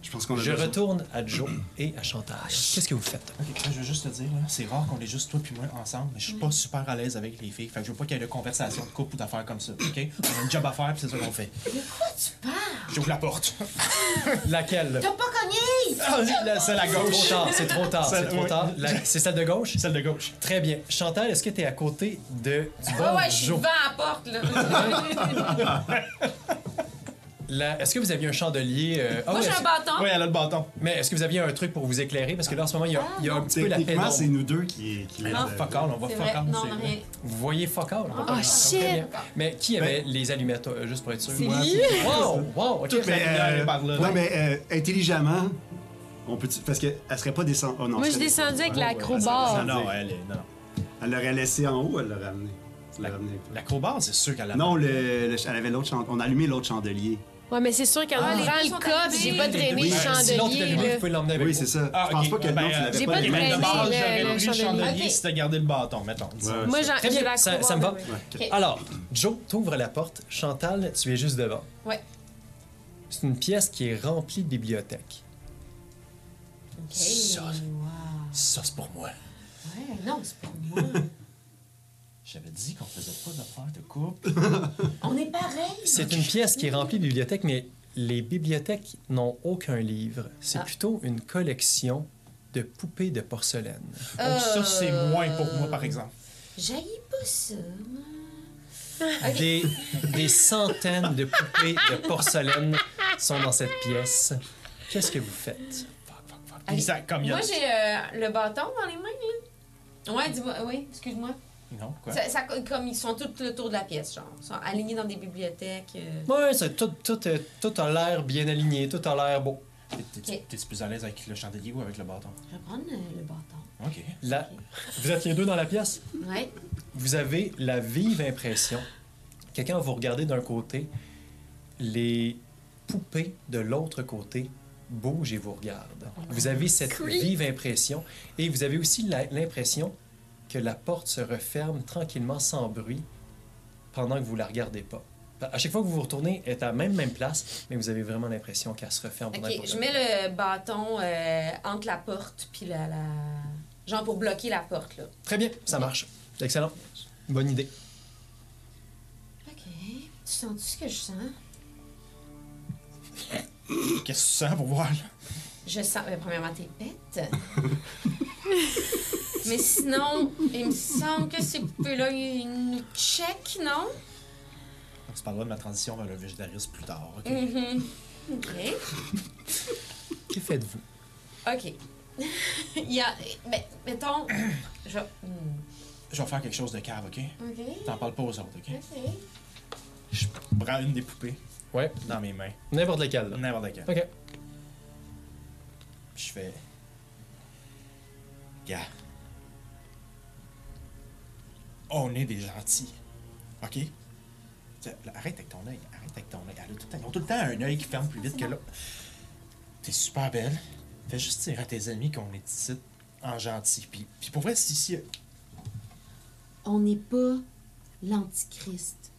S4: Je pense qu'on a
S2: Je
S4: besoin.
S2: retourne à Joe et à Chantal.
S6: Ah,
S2: Qu'est-ce que vous faites?
S1: je veux juste te dire, là, c'est rare qu'on est juste toi puis moi ensemble, mais je suis pas super à l'aise avec les filles. Fait que je veux pas qu'il y ait de conversation de couple ou d'affaires comme ça, ok? On a un job à faire, puis c'est ça qu'on fait. De quoi tu parles? J'ouvre la porte. <laughs>
S2: Laquelle?
S3: T'as pas cogné!
S1: Ah, la- celle à
S2: C'est trop
S1: gauche.
S2: tard, c'est trop tard, c'est
S1: Celle-
S2: trop
S1: oui.
S2: tard. La- C'est celle de gauche?
S1: Celle de gauche.
S2: Très bien. Chantal, est-ce que tu es à côté de, du bon
S3: Ouais, ouais, je suis
S2: Joe?
S3: devant la porte, là.
S2: La- Est-ce que vous aviez un chandelier? euh, ah
S3: Moi,
S2: ouais,
S3: j'ai un
S2: est-ce-
S3: bâton.
S1: Oui, elle a le bâton.
S2: Mais est-ce que vous aviez un truc pour vous éclairer? Parce que là, en ce moment, il y a, il y a un petit peu la
S4: Techniquement,
S2: pénombre.
S4: c'est nous deux qui, qui
S1: Ah,
S4: le-
S1: fuck all, on va
S3: C'est
S1: fuck
S3: vrai,
S1: all,
S3: non,
S1: c'est
S3: on a
S1: vrai.
S3: rien.
S2: Vous voyez fuck all. on va pas
S6: Oh,
S2: faire ça. Très
S6: shit.
S2: bien. Mais qui
S1: Ben
S2: avait les allumettes, euh, juste pour être sûr?
S4: Moi,
S2: Wow, wow, OK.
S4: Mais,
S1: lumière
S4: euh,
S1: est par là,
S4: ouais,
S1: donc.
S4: mais euh, intelligemment, on peut parce qu'elle serait pas descendue. Oh, non,
S5: Moi,
S4: elle
S5: je
S4: serait-
S5: descendais avec
S4: Ouais, ouais,
S5: l'acrobat.
S4: elle serait
S1: Non, non,
S4: descendue.
S1: elle est. Non, non.
S4: Elle l'aurait laissé en haut, elle l'aurait amené. Tu l'aurais amené.
S1: L'acrobate, c'est sûr qu'elle a.
S4: Non, le, le- elle avait l'autre chan- on a allumé l'autre chandelier.
S5: Ouais, mais c'est sûr qu'en
S3: Ah, les
S5: ouvrant
S3: deux
S5: le
S3: sont
S5: coffre, j'ai pas
S3: allumés.
S5: traîné
S4: Oui,
S5: le
S4: ben,
S2: Si l'autre est allumé, vous
S5: chandelier. là.
S2: pouvez l'emmener avec
S4: Oui,
S2: vous.
S4: c'est ça.
S1: Ah,
S4: je pense
S1: ok.
S4: pas que
S1: Ben,
S4: non, tu
S1: euh,
S4: l'avais
S5: j'ai
S4: pas
S5: pas
S4: allumé.
S1: Mais
S5: traîné
S1: de base,
S5: le-
S1: j'aurais
S5: le
S1: pris le
S5: chandelier.
S1: chandelier
S3: Ok.
S1: si t'as gardé le bâton, mettons. disons.
S4: Ouais.
S5: Moi, j'en-
S2: Très
S5: j'ai
S2: bien, ça,
S5: l'acrobat.
S2: ça me va.
S5: oui, oui.
S3: Ok.
S2: Alors, Joe, t'ouvres la porte. Chantal, tu es juste devant.
S3: Ouais.
S2: C'est une pièce qui est remplie de bibliothèques.
S3: Ok.
S2: Ça.
S3: Wow.
S2: Ça, c'est pour moi.
S3: Ouais, non, c'est pour moi.
S1: J'avais dit qu'on faisait pas d'affaires de couple.
S3: On est pareil.
S2: C'est une pièce qui est remplie de bibliothèques, mais les bibliothèques n'ont aucun livre. C'est
S3: Ah.
S2: plutôt une collection de poupées de porcelaine.
S1: Donc, ça, c'est moins pour moi, par exemple.
S3: J'haïs pas ça.
S2: Des, des centaines de poupées de porcelaine sont dans cette pièce. Qu'est-ce que vous faites?
S1: Puis ça,
S2: Ah,
S1: comme il y a-
S3: Moi, j'ai euh, le bâton dans les mains, là. Ouais, dis-moi, oui, excuse-moi.
S1: Non, quoi?
S3: Ça, ça- comme ils sont tous autour de la pièce, genre. Ils sont alignés dans des bibliothèques. euh.
S2: Ouais, c'est tout, tout, euh, tout a l'air bien aligné, tout a l'air beau.
S1: T'es- t'es-
S3: Ok.
S1: T'es-tu plus à l'aise avec le chandelier ou avec le bâton?
S3: Je vais prendre euh, le bâton.
S1: OK.
S2: Là, vous êtes les deux dans la pièce?
S3: Ouais.
S2: vous avez la vive impression, quelqu'un va vous regarder d'un côté, les poupées de l'autre côté bougent et vous regardent. Vous avez cette vive impression et vous avez aussi la- l'impression que la porte se referme tranquillement sans bruit pendant que vous la regardez pas. Bah, À chaque fois que vous vous retournez, elle est à la même, même place, mais vous avez vraiment l'impression qu'elle se referme. pendant que
S3: Ok,
S2: vous
S3: je
S2: regardez.
S3: mets le bâton euh, entre la porte puis la, la. Genre pour bloquer la porte, là.
S2: Très bien, ça marche. Excellent. Bonne idée.
S3: Ok. Tu sens-tu ce que je sens?
S1: Qu'est-ce que tu sens pour voir, là?
S3: Je sens. Mais premièrement, t'es <laughs> bête. Mais sinon, il me semble que c'est coupé là, il nous check, non?
S1: On se parlera de ma transition vers le végétarisme plus tard, ok?
S3: Mhm. OK.
S2: Que faites-vous?
S3: OK. il y a. ben, mettons. Je... hmm,
S1: Je vais faire quelque chose de cave, ok?
S3: OK.
S1: T'en parles pas aux autres, ok?
S3: OK.
S1: Je prends une des poupées
S2: Ouais,
S1: dans mes mains,
S2: n'importe lequel. là.
S1: n'importe laquelle.
S2: Ok.
S1: Puis Je fais. Gars. On est des gentils. OK? T'sais, là, Arrête avec ton œil. Arrête avec ton œil. Elle a tout le temps- Ils ont tout le temps un œil qui ferme plus vite que l'autre. T'es super belle. Fais juste dire à tes amis qu'on est ici en gentil. Puis, puis pour vrai, si, si,
S8: On n'est pas l'antichrist.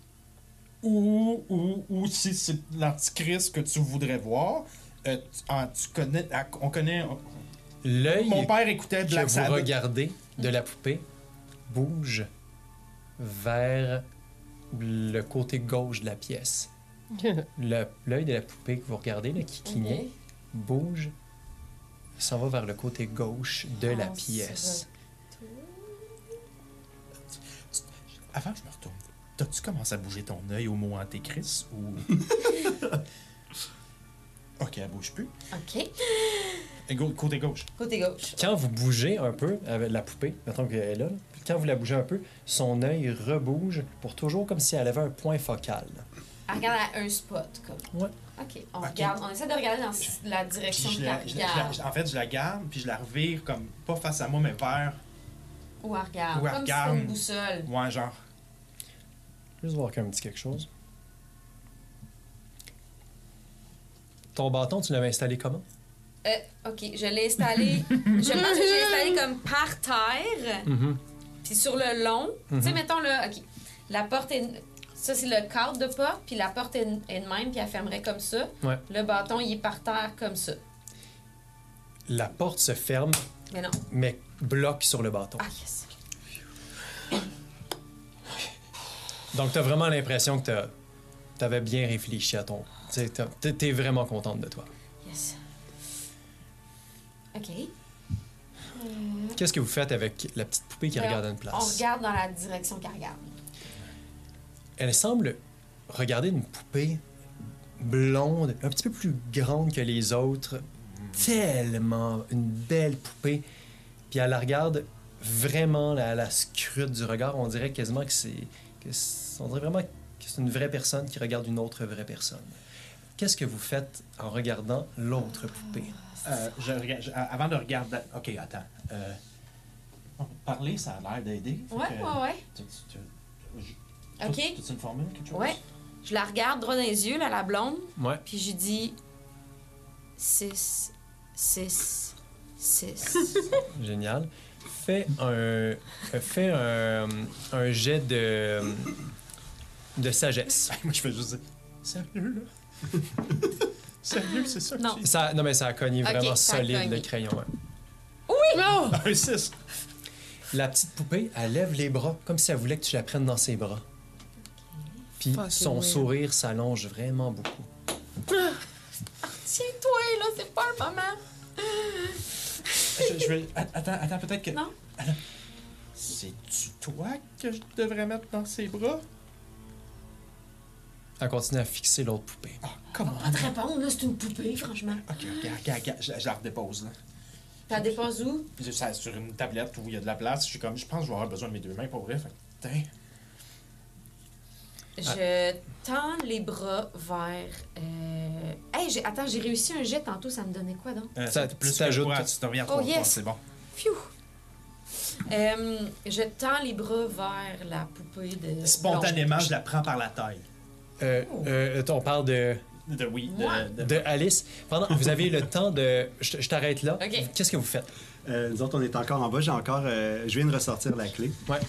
S1: ou, ou, ou si c'est l'antichrist que tu voudrais voir, euh, tu, ah, tu connais, ah, on connaît.
S2: L'œil
S1: mon père écoutait
S2: que
S1: Black
S2: vous
S1: Sabbath.
S2: regardez de la poupée bouge vers le côté gauche de la pièce. Le- L'œil de la poupée que vous regardez, là, qui clignait, bouge, s'en va vers le côté gauche de la
S3: On se
S2: pièce.
S1: Avant, je me retourne. T'as-tu commencé à bouger ton œil au mot antéchrist
S2: <laughs>
S1: ou. ok, elle bouge plus.
S3: OK.
S1: Et go- côté gauche.
S3: Côté gauche.
S2: Quand vous bougez un peu avec la poupée, mettons qu'elle est là, là, quand vous la bougez un peu, son œil rebouge pour toujours comme si elle avait un point focal.
S3: Elle regarde à un spot, comme.
S2: Ouais.
S3: OK. On,
S1: Ok.
S3: regarde, on essaie de regarder dans la
S1: Puis
S3: direction
S1: je
S3: de la
S1: la, je la- je la-
S3: regarde.
S1: je- en fait, je la garde, puis je la revire comme pas face à moi, mais vers.
S3: Ou elle regarde.
S1: Ou elle
S3: Comme
S1: regarde.
S3: si c'était une boussole.
S1: Ouais, genre.
S2: Juste voir comme petit quelque chose. Ton bâton, tu l'avais installé comment?
S3: Euh, OK. Je l'ai installé. je pense que je l'ai installé comme par terre. Puis sur le long, tu sais, mettons là, OK, la porte est. Ça, c'est le cadre de porte, puis la porte est, est de même, puis elle fermerait comme ça.
S2: Ouais.
S3: Le bâton, il est par terre comme ça.
S2: La porte se ferme,
S3: Mais non.
S2: mais bloque sur le bâton.
S3: Ah, yes.
S2: Donc, t'as vraiment l'impression que t'as- t'avais bien réfléchi à ton. t'sais, t'as- T'es t'es vraiment contente de toi.
S3: Mm-hmm. Yes. OK.
S2: Qu'est-ce que vous faites avec la petite poupée qui
S3: Ben,
S2: regarde une
S3: On
S2: place?
S3: regarde dans la direction qu'elle regarde.
S2: Elle semble regarder une poupée blonde, un petit peu plus grande que les autres. Tellement une belle poupée. Puis elle la regarde vraiment, là, elle la scrute du regard. On dirait quasiment que c'est. que c'est- on dirait vraiment que c'est une vraie personne qui regarde une autre vraie personne. Qu'est-ce que vous faites en regardant l'autre poupée?
S1: Euh, je regarde- je- avant de regarder. Ok, attends. Euh, parler, ça a l'air d'aider. Fait
S3: Ouais,
S1: que-
S3: ouais, ouais.
S1: Tu- tu- tu- je-
S3: OK.
S1: t'as- T'as-tu une formule, quelque chose?
S3: Ouais. Je la regarde droit dans les yeux, là, la blonde,
S2: Ouais.
S3: puis je dis 6, 6, 6.
S2: Génial. Fais un. Fais un, un jet de. de sagesse.
S1: Moi, je fais juste dire. Sérieux, là? Sérieux, c'est ça? que
S3: Non.
S1: tu-
S2: Ça, non, mais ça a cogné
S3: Ok,
S2: vraiment
S3: ça a
S2: solide
S3: cogné.
S2: le crayon. hein.
S1: Un 6.
S2: La petite poupée, elle lève les bras comme si elle voulait que tu la prennes dans ses bras. Puis
S6: Fucking
S2: son
S6: weird.
S2: sourire s'allonge vraiment beaucoup.
S3: <laughs> Tiens-toi, là, c'est pas le moment.
S1: Je, je vais. att- Attends, attends, peut-être que.
S3: Non.
S1: Attends. C'est-tu toi que je devrais mettre dans ses bras?
S2: Elle continue à fixer l'autre poupée.
S1: Ah, comment?
S3: Pas de répondre, là, c'est une poupée, franchement.
S1: Ok, regarde, regarde, regarde. Je, je la redépose, là.
S3: T'as des pas où?
S1: Puis ça, sur une tablette où il y a de la place, je suis comme, je pense que je vais avoir besoin de mes deux mains pour vrai. Fait que, putain.
S3: Je
S1: Ah.
S3: tends les bras vers. Euh... Hey, j'ai- attends, j'ai réussi un jet tantôt, ça me donnait quoi donc?
S1: Euh,
S2: Ça,
S1: c'est
S2: tu
S1: plus
S2: t'ajoutes-
S1: que toi, tu te reviens à
S3: Oh,
S1: trois points,
S3: yes.
S1: c'est bon.
S3: Pfiou! Euh, je tends les bras vers la poupée de.
S1: Spontanément, je la prends par la taille.
S2: Euh,
S3: Oh.
S2: euh, on parle de,
S1: De oui,
S3: Moi?
S1: de. de-
S2: de Alice. Pendant, vous avez le temps de. Je, je t'arrête là.
S3: Ok.
S2: Qu'est-ce que vous faites?
S4: Euh, nous autres, on est encore en bas. J'ai encore. euh, je viens de ressortir la clé.
S2: Ouais.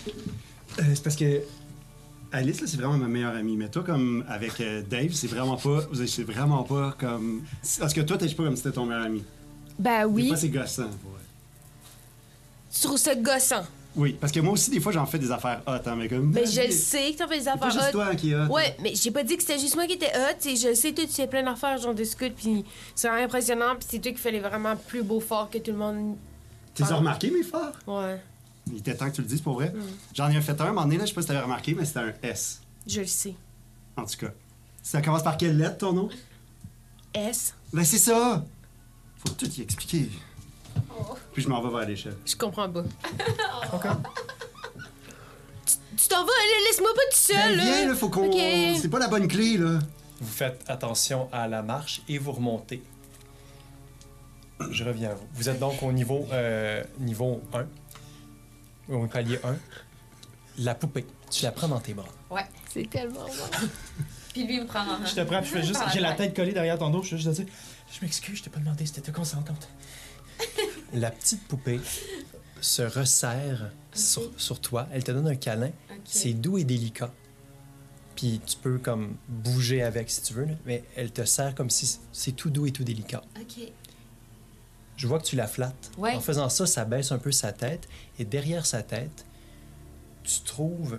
S4: Euh, c'est parce que. Alice, là, c'est vraiment ma meilleure amie. Mais toi, comme avec euh, Dave, c'est vraiment pas. vous êtes- C'est vraiment pas comme. c'est- Parce que toi, t'es pas comme si c'était ton meilleur ami.
S6: Ben
S4: Des
S6: oui.
S4: fois, c'est gossant. pour elle.
S6: Tu trouves ça gossant.
S4: Oui, parce que moi aussi, des fois, j'en fais des affaires hot, hein, mais comme.
S6: Mais je le sais que t'en fais des
S4: C'est pas
S6: affaires
S4: juste
S6: hot.
S4: toi qui est hot.
S6: Ouais, mais j'ai pas dit que c'était juste moi qui étais hot. Et je le sais, toi, tu fais plein d'affaires, genre de scoot, puis c'est vraiment impressionnant, puis c'est toi qui fais les vraiment plus beaux forts que tout le monde.
S4: T'es
S6: Ah.
S4: remarqué, mes phares?
S6: Ouais,
S4: Il était temps que tu le dises pour
S6: Mm.
S4: vrai. J'en ai fait un, un moment donné, là, je sais pas si t'avais remarqué, mais c'était un S,
S6: je le sais.
S4: en tout cas. Ça commence par quelle lettre, ton nom?
S6: S,
S4: Ben, c'est ça! Faut tout y expliquer.
S6: Oh.
S4: Puis je m'en vais vers l'échelle.
S6: je comprends
S4: <laughs>
S6: pas. Tu- Tu t'en vas, là, laisse-moi pas tout
S4: Ben,
S6: seul,
S4: viens,
S6: là.
S4: là, faut qu'on.
S6: Ok.
S4: C'est pas la bonne clé, là.
S2: Vous faites attention à la marche et vous remontez. Je reviens à vous. Vous êtes donc au niveau, euh, niveau 1, au palier 1. La poupée, tu la prends dans tes bras.
S5: C'est tellement bon.
S3: Puis lui, il me prend en main.
S1: Je te prends, puis je fais
S3: <laughs>
S1: juste. J'ai la tête collée derrière ton dos, je fais juste te dire. Je m'excuse, je t'ai pas demandé, c'était consentante.
S2: La petite poupée se resserre sur, sur toi. Elle te donne un câlin.
S3: Ok.
S2: C'est doux et délicat. Puis tu peux comme bouger avec si tu veux, là, mais elle te serre comme si c'est tout doux et tout délicat.
S3: Ok.
S2: Je vois que tu la flattes.
S3: Ouais.
S2: En faisant ça, ça baisse un peu sa tête. Et derrière sa tête, tu trouves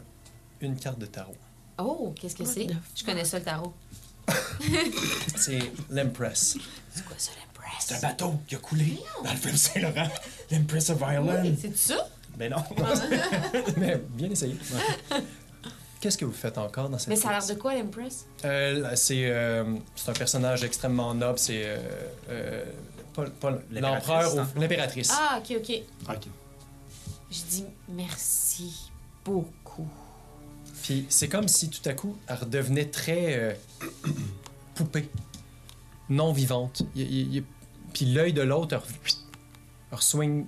S2: une carte de tarot.
S3: Oh, qu'est-ce que c'est? Je connais ça, le tarot. <laughs>
S2: C'est l'Empress.
S3: C'est quoi ça, l'Empress?
S1: C'est un bateau qui a coulé dans le fleuve Saint-Laurent, <laughs> l'Empress of Ireland.
S3: C'est ça?
S1: Ben non.
S2: mais bien essayé. Qu'est-ce que vous faites encore dans cette
S3: Mais ça a l'air
S2: pièce?
S3: de quoi, l'Empress?
S2: Euh, là, c'est euh, c'est un personnage extrêmement noble. C'est euh, euh, pas- pas l'empereur
S1: L'impératrice,
S2: ou l'impératrice.
S3: Ah, ok, ok.
S4: Ok.
S3: Je dis merci beaucoup.
S2: Puis c'est comme si tout à coup, elle redevenait très euh, <clears throat> poupée, non vivante. Il- il- il- Puis l'œil de l'autre, elle re- elle re-swing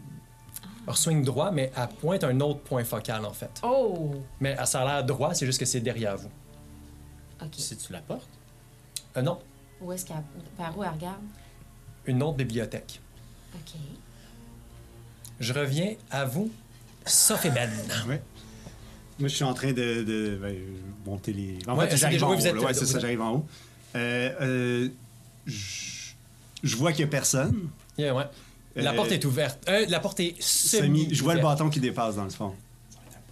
S2: elle re-swing droit, mais elle pointe un autre point focal en fait.
S3: Oh!
S2: Mais elle s'en a l'air droit, c'est juste que c'est derrière vous.
S3: Ok.
S1: Si tu la portes.
S2: Euh, non,
S3: Où est-ce qu'elle. Par où elle regarde?
S2: une autre bibliothèque.
S3: Ok. <laughs>
S2: Je reviens à vous,
S4: <laughs>
S2: Sophie Ben.
S4: Moi, je suis en train de, de- ben, monter les. En
S2: Ouais,
S4: fait, j'arrive
S2: c'est-
S4: en
S2: oui,
S4: haut.
S2: vous êtes-
S4: là. Ouais, c'est
S2: vous
S4: ça,
S2: êtes-
S4: j'arrive en haut. Euh, euh, je je vois qu'il y a personne.
S2: Yeah, ouais. La
S4: Euh,
S2: porte est ouverte. Euh, la porte est
S4: Semi-
S2: semi.
S4: Je vois le
S2: ouverte.
S4: bâton qui dépasse dans le fond.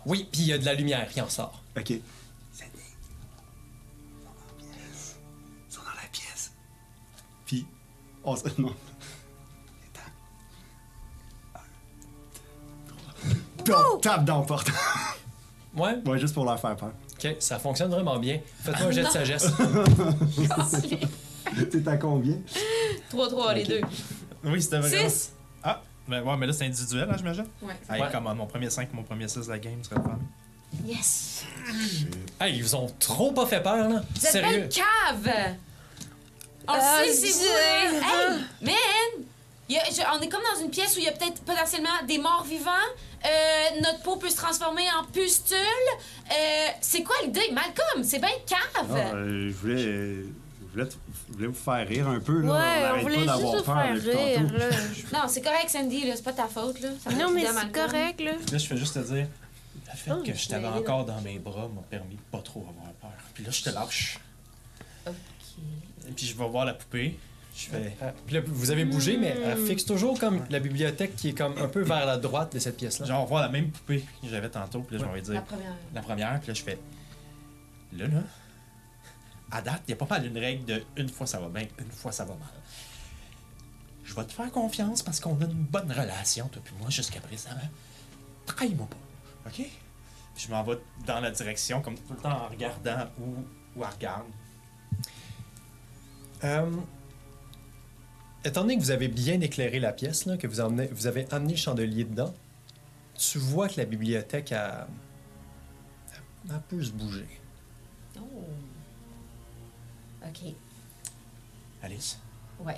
S2: Oui, puis il y a de la lumière qui en sort.
S4: Ok. Ils sont dans la pièce. Puis, on se demande. Attends. Un, deux, trois. Puis on tape dans la porte. <laughs>
S2: Ouais,
S4: ouais, juste pour leur faire peur.
S2: ok, ça fonctionne vraiment bien.
S3: Ah
S2: Faites-moi un jet
S3: <laughs>
S2: de sagesse.
S4: T'es à combien?
S3: 3-3, les deux.
S1: <laughs> Oui, c'était vraiment.
S3: 6!
S1: Ah, ben ouais, mais là, c'est individuel, hein, j'imagine.
S3: Ouais.
S1: Hey,
S2: Ouais.
S1: comment, mon premier 5, mon premier 6 de la game, serait le fun.
S3: Yes!
S2: Hey, ils vous ont trop pas fait peur, là.
S3: Vous êtes pas une
S2: Sérieux.
S3: cave! On le
S6: Ah,
S3: sait, c'est vous!
S6: je-
S3: là. Hey! Man! Il y a- je- on est comme dans une pièce où il y a peut-être potentiellement des morts vivants. euh, notre peau peut se transformer en pustule. Euh, c'est quoi l'idée? Malcolm, c'est bien cave!
S4: Ah, euh, je, voulais, euh, je, voulais, t- je voulais vous faire rire un peu. Là.
S6: Ouais, on
S4: arrête
S6: voulait
S4: pas
S6: juste
S4: d'avoir
S6: vous
S4: peur
S6: faire
S4: depuis tantôt.
S6: rire, là.
S4: <laughs>
S3: Non, c'est correct, Sandy, là, c'est pas ta faute. Là. Ça
S6: Non,
S3: va
S6: mais
S3: être
S6: c'est
S3: Malcolm.
S6: correct, là.
S1: Là, je fais juste te dire, le fait
S6: Oh,
S1: que je t'avais
S6: mais là-
S1: encore dans mes bras m'a permis de pas trop avoir peur. Puis là, je te lâche. Et puis je vais voir la poupée. Je fais.
S2: Euh, puis là, vous avez bougé, mais elle
S3: Hmm.
S2: fixe toujours comme la bibliothèque qui est comme un peu vers la droite de cette pièce-là.
S1: Genre, voir la même poupée que j'avais tantôt. Puis là, je m'en vais
S3: La
S1: dire.
S3: première.
S1: La première, puis là, je fais. Là, là. À date, il y a pas mal une règle de une fois ça va bien, une fois ça va mal. Je vais te faire confiance parce qu'on a une bonne relation, toi puis moi, jusqu'à présent. Trahis-moi pas, OK? Puis je m'en vais dans la direction, comme tout le temps en regardant où, où elle regarde.
S2: Euh, étant donné que vous avez bien éclairé la pièce, là, que vous, emmenez- vous avez amené le chandelier dedans, tu vois que la bibliothèque a, a, a pu se bouger.
S3: Oh. Ok,
S1: Alice?
S3: ouais.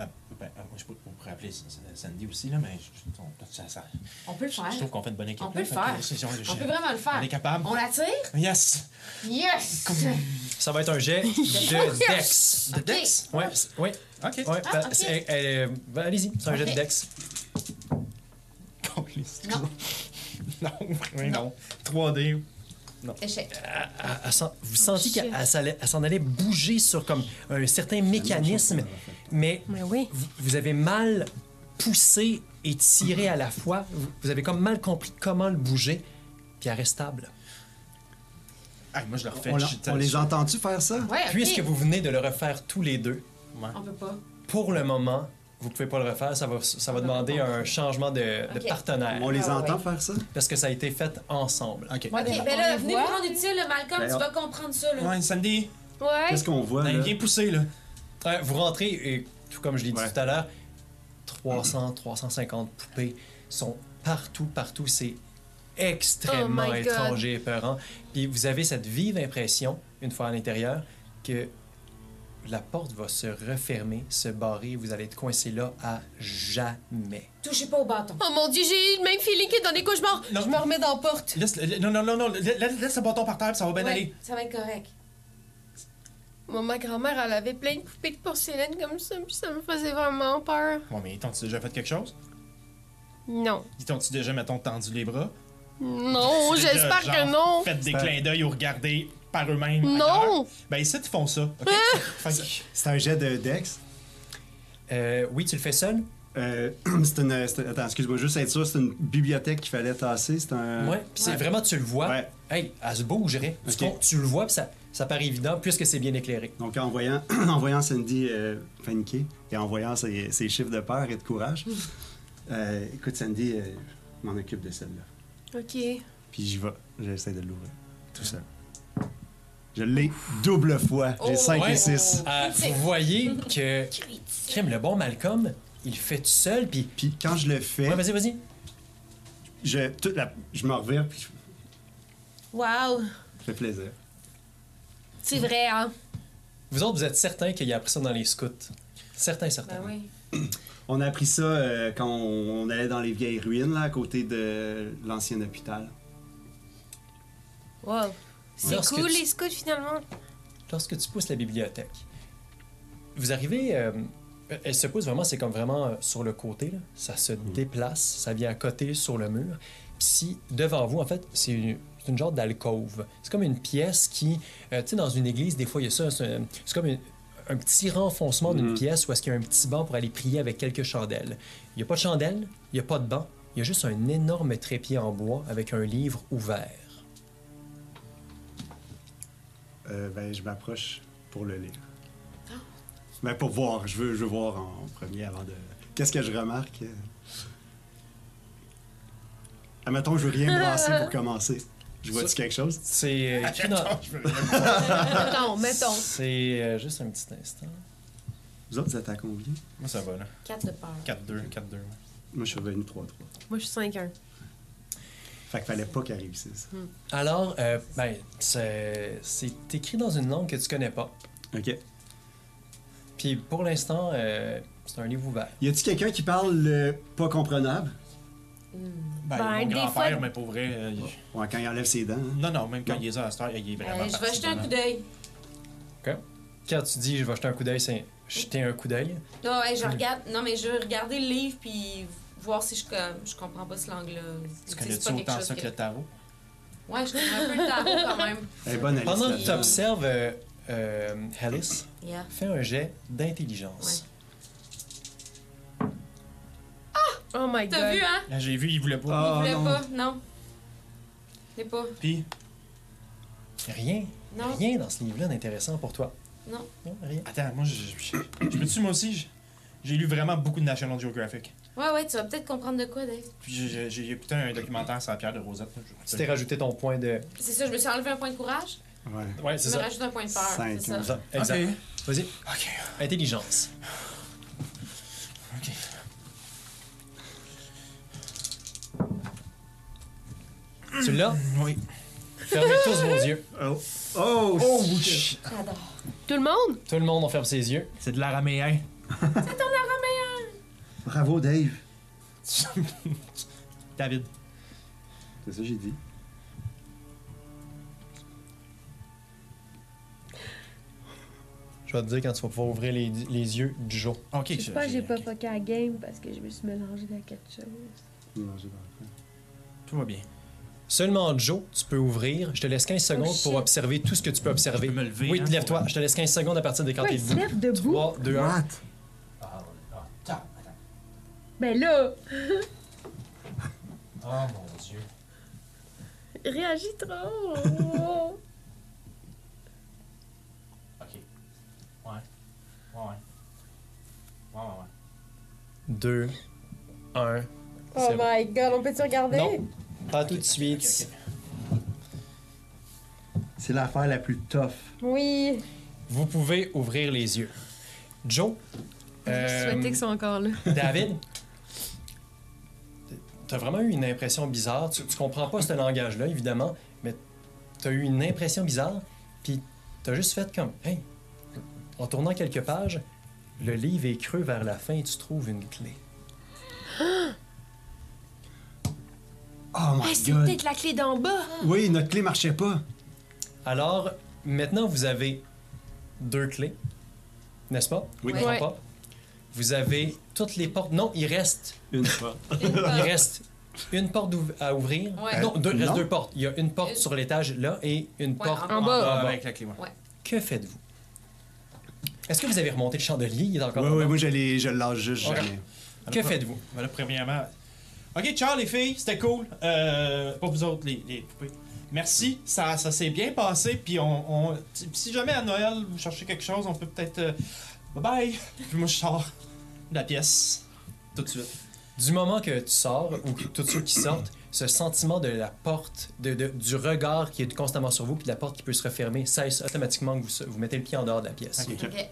S1: euh, ben, euh, moi, je peux on pourrait appeler S- S- Sandy aussi, là, mais je, on- ça- ça-
S3: On peut le faire.
S1: je trouve qu'on fait une bonne équipe.
S3: On peut
S1: là,
S3: le
S1: fait
S3: faire.
S1: que c'est-
S3: On peut vraiment le faire.
S1: On est capable.
S3: On la tire?
S1: Yes!
S3: Yes!
S2: Ça va être
S3: <laughs>
S2: un jet de Dex.
S1: De
S3: Ok.
S1: Dex?
S2: Ouais, c'est- ouais,
S1: OK.
S2: ouais.
S3: Ah,
S2: bah,
S3: ok.
S2: c'est- euh, bah, Allez-y, c'est un jet de
S3: Ok.
S2: Dex.
S3: Non.
S1: Non, oui, non. 3D.
S3: Échec.
S1: euh,
S2: Elle- elle sent- vous sentiez qu'elle elle s'allait- elle s'en allait bouger sur comme un certain mécanisme, mais
S6: Mais oui.
S2: vous, vous avez mal pousser et tirer à la fois. Vous, vous avez comme mal compris comment le bouger, puis elle reste stable.
S1: Ah, moi, je le refais.
S4: On, l'a-
S1: je suis
S4: on les
S1: sûr.
S4: a entendus faire ça?
S6: Ouais, ok.
S2: Puisque vous venez de le refaire tous les deux,
S8: On peut pas.
S2: pour le moment, vous pouvez pas le refaire. Ça va, ça va demander un changement de, de
S3: Ok.
S2: partenaire,
S4: On les
S6: Ah,
S4: entend faire ça?
S2: parce que ça a été fait ensemble.
S4: OK.
S3: Ok,
S5: On
S3: ben là,
S5: les
S3: venez
S5: voit?
S3: me rendre utile, là, Malcolm,
S4: Ben,
S3: tu
S4: on-
S3: vas comprendre ça, là.
S1: Ouais, Sandy,
S6: Ouais.
S4: Qu'est-ce qu'on voit,
S1: t'as
S4: là?
S1: bien poussé, là.
S2: Ouais, vous rentrez et, tout comme je l'ai dit
S4: Ouais.
S2: tout à l'heure, 300, 350 poupées sont partout, partout. C'est extrêmement
S6: Oh my God.
S2: étrange et épeurant. Puis vous avez cette vive impression, une fois à l'intérieur, que la porte va se refermer, se barrer. Vous allez être coincé là à jamais.
S3: Touchez pas au bâton.
S6: Oh mon dieu, j'ai eu le même feeling que dans les cauchemars.
S1: Non.
S6: Je me remets dans la porte.
S1: Laisse, le- non, non, non, non, la- la- laisse le bâton par terre, puis ça va bien
S3: Ouais,
S1: aller.
S3: Ça va être correct.
S6: Moi, ma grand-mère, elle avait plein de poupées de porcelaine comme ça, puis ça me faisait vraiment peur.
S1: Ouais, mais t'ont-tu déjà fait quelque chose?
S6: Non.
S1: Ils t'ont-tu déjà, mettons, tendu les bras?
S6: Non,
S1: Déjà,
S6: j'espère
S1: genre,
S6: que non.
S1: Faites des
S4: Ça-
S1: clins d'œil ou regardez par eux-mêmes. ailleurs.
S6: Non!
S1: Ben, ici, ils font ça. OK?
S3: Ah!
S1: Fait que-
S4: C'est un jet de Dex.
S2: Euh, oui, tu le fais seul?
S4: Euh, <clears throat> c'est une, c'est- attends, excuse-moi, juste être sûr, c'est une bibliothèque qu'il fallait tasser. C'est un.
S2: Ouais, puis c'est vraiment, tu le vois.
S4: Euh. Ouais.
S2: Hey, elle se bougerait. Tu
S4: Ok.
S2: con- Tu, le vois, puis ça, ça paraît évident puisque c'est bien éclairé.
S4: Donc, en voyant, <clears throat> en voyant Cindy euh, paniquer et en voyant ses, ses chiffres de peur et de
S6: <laughs>
S4: courage, euh, écoute, Cindy, euh, je m'en occupe de celle-là.
S6: Ok.
S4: Puis j'y vais. J'essaie de l'ouvrir. Tout seul. Je l'ai double fois. J'ai
S3: Oh,
S4: 5
S2: ouais.
S4: et 6.
S2: Euh, vous voyez que
S3: Critique.
S2: Crime, le bon Malcolm, il le fait tout seul, puis.
S4: Puis quand je le fais,
S2: Ouais, vas-y, vas-y.
S4: je, toute la, je me revire puis je
S6: Wow.
S4: fais plaisir.
S6: C'est vrai, hein?
S2: Vous autres, vous êtes certains qu'il a appris ça dans les scouts. Certains, certains.
S3: Ben oui.
S4: On a appris ça euh, quand on, on allait dans les vieilles ruines, là, à côté de l'ancien hôpital.
S6: Wow. C'est
S2: Lorsque
S6: cool,
S2: tu-
S6: les scouts, finalement.
S2: Lorsque tu pousses la bibliothèque, vous arrivez. euh, elle se pousse vraiment, c'est comme vraiment euh, sur le côté, là. Ça se déplace, ça vient à côté sur le mur. Puis si, devant vous, en fait, c'est une, c'est une genre d'alcôve. C'est comme une pièce qui. euh, tu sais, dans une église, des fois, il y a ça. C'est un- c'est comme une- un petit renfoncement d'une
S4: Mhm.
S2: pièce où est-ce qu'il y a un petit banc pour aller prier avec quelques chandelles. Il n'y a pas de chandelle, il n'y a pas de banc, il y a juste un énorme trépied en bois avec un livre ouvert.
S4: Euh, ben, je m'approche pour le lire.
S2: Ah.
S4: Ben, pour voir. Je veux, je veux voir en premier avant de. Qu'est-ce que je remarque? euh? Admettons, je veux rien brasser pour commencer. Je vois-tu quelque chose?
S2: C'est
S1: Ah,
S2: euh,
S1: <laughs>
S2: écrit dans-
S4: <laughs>
S6: <laughs> Mettons, mettons.
S2: C'est euh, juste un petit instant.
S4: Vous autres, vous êtes à combien?
S1: Moi, ça va, là.
S3: 4 de peur.
S1: 4-2, 4-2. ouais.
S4: Moi, je suis revenu 3-3.
S6: Moi, je suis 5-1.
S4: Fait qu'il fallait pas qu'elle réussisse.
S2: Alors, euh, ben, c'est c'est écrit dans une langue que tu connais pas.
S4: OK.
S2: Puis pour l'instant, euh, c'est un livre ouvert.
S4: Y a-tu quelqu'un qui parle le pas comprenable?
S1: Ben,
S6: Ben,
S1: mon
S6: des
S1: grand-père,
S6: fois-
S1: mais pour vrai. euh, il-
S4: Ouais, quand il enlève ses dents. hein.
S1: Non, non, même quand il est à cette heure, il est vraiment.
S3: Euh, je vais
S1: parti
S3: jeter un
S1: dans
S3: coup
S1: la-
S3: d'œil.
S2: Quand tu dis je vais jeter un coup d'œil, c'est jeter un coup d'œil.
S3: Non, ouais,
S1: Mmh.
S3: je regarde. Non, mais je vais regarder le livre puis voir si je, comme, je comprends pas ce langue-là.
S1: Tu
S3: C'est
S1: connais-tu
S3: pas quelque
S1: autant
S3: chose
S1: ça que le tarot?
S3: Ouais, je connais un peu le tarot quand même.
S4: Elle est bonne à
S2: Pendant que
S4: liste
S2: tu
S4: là-dedans.
S2: observes euh, euh, Alice,
S3: <laughs> Yeah.
S2: fais un jet d'intelligence.
S6: Oh my god.
S3: T'as vu, hein?
S1: Là, j'ai vu, il voulait pas.
S4: Ah,
S3: Il voulait
S4: non.
S3: pas. Non. Il voulait pas.
S1: Puis,
S2: Rien,
S3: Non.
S2: rien dans ce livre-là d'intéressant pour toi.
S3: Non.
S2: Non, rien.
S1: attends, moi, je, je, je peux-tu, moi aussi, je- j'ai lu vraiment beaucoup de National Geographic.
S3: Ouais, ouais, tu vas peut-être comprendre de quoi, Dave.
S1: Puis, j'ai- j'ai j'ai écouté un documentaire sur la pierre de Rosette. là, je-
S2: Tu t'es rajouté ton point de.
S3: C'est ça, je me suis enlevé un point de courage.
S4: Ouais.
S2: Ouais,
S3: Je
S2: c'est
S3: me
S2: ça.
S3: rajoute un point de peur.
S4: Cinq,
S3: C'est ça.
S4: hein.
S2: Ça, Exact.
S1: Ok.
S2: Vas-y.
S1: Ok.
S2: Intelligence.
S1: Ok.
S2: Tu l'as?
S1: Mm, Oui.
S2: Fermez tous vos yeux.
S4: Oh! Oh! shit.
S3: hein?
S6: Tout le monde?
S2: Tout le monde, on ferme ses yeux.
S1: C'est de l'araméen.
S4: Bravo, Dave!
S1: David.
S4: C'est ça que j'ai dit.
S2: Je vais te dire quand tu vas pouvoir ouvrir les, les yeux du jour.
S1: Ok,
S5: Je sais pas, j'ai pas
S1: ok.
S5: fucké à la game parce que je me suis mélangée à quelque chose.
S4: Non, j'ai pas
S1: Tout va bien.
S2: Seulement Joe, tu peux ouvrir. Je te laisse 15 secondes
S5: shit.
S2: pour observer tout ce que tu peux observer.
S1: Je peux me lever,
S2: Oui,
S1: hein,
S2: lève-toi.
S1: pour-
S2: Je te laisse 15 secondes à partir de quand
S5: Ouais,
S2: t'es
S5: il se
S1: Ah,
S2: debout.
S5: lève debout.
S2: 3, 2, 1.
S4: What?
S5: Ben là,
S2: Oh mon dieu.
S6: Réagis trop!
S1: Ok. Ouais. Ouais, ouais. Ouais, ouais, ouais.
S2: 2, 1.
S6: oh my god, on peut-tu regarder?
S2: Non, pas tout de suite.
S1: Ah,
S4: C'est l'affaire la plus tough. Oh
S6: Oui!
S2: Vous pouvez ouvrir les yeux. Joe, euh,
S5: souhaiter qu'ils soient encore là.
S2: David, t'as vraiment eu une impression bizarre. Tu, tu comprends pas ce langage-là, évidemment, mais t'as eu une impression bizarre, puis t'as juste fait comme, hey, en tournant quelques pages, le livre est creux vers la fin et tu trouves une clé.
S4: Oh my
S6: Hey, Ah, c'est
S4: god.
S6: peut-être la clé d'en bas!
S4: Oui, notre clé marchait pas.
S2: Alors, maintenant, vous avez deux clés, n'est-ce pas?
S4: Oui.
S2: Je comprends
S5: Ouais.
S2: pas. Vous avez toutes les portes. Non, il reste.
S4: Une <laughs> porte.
S2: Il reste une porte d'ouv- à ouvrir.
S3: Ouais.
S2: Non, deux,
S4: Euh,
S2: reste
S4: non.
S2: deux portes. Il y a une porte
S3: Une.
S2: sur l'étage là et une
S3: Ouais,
S2: porte
S3: en
S5: En bas.
S2: bas.
S1: ah, Avec la clé, ouais.
S2: Que faites-vous? Est-ce que vous avez remonté le chandelier? Il est encore
S4: Oui,
S2: en
S4: oui,
S2: bas.
S4: moi je, l'ai- je le lâche juste
S2: Ok.
S4: jamais.
S2: Que faites-vous?
S1: Voilà, premièrement. Ok, ciao les filles, c'était cool. Euh, pas vous autres, les, les poupées. Merci, ça, ça s'est bien passé. Puis on, on- si- si jamais à Noël vous cherchez quelque chose, on peut peut-être. euh, bye bye. <laughs> Puis moi je sors de la pièce tout de suite.
S2: Du moment que tu sors, ou que tous ceux qui sortent, ce sentiment de la porte, de, de- du regard qui est constamment sur vous, puis de la porte qui peut se refermer, cesse automatiquement que vous, vous mettez le pied en dehors de la pièce.
S4: Ok.
S3: Ok.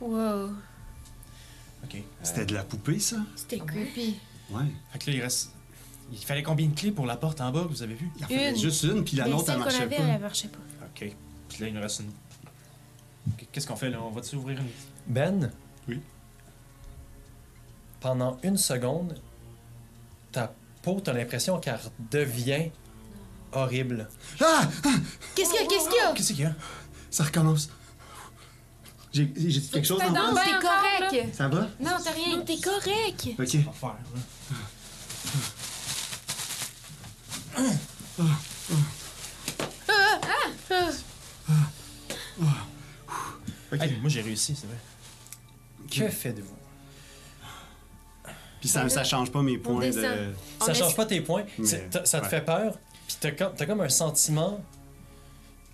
S6: Wow!
S1: Ok.
S4: C'était de la poupée, ça?
S6: C'était creepy.
S4: Ouais.
S1: Fait que là, il reste. Il fallait combien de clés pour la porte en bas que vous avez vu
S4: Il en fallait
S6: Une.
S4: juste une, puis la
S6: Mais
S4: nôtre,
S6: celle
S4: elle
S6: qu'on
S4: marchait
S6: avait, euh.
S4: pas.
S6: elle marchait pas.
S1: Ok. Puis là, il nous reste une. Qu- Qu'est-ce qu'on fait là On va-tu ouvrir une.
S2: Ben?
S1: Oui.
S2: Pendant une seconde, ta peau, t'as l'impression qu'elle redevient horrible.
S4: Ah!
S6: Qu'est-ce qu'il y a? Qu'est-ce qu'il y a?
S1: Qu'est-ce qu'il y a
S4: Ça recommence. J'ai j'ai dit quelque chose en
S6: Non,
S4: bas?
S6: t'es
S5: encore,
S6: correct!
S4: Ça va?
S3: Non, t'as rien.
S6: Non, t'es correct!
S4: Ok.
S1: On va faire, là.
S4: Ok.
S1: Hey, moi j'ai réussi, c'est vrai.
S2: Que faites-vous?
S4: Puis ça, ça change pas mes points de.
S6: descend.
S2: Ça
S3: On
S2: change
S3: laisse-
S2: pas tes points,
S4: Mais,
S2: c'est- t'as- ça te
S4: ouais.
S2: fait peur, puis t'as comme, t'as comme un sentiment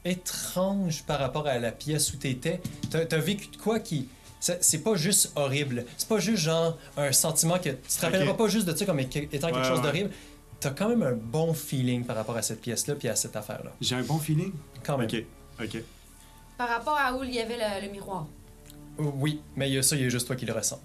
S2: étrange par rapport à la pièce où t'étais. T'as t'as vécu de quoi qui... C'est c'est pas juste horrible. C'est pas juste genre un sentiment que... Tu te rappelleras pas juste de ça comme étant quelque
S4: Ouais,
S2: chose
S4: ouais.
S2: d'horrible. T'as quand même un bon feeling par rapport à cette pièce-là puis à cette affaire-là.
S4: J'ai un bon feeling.
S2: Quand même.
S4: Ok. Ok.
S3: Par rapport à où il y avait le, le miroir.
S2: Oui, mais il y a ça, il y a juste toi qui le ressens.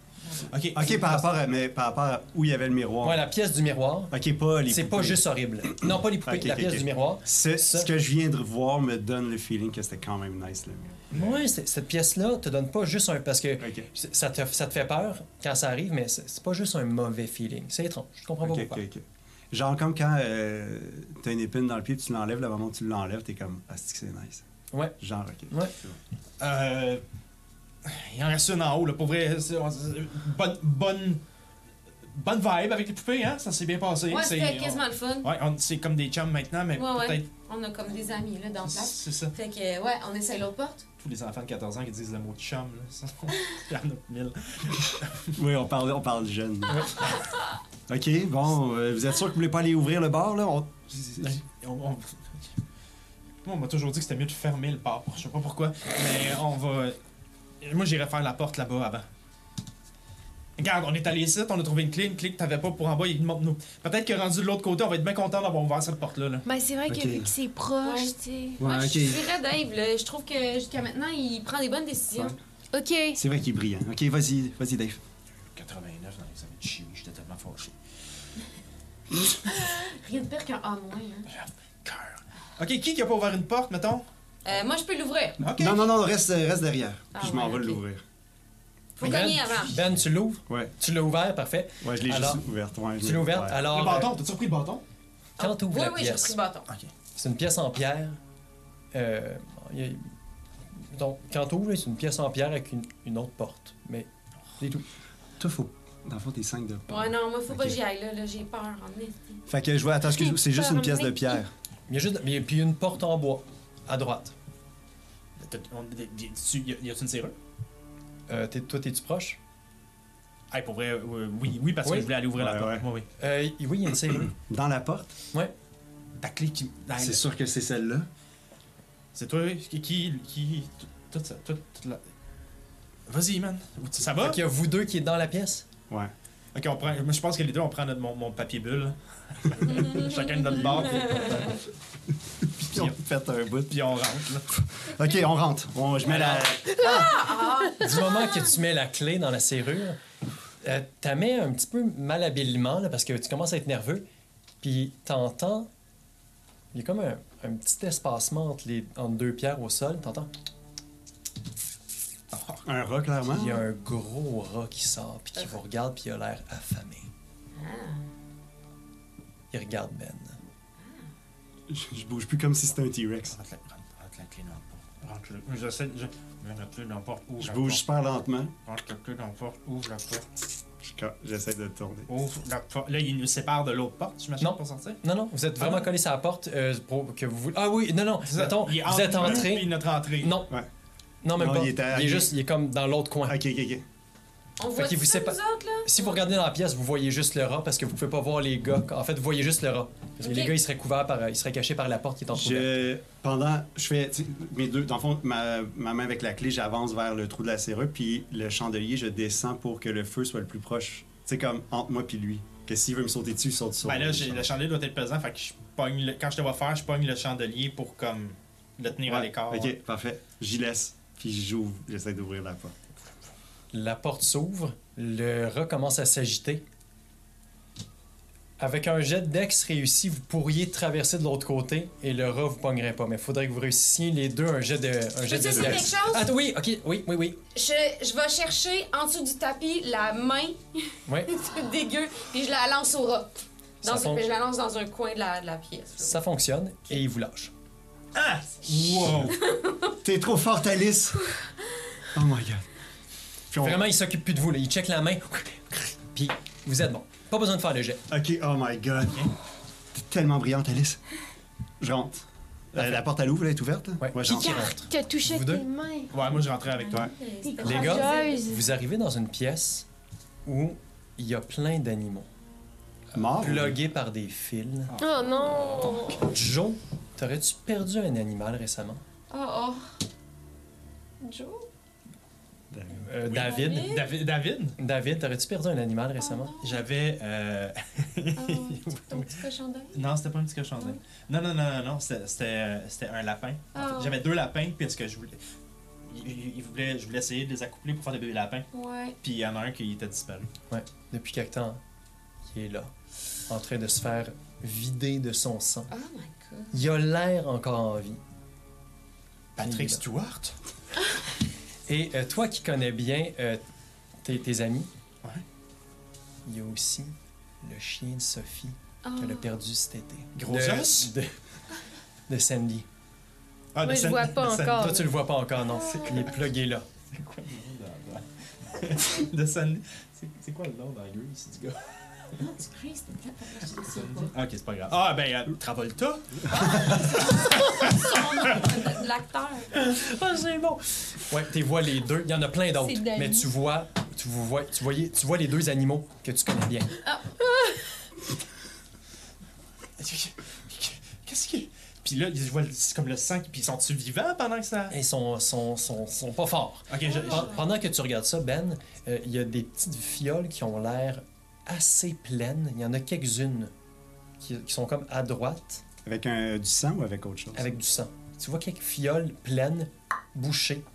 S1: Ok,
S4: Ok, par rapport à, mais, par rapport à où il y avait le miroir.
S2: Ouais, la pièce du miroir,
S4: Ok, pas les
S2: c'est pas
S4: poupées.
S2: juste horrible. Non, pas les poupées,
S4: Ok,
S2: la
S4: ok,
S2: pièce
S4: ok.
S2: du miroir.
S4: C'est-
S2: Ça.
S4: Ce que je viens de voir me donne le feeling que c'était quand même nice, le miroir.
S2: Ouais, c'est- cette pièce-là te donne pas juste un... Parce que...
S4: Ok.
S2: C- Ça te, ça te fait peur quand ça arrive, mais c'est c'est pas juste un mauvais feeling. C'est étrange. Je comprends pas
S4: Ok,
S2: pourquoi.
S4: ok, ok. Genre comme quand euh, t'as une épine dans le pied, tu l'enlèves, le moment où tu l'enlèves, t'es comme « Ah, c'est que c'est nice. »
S2: Ouais.
S4: Genre, ok.
S2: Ouais.
S1: Euh, il en reste une en haut, là. Pour vrai, c'est- on- c'est- bonne, bonne, bonne vibe avec les poupées, hein? Ça s'est bien passé.
S3: Ouais,
S1: C'est-
S3: c'était
S1: on-
S3: quasiment le fun.
S1: Ouais, on- c'est comme des chums maintenant, mais
S3: Ouais, ouais.
S1: peut-être
S3: On a comme des amis, là, dans la place.
S1: c'est ça.
S3: Fait que, ouais, on essaye l'autre porte.
S1: Tous les enfants de 14 ans qui disent le mot chum, là. ça, <laughs> Il y en a mille.
S4: Oui, on parle, on parle jeune. ok, bon, euh, vous êtes sûr que vous voulez pas aller ouvrir le bar, là? On-
S1: On- on- Moi, on m'a toujours dit que c'était mieux de fermer le port. Je sais pas pourquoi, mais on va... Moi, j'irai faire la porte là-bas avant. Regarde, on est allé ici, on a trouvé une clé, une clé que t'avais pas pour en bas. il monte nous. Peut-être que rendu de l'autre côté, on va être bien content d'avoir ouvert cette porte-là. là.
S6: Ben, c'est vrai
S4: Ok.
S6: que vu que c'est proche,
S3: Ouais.
S6: tu
S4: Ouais,
S3: Moi, je
S4: ok.
S3: dirais Dave, là. Je trouve que jusqu'à maintenant, il prend des bonnes décisions.
S4: Ouais.
S6: sais. Ok.
S4: C'est vrai qu'il est brillant. Ok, vas-y, vas-y, Dave.
S1: 89 dans l'examen de chimie, j'étais tellement fâché.
S3: Rien de pire qu'un A moins. hein.
S1: Cœur. Ok, qui qui a pas ouvert une porte, mettons?
S3: Euh, moi, je peux l'ouvrir.
S1: Ok.
S4: Non, non, non, reste, reste derrière.
S3: Ah
S4: Puis je m'en
S3: ouais,
S4: vais
S3: ok.
S4: l'ouvrir.
S3: Faut gagner avant.
S2: Ben, tu l'ouvres.
S4: Ouais,
S2: Tu l'as ouvert, parfait.
S4: ouais, je l'ai
S2: Alors,
S4: juste ouverte. Ouais, je
S2: Tu
S4: l'ai
S2: l'as ouvert.
S4: ouverte.
S2: Alors,
S1: Le
S2: euh,
S1: bâton, t'as-tu repris le bâton?
S2: quand tu ouvres
S3: Oui,
S2: la
S3: oui, j'ai pris
S2: pièce,
S3: le bâton.
S2: c'est une pièce en pierre. Euh, il y a- donc, quand tu ouvres, c'est une pièce en pierre avec une, une autre porte. Mais c'est tout.
S4: Toi, faut... Dans le fond, t'es 5 de
S3: Ouais, non, moi, faut pas
S4: Ok.
S3: que j'y aille, là. là j'ai peur, en est.
S4: Fait que je vois, attends, excuse c'est juste une pièce de pierre.
S2: Il y a juste. il y a- Puis une porte en bois, à droite.
S1: T'as- on- y- Y y a-tu une serrure?
S2: Euh, t'es- toi, t'es-tu proche?
S1: Hey, pour vrai, euh, oui, oui, parce que
S2: Oui.
S1: je voulais aller ouvrir la
S4: Ouais,
S1: porte. Oui, oui.
S2: Euh, oui, il y a une série.
S4: Dans la porte.
S2: ouais.
S1: Ta clé qui. Ah,
S4: C'est sûr que c'est celle-là.
S1: C'est toi qui. qui, qui tout ça. Tout, toute la... Vas-y, man. Ça va?
S2: Fait qu'il y a vous deux qui est dans la pièce.
S4: Ouais.
S1: Ok, on prend. moi, Je pense que les deux, on prend notre, mon, mon papier bulle. Chacun de notre bord. Puis,
S4: Puis on fait un bout.
S1: puis on rentre. là.
S4: Ok, on rentre. On- je mets la.
S2: Du moment que tu mets la clé dans la serrure, euh, t'as mets un petit peu malhabilement là, parce que tu commences à être nerveux. Puis t'entends, il y a comme un, un petit espacement entre, les, entre deux pierres au sol. T'entends,
S4: Un rat, clairement.
S2: il
S1: Ah.
S2: y a un gros rat qui sort puis qui vous regarde puis il a l'air affamé.
S1: Ah.
S2: Il regarde Ben.
S4: Je, je bouge plus comme si c'était un T-Rex.
S1: Rentre la, rentre- rentre la clé dans la porte. Rentre le- J'essaie. Je... Mets la clé dans la porte. Ouvre
S4: Je
S1: la
S4: bouge
S1: porte.
S4: super lentement.
S1: Rentre la clé dans la porte. Ouvre la porte.
S4: Je ca- J'essaie de tourner.
S1: Ouvre la porte. Là, il nous sépare de l'autre porte, je m'achète
S2: Non.
S1: pour sortir.
S2: Non, non, vous
S1: Ah.
S2: êtes vraiment collé sur la porte euh, pour que vous voulez. Ah oui, non, non, mettons,
S1: Il est
S2: vous êtes
S1: entre nous
S2: entré.
S1: puis notre entrée.
S2: Non.
S4: Ouais.
S2: Non, même
S4: Non,
S2: pas.
S4: il
S2: Il,
S4: était
S2: est
S4: arrivé.
S2: juste, il est comme dans l'autre coin.
S4: Ok, ok, ok.
S3: On
S2: Fait
S3: voit
S2: qu'il vous
S3: ça, nous
S2: sépare-
S3: autres, là?
S2: Si vous regardez dans la pièce, vous voyez juste le rat parce que vous pouvez pas voir les gars. En fait, vous voyez juste le rat. Parce que
S3: Ok.
S2: les gars, ils seraient couverts par, ils seraient cachés par la porte qui est entrouverte.
S4: Je, pendant, je fais tu sais, mes deux. Dans le fond, ma, ma main avec la clé, j'avance vers le trou de la serrure, puis le chandelier, je descends pour que le feu soit le plus proche. Tu sais, comme entre moi puis lui. Que s'il veut me sauter dessus, il saute sur
S1: Ben là,
S4: le
S1: j'ai- le
S4: chandelier.
S1: chandelier doit être pesant, fait que je pogne le- quand je te vois faire, je pogne le chandelier pour comme le tenir à
S4: Ouais,
S1: l'écart.
S4: Ok, parfait. J'y laisse, puis j'ouvre, j'essaie d'ouvrir la porte.
S2: La porte s'ouvre, le rat commence à s'agiter. Avec un jet de dex réussi, vous pourriez traverser de l'autre côté et le rat vous pognerait pas. Mais faudrait que vous réussissiez les deux un jet de, un jet
S3: Peux-tu
S2: de
S3: essayer quelque
S2: dex.
S3: chose?
S2: Attends, oui, ok, oui, oui, oui.
S3: Je, je vais chercher en dessous du tapis la main <laughs>
S2: Ouais.
S3: dégueu, puis je la lance au rat. Dans
S2: Ça
S3: un-
S2: fon-
S3: je la lance dans un coin de la, de la pièce.
S2: Ça fonctionne et il vous lâche.
S1: Ah! Wow!
S4: T'es trop forte, Alice! <laughs> Oh my god. Puis on-
S2: Vraiment, il s'occupe plus de vous. Là. Il check la main, puis vous êtes bon. Pas besoin de faire le jet.
S4: Ok, oh my god. T'es tellement brillante, Alice. Je rentre. Euh, la porte, elle ouvre, là, elle est ouverte? hein? là?
S2: Ouais.
S4: Moi, je rentre.
S2: rentre.
S5: T'as touché
S2: Vous
S5: avec
S2: deux?
S5: tes mains.
S1: Ouais, moi je rentrais avec toi.
S5: T'es
S2: Les gars,
S5: courageuse.
S2: Vous arrivez dans une pièce où il y a plein d'animaux,
S4: Mort?
S2: plugués par des fils.
S6: Oh non!
S2: Joe, t'aurais-tu perdu un animal récemment?
S3: Oh, oh. Joe?
S2: Euh, David?
S1: David, David?
S2: David, t'aurais-tu perdu un animal
S3: Oh,
S2: récemment?
S1: J'avais.
S2: <laughs>
S1: Euh...
S3: Ah, ton petit cochon d'œil?
S1: Non, c'était pas un petit cochon d'Inde. Non, non, non, non, non, c'était- c'était euh, c'était un lapin. En fait,
S6: Oh.
S3: Ah.
S1: J'avais deux lapins, puis ce que je voulais. il- il- il voulait- je voulais essayer de les accoupler pour faire des bébés lapins,
S3: Ouais.
S1: puis il y en a un qui était disparu.
S2: Depuis quelque temps, il est là, en train de se faire vider de son sang.
S3: Oh my god.
S2: Il a l'air encore en vie.
S1: Patrick
S2: Il est là.
S1: Stewart?
S2: Et euh, toi qui connais bien euh, tes, tes amis,
S1: Ouais.
S2: il y a aussi le chien de Sophie
S3: Oh.
S2: qu'elle a perdu cet été.
S1: Gros
S2: de,
S1: os?
S2: de, de Sandy.
S1: Ah,
S6: Moi,
S1: de
S6: je
S1: San-
S6: vois
S1: de
S6: pas
S1: San-
S6: encore.
S2: Toi, tu le vois pas encore, non. Il est plugué là.
S1: C'est quoi le nom dans- <laughs> dans- de Sandy? C'est- C'est quoi le nom dans Grease du gars?
S8: Non, tu cries, c'était pas- je sais pas.
S1: Ah, ok, c'est pas grave. Ah, ben, euh, Travolta?
S3: Son nom de- de <laughs> l'acteur.
S2: Ah, c'est bon. Ouais, tu vois les deux. Il y en a plein d'autres.
S5: C'est Dani.
S2: Mais tu vois, tu vous vois, tu voyais, tu vois les deux animaux que tu connais bien.
S1: Qu'est-ce qu'il. Puis là, je vois le- c'est comme le sang, puis ils sont-tu vivants pendant que ça.
S2: Et sont, sont, sont, sont pas forts.
S1: Ok, je. je-
S2: Pen- Pendant que tu regardes ça, Ben, euh, il y a des petites fioles qui ont l'air assez pleines. Il y en a quelques-unes qui, qui sont comme à droite
S4: Avec un, du sang ou avec autre chose?
S2: avec du sang. Tu vois quelques fioles pleines, bouchées,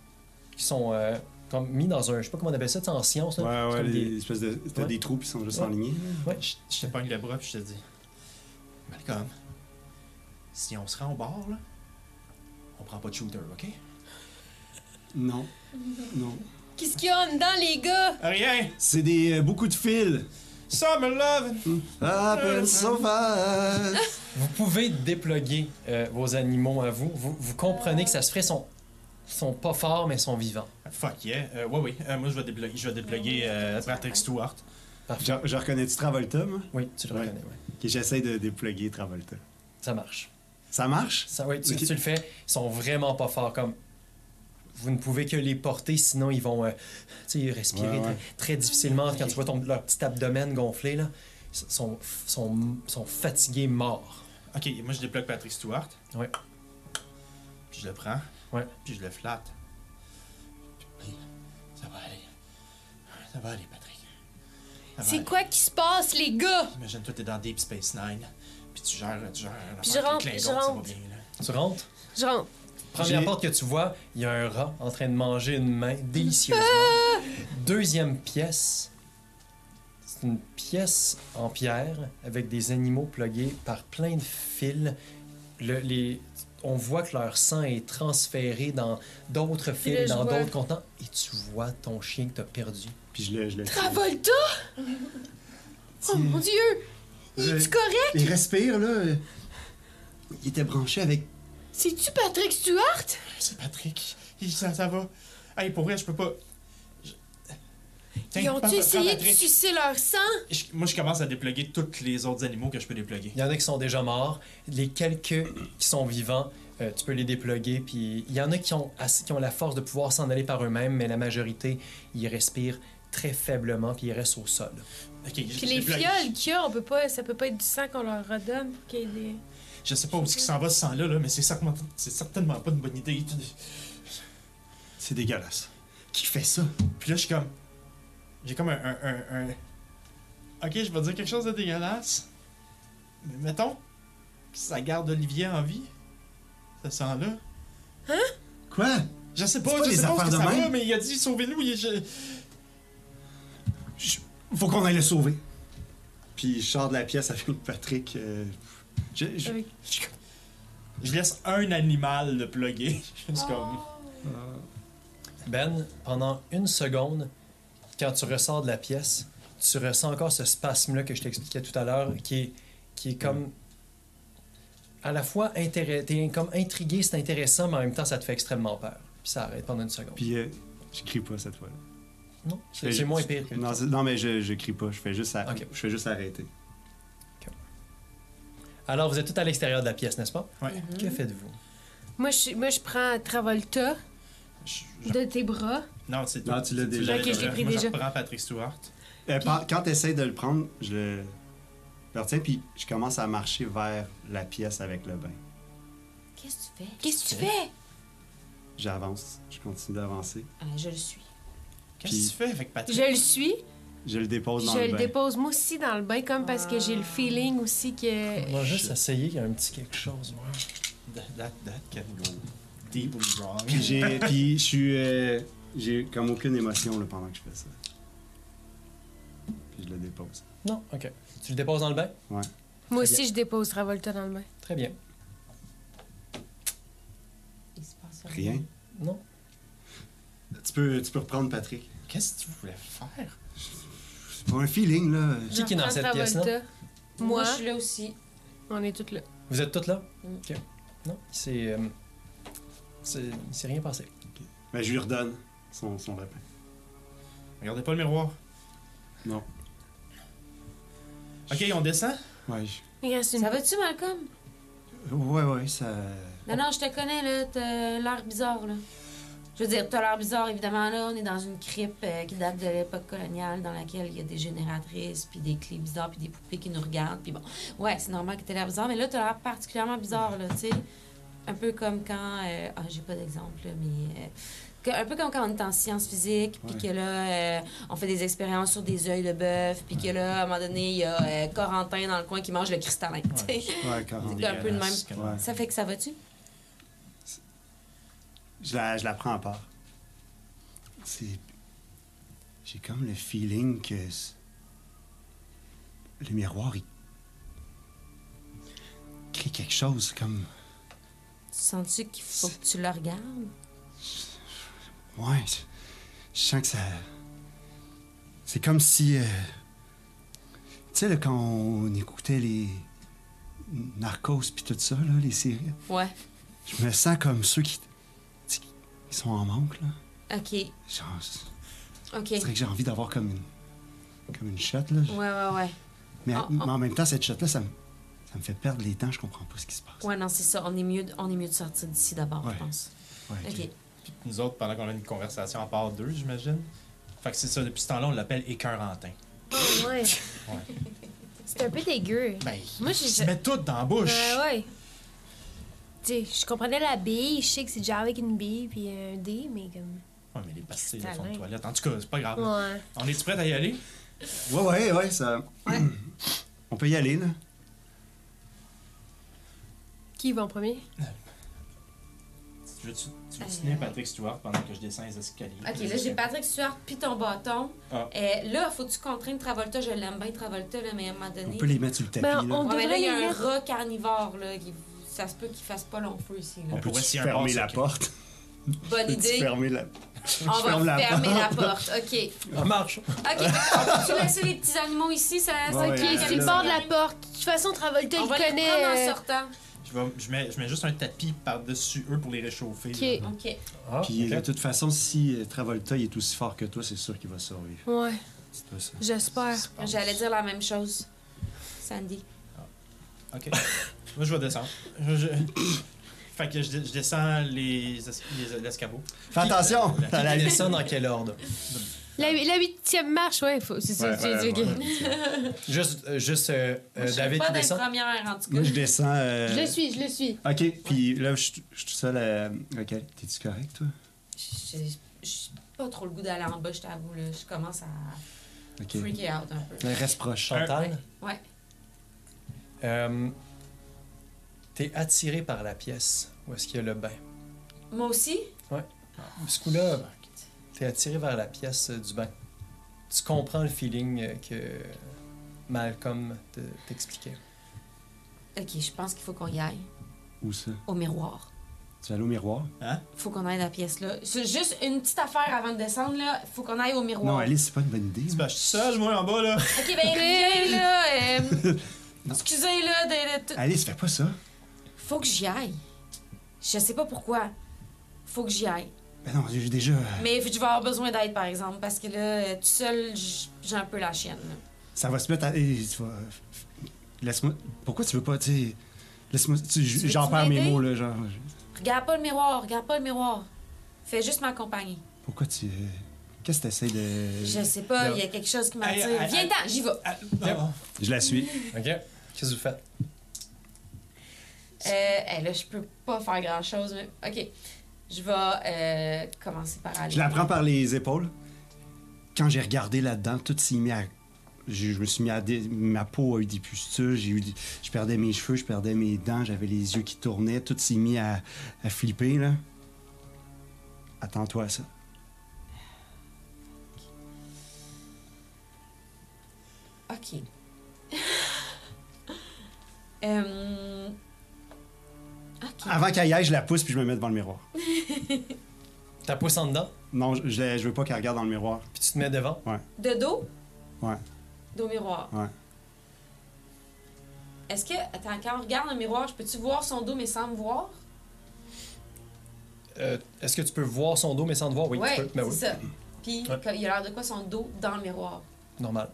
S2: qui sont euh, comme mis dans un, je sais pas comment on appelle ça, tu sais, en science.
S4: Ouais,
S2: là. C'est
S4: ouais,
S2: comme
S4: les
S2: des-
S4: espèces de. T'as
S2: Ouais.
S4: des trous qui sont juste
S2: Ouais.
S4: enlignés.
S2: Ouais.
S1: je, je te pogne le bras, puis je te dis. Malcolm, si on se rend au bord, là, on prend pas de shooter, ok?
S2: <laughs>
S4: Non. Non.
S5: Qu'est-ce qu'il y a en dedans, les gars?
S1: Rien!
S4: C'est des. euh, beaucoup de fils.
S1: Summer love!
S4: Apples so fast.
S2: Vous pouvez déploguer euh, vos animaux à vous. vous. Vous comprenez que ça se ferait, sont, sont pas forts, mais sont vivants.
S1: Fuck yeah. Euh, ouais, oui. moi, je vais débloquer, je vais débloquer euh, Patrick Stewart.
S4: Je, je reconnais-tu Travolta, moi?
S2: Oui, tu le
S4: Ouais.
S2: reconnais. ouais.
S4: Ok, j'essaie de dépluguer Travolta.
S2: Ça marche.
S4: Ça marche?
S2: Ça, ouais, tu,
S4: Ok.
S2: tu le fais. Ils sont vraiment pas forts. Comme vous ne pouvez que les porter, sinon ils vont euh, tu sais, respirer
S4: Ouais, ouais.
S2: Très, très difficilement. Quand tu vois ton, leur petit abdomen gonflé, là, ils sont, sont, sont fatigués, morts.
S1: Ok, moi je débloque Patrick Stewart.
S2: Ouais.
S1: Puis je le prends.
S2: Ouais.
S1: Puis je le flatte. Puis, ça va aller. Ça va aller, Patrick. Ça va
S5: C'est
S1: aller.
S5: quoi qui se passe, les gars?
S1: Imagine-toi, t'es dans Deep Space Nine. Puis tu gères, tu gères. un
S6: Puis je
S1: affaire
S6: rentre,
S1: avec les
S6: je
S1: Klingons, ça va
S6: rentre.
S1: bien, là.
S2: Tu rentres.
S6: Je rentre.
S2: Première
S4: J'ai-
S2: porte que tu vois, il y a un rat en train de manger une main délicieusement. Deuxième pièce, c'est une pièce en pierre avec des animaux plugués par plein de fils. Le- les- on voit que leur sang est transféré dans d'autres
S6: là,
S2: fils,
S6: je
S2: dans
S6: vois-
S2: d'autres contenants. Et tu vois ton chien que t'as perdu.
S4: Puis je le. Je le
S6: Travolta! Oh mon dieu!
S4: Je-
S6: Es-tu correct?
S4: Il respire, là. Il était branché avec.
S6: C'est-tu Patrick Stewart?
S1: C'est Patrick. Il- Ça, ça va. Hey, pour vrai, je peux pas. Je- Tiens,
S6: Ils
S1: prends-
S6: ont-tu
S1: prends
S6: essayé de
S1: Patrick.
S6: sucer leur sang?
S1: Je- Moi, je commence à dépluguer tous les autres animaux que je peux dépluguer.
S2: Il y en a qui sont déjà morts. Les quelques qui sont vivants, euh, tu peux les déploguer. Puis il y en a qui ont, assez- qui ont la force de pouvoir s'en aller par eux-mêmes, mais la majorité, ils respirent très faiblement puis ils restent au sol.
S1: Ok,
S6: Puis les fioles qu'il y a, on peut pas, ça peut pas être du sang qu'on leur redonne. qu'il y ait des-
S1: Je sais pas où est-ce qu'il s'en va ce sang-là, là, mais c'est certainement, c'est certainement pas une bonne idée.
S4: C'est dégueulasse. Qui fait ça?
S1: Puis là, je suis comme. J'ai comme un, un- un- un- Ok, je vais dire quelque chose de dégueulasse. Mais mettons que ça garde Olivier en vie, ce sang-là.
S4: Quoi?
S1: Je sais
S4: C'est
S1: pas,
S4: pas
S1: je
S4: des
S1: sais pas où est-ce que
S4: affaires
S1: ça
S4: de
S1: va,
S4: même.
S1: mais il a dit sauvez-nous. il est- je-
S4: Je- Faut qu'on aille le sauver. Puis je sors de la pièce avec Patrick. euh, Je, je-
S6: Avec-
S4: je-
S1: Je laisse un animal le plugger. <laughs> Je suis comme.
S2: Ben, pendant une seconde, quand tu ressors de la pièce, tu ressens encore ce spasme-là que je t'expliquais tout à l'heure, qui est, qui est comme. À la fois, intéré- t'es comme intrigué, c'est intéressant, mais en même temps, ça te fait extrêmement peur. Puis ça arrête pendant une seconde.
S4: Puis euh, je crie pas cette fois-là.
S2: non,
S4: Je
S2: c'est
S4: fais
S2: c'est
S4: juste-
S2: moins pire que le
S4: Non, c'est- non, mais je, je crie pas. Je fais juste, à-
S2: Ok.
S4: je fais juste arrêter.
S2: Alors, vous êtes tout à l'extérieur de la pièce, n'est-ce pas?
S1: Ouais.
S3: Mhm.
S2: Que faites-vous?
S6: Moi, je, moi, je prends Travolta
S1: je- je-
S6: de tes bras.
S1: Non, c'est
S4: Non, tu l'as déjà.
S6: Ok, je l'ai pris
S1: Moi,
S6: déjà.
S1: Je reprends Patrick Stewart.
S4: Euh, par- Quand t'essayes de le prendre, je le, je le retiens, puis je commence à marcher vers la pièce avec le bain.
S3: Qu'est-ce que tu fais?
S6: Qu'est-ce que tu fais?
S4: J'avance. Je continue d'avancer.
S3: Ah, je le suis.
S1: Qu'est-ce que
S4: Puis-
S1: tu fais avec Patrick?
S6: Je le suis,
S4: Je le dépose
S6: puis
S4: dans
S6: je
S4: le
S6: le Ah.
S4: bain.
S6: dépose moi aussi dans le bain, comme parce que j'ai le feeling aussi
S3: Euh,
S6: que.
S2: On va juste essayer, il y a un petit quelque chose. ouais.
S1: That, that, that can go deeply wrong.
S4: Puis j'ai- <laughs> Puis je suis. euh, j'ai comme aucune émotion là, pendant que je fais ça. Puis je le dépose.
S2: Non, ok. Tu le déposes dans le bain?
S6: Moi aussi, je dépose Travolta dans le bain.
S2: Très bien.
S3: Il se passe
S4: Rien.
S2: Non.
S4: Tu peux, tu peux reprendre Patrick.
S1: Qu'est-ce que tu voulais faire?
S4: C'est pas un feeling, là.
S2: Qui
S6: Je
S2: qui est dans
S6: reprends
S2: cette pièce-là?
S6: Travolta.
S3: Moi,
S6: Moi,
S3: je suis là aussi.
S6: on est toutes là.
S2: Vous êtes toutes là?
S3: Mm.
S2: Ok. Non, c'est. euh, c'est- il s'est rien passé.
S4: Ben, je lui redonne son, son lapin.
S1: Regardez pas le miroir.
S4: Non.
S1: Ok, on descend?
S4: Ouais, je-
S6: Il reste une.
S3: Ça va-tu, Malcolm?
S4: ouais, ouais, ça.
S3: Non, non, je te connais, là. T'as l'air bizarre, là. Je veux dire, t'as l'air bizarre, évidemment, là. On est dans une crypte euh, qui date de l'époque coloniale, dans laquelle il y a des génératrices, puis des clés bizarres, puis des poupées qui nous regardent. Puis bon, ouais, c'est normal que t'aies l'air bizarre, mais là, t'as l'air particulièrement bizarre, là, tu sais. Un peu comme quand. euh, Ah, j'ai pas d'exemple, là, mais. euh, que- Un peu comme quand on est en sciences physiques, puis
S4: Ouais.
S3: que là, euh, on fait des expériences sur des œils de bœuf, puis que là, à un moment donné, il y a euh, Corentin dans le coin qui mange le cristallin, tu sais.
S4: Ouais, quand
S3: C'est un peu de même.
S4: Ouais.
S3: Ça fait que ça va-tu?
S4: Je la, je la prends à part. C'est. J'ai comme le feeling que. c- Le miroir, il. crie quelque chose comme.
S3: Sens-tu qu'il faut que tu le regardes?
S4: Ouais, je, je sens que ça. C'est comme si. euh, Tu sais, là, quand on écoutait les. Narcos puis tout ça, là, les séries.
S3: Ouais.
S4: Je me sens comme ceux qui. tu sais, qui sont en manque, là.
S3: OK.
S4: Genre, c'est-
S3: OK.
S4: c'est vrai que j'ai envie d'avoir comme une. comme une shot, là.
S3: Ouais, ouais, ouais.
S4: Mais,
S3: Ah, ah.
S4: mais en même temps, cette shot-là, ça me. ça me fait perdre les temps, je comprends pas ce qui se passe.
S3: Ouais, non, c'est ça. On est mieux, de- on est mieux de sortir d'ici d'abord,
S4: Ouais.
S3: je pense.
S4: Ouais,
S3: OK.
S1: Puis nous autres, pendant qu'on a une conversation, à part deux, j'imagine. Fait que c'est ça, depuis ce temps-là, on l'appelle écœurantin.
S6: Ouais.
S1: Ouais.
S6: C'est un peu dégueu.
S1: Ben,
S6: Moi, j'ai-
S1: il se met tout dans la
S6: Ouais,
S1: bouche.
S6: Ah, ouais. Tu sais, je comprenais la bille, je sais que c'est déjà avec une bille puis un dé, mais comme.
S1: Ouais, mais les pastilles, le
S6: Cristallin.
S1: fond de toilette. En tout cas, c'est pas grave.
S6: Ouais.
S1: On est-tu prêts à y aller?
S4: Ouais, ouais, ouais, ça. On peut y aller, là.
S6: Qui va en premier?
S1: Tu veux, tu, tu veux signer Patrick Stewart pendant que je descends les escaliers?
S3: Ok, là, j'ai Patrick Suard, puis ton bâton.
S1: Ah.
S3: Euh, là, faut que tu contraignes Travolta. Je l'aime bien, Travolta, là, mais à un moment
S4: On
S3: donné.
S4: peut les mettre sur le tapis,
S6: Ben,
S4: là.
S6: on-
S3: Ouais, mais là,
S6: devrait
S3: il y
S6: les
S3: a un
S6: mettre.
S3: rat carnivore, là. qui- Ça se peut qu'il fasse pas long feu ici. là.
S4: On peut
S1: Ouais, s'il y a un
S4: fermer
S1: bar,
S4: la
S1: c'est ok.
S4: porte.
S3: Bonne
S4: Peux-tu
S3: idée.
S4: fermer la
S3: On va
S4: ferme la
S3: fermer
S4: porte.
S3: la porte. OK.
S2: On Ah, marche.
S3: OK. On
S4: <laughs>
S3: peut-tu laisser les petits animaux ici? Ça, ça
S4: Ouais,
S6: Ok,
S4: ouais,
S3: calme
S6: c'est
S4: là.
S6: le
S3: les
S6: bord de la
S3: animaux.
S6: porte. De toute façon, Travolta,
S3: On
S6: il
S3: va les prendre en
S6: connaît. euh,
S3: sortant.
S1: Je, vais- je mets, je mets juste un tapis par-dessus eux pour les réchauffer.
S5: Ok.
S1: là.
S3: OK.
S2: Ah,
S4: Puis
S2: ok.
S4: de toute façon, si euh, Travolta il est aussi fort que toi, c'est sûr qu'il va survivre.
S6: Ouais,
S4: C'est toi, ça.
S6: j'espère.
S3: J'allais dire la même chose.
S4: Euh,
S3: Sandy.
S1: OK. Moi, je vais descendre. Je- <coughs> je- Fait que je, je descends les, es- les- l'escabeau.
S4: Fais attention!
S1: Qui-
S4: T'as la-
S2: Qui descend dans quel ordre?
S6: La, la huitième marche, ouais, faut- c'est ça.
S4: Ouais,
S6: c'est-
S4: ouais,
S6: c'est-
S4: ouais.
S6: ok.
S2: Juste, euh, juste euh, euh,
S3: Je suis
S2: David
S3: pas
S2: qui
S3: dans les
S2: descend.
S3: premières, en tout cas.
S4: Moi, je descends. euh,
S5: Je le suis, je le suis.
S4: Ok, puis là, je je suis tout seul. à- Ok, t'es-tu correct, toi?
S3: Je je- je- pas trop le goût d'aller en bas, je t'avoue. là. Je commence à
S4: Ok.
S3: freaker out un peu.
S4: Reste proche.
S2: Chantal,
S3: Ouais.
S2: euh, t'es attiré par la pièce. Où est-ce qu'il y a le bain?
S3: Moi aussi?
S2: Ce coup-là, t'es attiré vers la pièce euh, du bain. Tu comprends le feeling euh, que Malcolm te- t'expliquait.
S3: OK, je pense qu'il faut qu'on y aille.
S4: Où ça?
S3: Au miroir.
S4: Tu vas aller au miroir?
S3: Faut qu'on aille dans la pièce là. C'est juste une petite affaire avant de descendre là. Faut qu'on aille au miroir.
S4: Non, Alice, c'est pas une bonne idée.
S1: Tu vas- je suis seul, moi, en bas, là.
S3: Ok, ben
S4: <laughs>
S3: viens là. euh, excusez là. De, de-
S4: Alice, fais pas ça.
S3: Faut que j'y aille. Je sais pas pourquoi. Faut que j'y aille.
S4: Ben non, j'ai déjà.
S3: Mais je vais avoir besoin d'aide par exemple parce que là, euh, tout seul, j- j'ai un peu la chienne. là.
S4: Ça va se mettre à. eh, tu vas- Laisse-moi. Pourquoi tu veux pas, tu sais, Laisse-moi. tu-
S3: veux-tu
S4: J'en perds mes
S3: m'aider?
S4: mots, là. Genre.
S3: Regarde pas le miroir. Regarde pas le miroir. Fais juste m'accompagner.
S4: Pourquoi tu. euh, Qu'est-ce que t'essayes de.
S3: Je sais pas. Il y a quelque chose qui
S1: Aïe,
S3: m'attire.
S1: aïe,
S3: Viens ten j'y vais.
S1: Ah,
S2: Yep.
S1: non.
S4: Je la suis.
S2: OK? Qu'est-ce que vous faites?
S3: Euh, hey, là, je peux pas faire grand chose. Mais... Ok. Je vais euh, commencer par aller.
S4: Je la prends par les épaules. Quand j'ai regardé là-dedans, tout s'est mis à. Je, je me suis mis à. dé- Ma peau a eu des pustules, j'ai eu des- je perdais mes cheveux, je perdais mes dents, j'avais les yeux qui tournaient, tout s'est mis à, à flipper, là. Attends-toi à ça.
S3: Ok. <laughs> Euh, Ok.
S4: Avant qu'elle y aille, je la pousse puis je me mets devant le miroir.
S2: T'as poussé en dedans,
S4: Non, je, je, je veux pas qu'elle regarde dans le miroir.
S2: puis tu te mets devant.
S3: De dos?
S4: Ouais.
S3: Dos miroir.
S4: Ouais.
S3: Est-ce que. Attends, quand on regarde un miroir, je peux-tu voir son dos mais sans me voir?
S2: Euh, Est-ce que tu peux voir son dos mais sans te voir? Oui,
S3: ouais,
S2: tu peux.
S3: c'est
S2: Mais oui, Mm-hmm.
S3: ça. Puis,
S2: Ouais.
S3: il a l'air de quoi son dos dans le miroir?
S2: normal.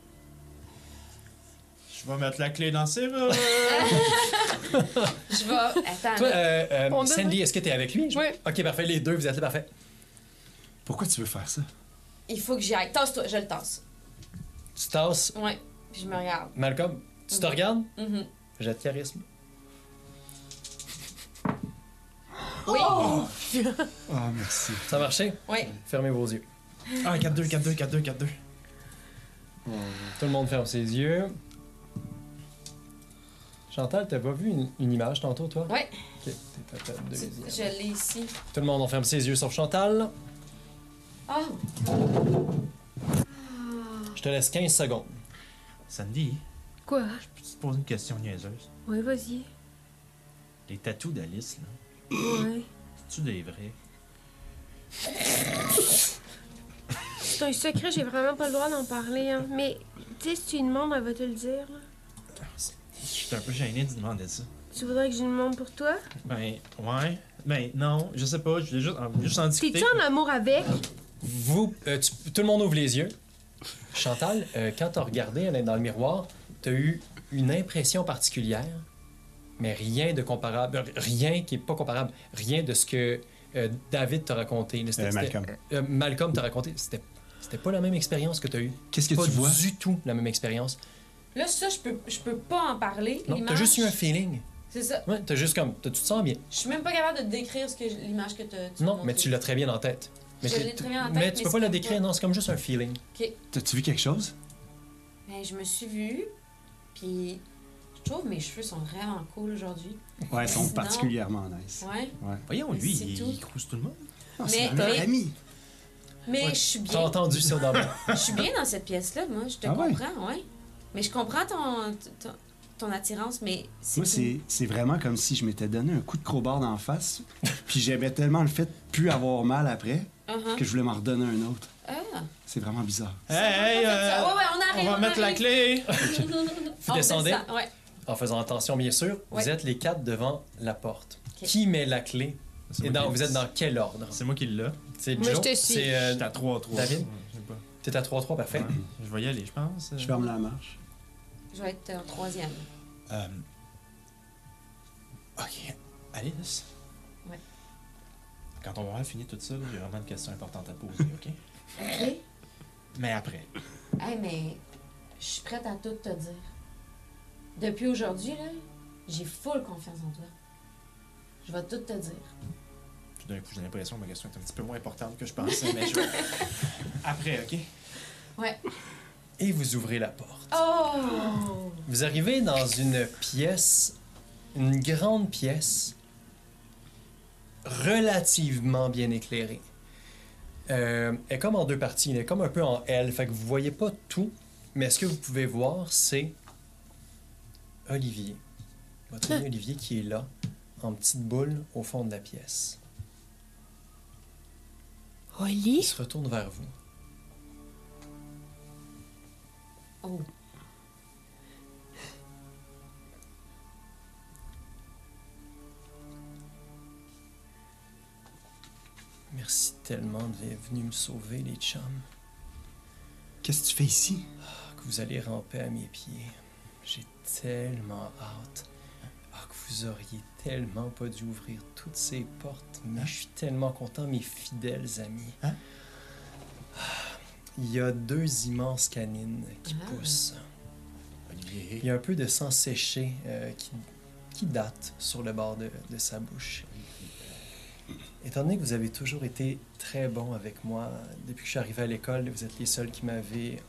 S1: Je vais mettre la clé dans ses mains.
S3: Je vais.
S2: <laughs>
S3: Attends.
S2: Toi,
S3: là.
S2: euh, euh,
S5: On devrait-
S2: Sandy, est-ce que t'es avec lui?
S5: Oui.
S2: OK, parfait. Les deux, vous êtes là, parfait.
S4: Pourquoi tu veux faire ça?
S3: Il faut que j'y aille. Tasse-toi, je le tasse.
S2: Tu tasses.
S3: Ouais. Puis je me regarde.
S2: Malcolm, tu te regardes?
S3: Mhm.
S2: J'ai de charisme.
S3: Oui.
S2: Oh!
S4: Ah, merci.
S2: Ça a marché?
S3: Oui.
S2: Fermez vos yeux.
S1: Ah, 4-2, 4-2, 4-2, 4-2.
S2: Tout le monde ferme ses yeux. Chantal, t'as pas vu une, une image tantôt, toi?
S3: Ouais.
S2: Ok, t'es à ta
S3: Tu-
S2: deuxième.
S3: Je l'ai ici.
S2: Tout le monde, on ferme ses yeux sauf Chantal.
S3: Ah!
S2: Je te laisse 15 secondes.
S1: Sandy,
S6: Quoi?
S1: je te pose une question niaiseuse.
S6: Ouais, vas-y.
S1: Les tatous d'Alice, là,
S6: Ouais.
S1: c'est-tu des vrais?
S6: C'est un secret, j'ai vraiment pas le droit d'en parler, hein. Mais, tu sais, si tu lui demandes, elle va te le dire, là.
S1: Je suis un peu gêné de demander ça.
S6: Tu voudrais que je lui demande pour toi?
S1: Ben, ouais. Ben, non, je sais pas. Je voulais juste, en- juste en discuter.
S6: T'es-tu en amour avec?
S2: Vous, euh, tu- tout le monde ouvre les yeux. Chantal, euh, quand t'as regardé elle est dans le miroir, t'as eu une impression particulière, mais rien de comparable, rien qui est pas comparable, rien de ce que euh, David t'a raconté. là, c'était-
S4: Euh,
S2: c'était-
S4: Malcolm.
S2: euh, Malcolm t'a raconté. C'était c'était pas la même expérience que t'as eue.
S4: Qu'est-ce que
S2: pas
S4: tu vois?
S2: du tout la même expérience.
S3: Là, ça, je peux, je peux pas en parler.
S2: Non, t'as
S3: l'image-
S2: juste eu un feeling.
S3: C'est ça.
S2: Ouais, t'as juste comme. t'as- Tu te sens bien.
S3: Je suis même pas capable de décrire ce que je- l'image que t'as- tu m'as
S2: Non, mais
S3: montrée.
S2: tu l'as très bien en tête. Mais
S3: Je
S2: c'est-
S3: l'ai très bien en tête,
S2: mais tu
S3: mais
S2: peux
S3: c'est
S2: pas la
S3: comme
S2: décrire,
S3: pas-
S2: non, c'est comme juste un feeling.
S4: T'as-tu vu quelque chose?
S3: Ben, je me suis vue, puis je trouve mes cheveux sont vraiment cool aujourd'hui.
S4: Ouais, ils sont
S3: Sinon-
S4: particulièrement nice.
S3: Ouais.
S1: Voyons, lui,
S3: C'est
S1: il,
S3: tout.
S1: Oh, il crouse tout le monde.
S4: Non, c'est
S3: Mais-
S4: ma meilleure
S3: mais-
S4: amie.
S3: Mais
S2: Ouais.
S3: je suis
S2: T'as
S3: bien.
S2: entendu ça
S3: <laughs>
S2: dans ma.
S3: Je suis bien dans cette pièce-là, moi. Je te
S4: Ah ouais?
S3: comprends, ouais. Mais je comprends ton, ton, ton attirance, mais
S4: Moi,
S3: tout.
S4: c'est c'est vraiment comme si je m'étais donné un coup de crowbar d'en face, puis j'aimais tellement le fait de plus avoir mal après
S3: Uh-huh.
S4: que je voulais m'en redonner un autre.
S3: Ah.
S4: C'est vraiment bizarre.
S1: Hey,
S3: Ouais,
S1: hey, euh,
S3: ouais, on
S1: on
S3: arrive.
S1: va mettre
S3: <laughs>
S1: la
S3: arrive.
S1: clé.
S2: Vous
S3: On
S2: descendez?
S3: descend, Ouais.
S2: En faisant attention, bien sûr, vous
S3: Ouais.
S2: êtes les quatre devant la porte.
S3: Ok.
S2: Qui met la clé
S1: C'est
S2: et
S1: moi
S2: dans-
S1: qui-
S2: vous êtes dans quel ordre
S1: C'est moi qui l'ai.
S2: C'est
S6: Moi,
S2: Joe
S6: je te suis.
S2: C'est, euh,
S1: J'étais à 3-3.
S2: David?
S1: Je sais pas.
S2: T'es à 3-3, parfait.
S1: Ouais. Je vais y aller, je pense.
S4: Je ferme la marche.
S3: Je vais être en troisième.
S7: Euh, Ok, Alice.
S3: Ouais.
S1: Quand on aura fini tout ça, là, j'ai vraiment une question importante à poser,
S3: <laughs>
S1: OK?
S3: OK?
S1: Mais après.
S3: Hey, mais je suis prête à tout te dire. Depuis aujourd'hui, là, j'ai full confiance en toi. Je vais tout te dire.
S1: Tout d'un coup, j'ai l'impression que ma question est un petit peu moins importante que je pensais, mais
S3: <laughs>
S1: je vais- Après, OK?
S2: Et vous ouvrez la porte.
S3: Oh!
S2: Vous arrivez dans une pièce, une grande pièce, relativement bien éclairée. Euh, elle est comme en deux parties, elle est comme un peu en L, fait que vous voyez pas tout, mais ce que vous pouvez voir, c'est Olivier. Votre ami Olivier qui est là, en petite boule au fond de la pièce. Il
S6: Oli?
S2: se retourne vers vous.
S3: Oh.
S2: Merci tellement d'être venu me sauver, les chums.
S4: Qu'est-ce que tu fais ici?
S2: Ah, que vous allez ramper à mes pieds. J'ai tellement hâte. Ah, que vous auriez tellement pas dû ouvrir toutes ces portes. Mais je suis tellement content, mes fidèles amis.
S1: Hein?
S2: Ah, Il y a deux immenses canines qui
S3: Ah.
S2: poussent. Il
S1: Olivier.
S2: y a un peu de sang séché euh, qui, qui date sur le bord de, de sa bouche. Étant donné que vous avez toujours été très bon avec moi, depuis que je suis arrivé à l'école, vous êtes les seuls qui m'avez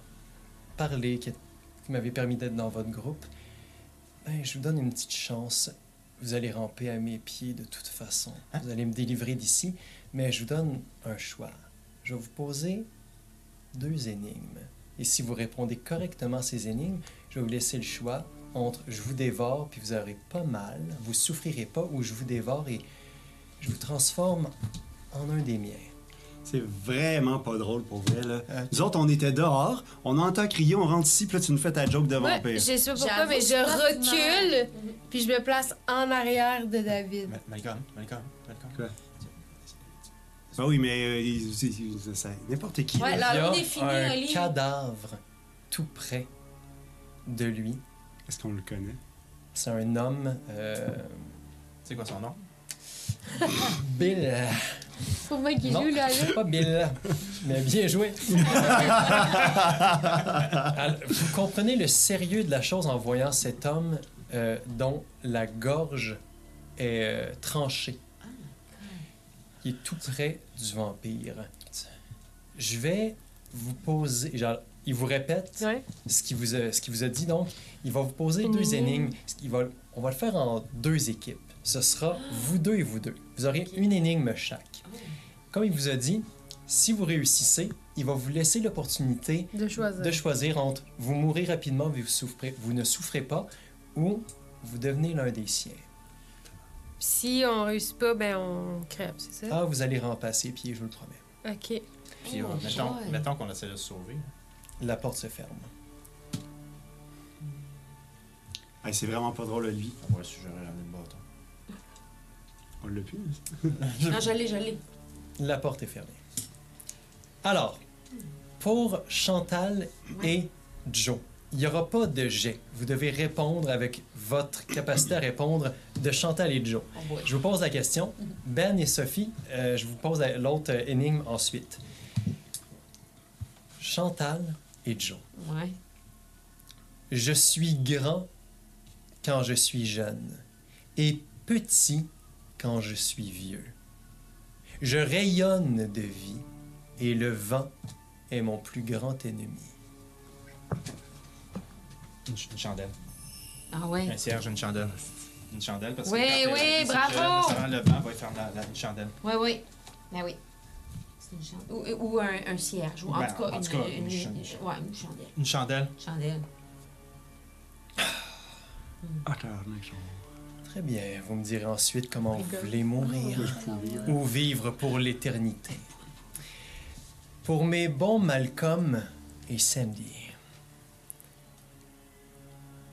S2: parlé, qui, qui m'avez permis d'être dans votre groupe, ben, je vous donne une petite chance. Vous allez ramper à mes pieds de toute façon. Vous allez me délivrer d'ici, mais je vous donne un choix. Je vais vous poser deux énigmes. Et si vous répondez correctement à ces énigmes, je vais vous laisser le choix entre je vous dévore puis vous aurez pas mal, vous souffrirez pas ou je vous dévore et je vous transforme en un des miens.
S4: C'est vraiment pas drôle pour vrai, là. Nous autres, on était dehors, on entend crier, on rentre ici, puis là, tu nous fais ta joke de
S6: Ouais,
S4: vampire.
S6: je sais pas pourquoi,
S3: J'avoue,
S6: mais
S3: je
S6: je
S3: pense
S6: recule,
S3: mal.
S6: puis je me place en arrière de David.
S1: Ma- Malcolm, Malcolm, Malcolm.
S4: Quoi? Ben oui, mais euh, il- il- il- ça- n'importe qui.
S3: Ouais,
S4: là.
S3: là, on est
S2: Il y
S3: fini,
S2: a un
S3: Oli.
S2: cadavre tout près de lui.
S4: Est-ce qu'on le connaît?
S2: C'est un homme, euh,
S1: C'est quoi son nom?
S2: Bill.
S5: Faut moi qu'il
S2: Non,
S5: joue, là.
S2: c'est pas Bill, mais bien joué. Alors, vous comprenez le sérieux de la chose en voyant cet homme euh, dont la gorge est euh, tranchée. Il est tout près du vampire. Je vais vous poser. genre, il vous répète
S6: Ouais.
S2: ce qu'il vous, a- ce qu'il vous a dit. Donc, il va vous poser
S6: Une
S2: deux
S6: énigme.
S2: énigmes. Ce qu'il va- on va le faire en deux équipes. Ce sera vous deux et vous deux. Vous aurez une énigme chaque.
S3: Oh.
S2: Comme il vous a dit, si vous réussissez, il va vous laisser l'opportunité
S6: De choisir.
S2: de choisir entre vous mourrez rapidement, mais vous, souffrez, vous ne souffrez pas, ou vous devenez l'un des siens.
S6: Si on réussit pas, ben on crève, c'est ça?
S2: Ah, vous allez remplacer pied, je vous le promets.
S6: Ok.
S1: Puis,
S3: Oh,
S1: euh, mettons,
S3: joy.
S1: mettons qu'on essaie de le sauver.
S2: La porte se ferme.
S4: Hey, Ah, c'est vraiment pas drôle, lui.
S1: On va si j'aurais ramené le bâton.
S4: On l'a plus. hein,
S3: Non, je l'ai, je l'ai.
S2: La porte est fermée. Alors, pour Chantal et Joe, il n'y aura pas de jet. Vous devez répondre avec votre capacité à répondre de Chantal et Joe.
S3: Oh boy.
S2: Je vous pose la question. Ben et Sophie, euh, je vous pose la- l'autre euh, énigme ensuite. Chantal et Joe.
S3: Ouais.
S2: Je suis grand quand je suis jeune et petit quand je suis vieux. Je rayonne de vie et le vent est mon plus grand ennemi.
S1: Une ch- une chandelle.
S3: Ah ouais.
S1: Un cierge, une chandelle. Une chandelle, parce que.
S3: Oui,
S1: quand, euh,
S3: oui,
S1: les
S3: bravo!
S1: jeunes, le vent va y faire la- la- une chandelle.
S3: Ouais, ouais. Ben oui. C'est une chandelle. Ou, ou un, un cierge. Ou en
S1: Ben,
S3: tout cas,
S1: en
S3: une,
S1: tout cas, une
S3: une-
S1: ch-
S3: une-
S1: ch-
S3: ouais, une chandelle.
S1: Une chandelle.
S3: Chandelle.
S4: Ah, tabarnak, genre.
S2: Très bien, vous me direz ensuite comment vous
S3: Rigole.
S2: voulez mourir ou vivre pour l'éternité. Pour mes bons Malcolm et Sandy,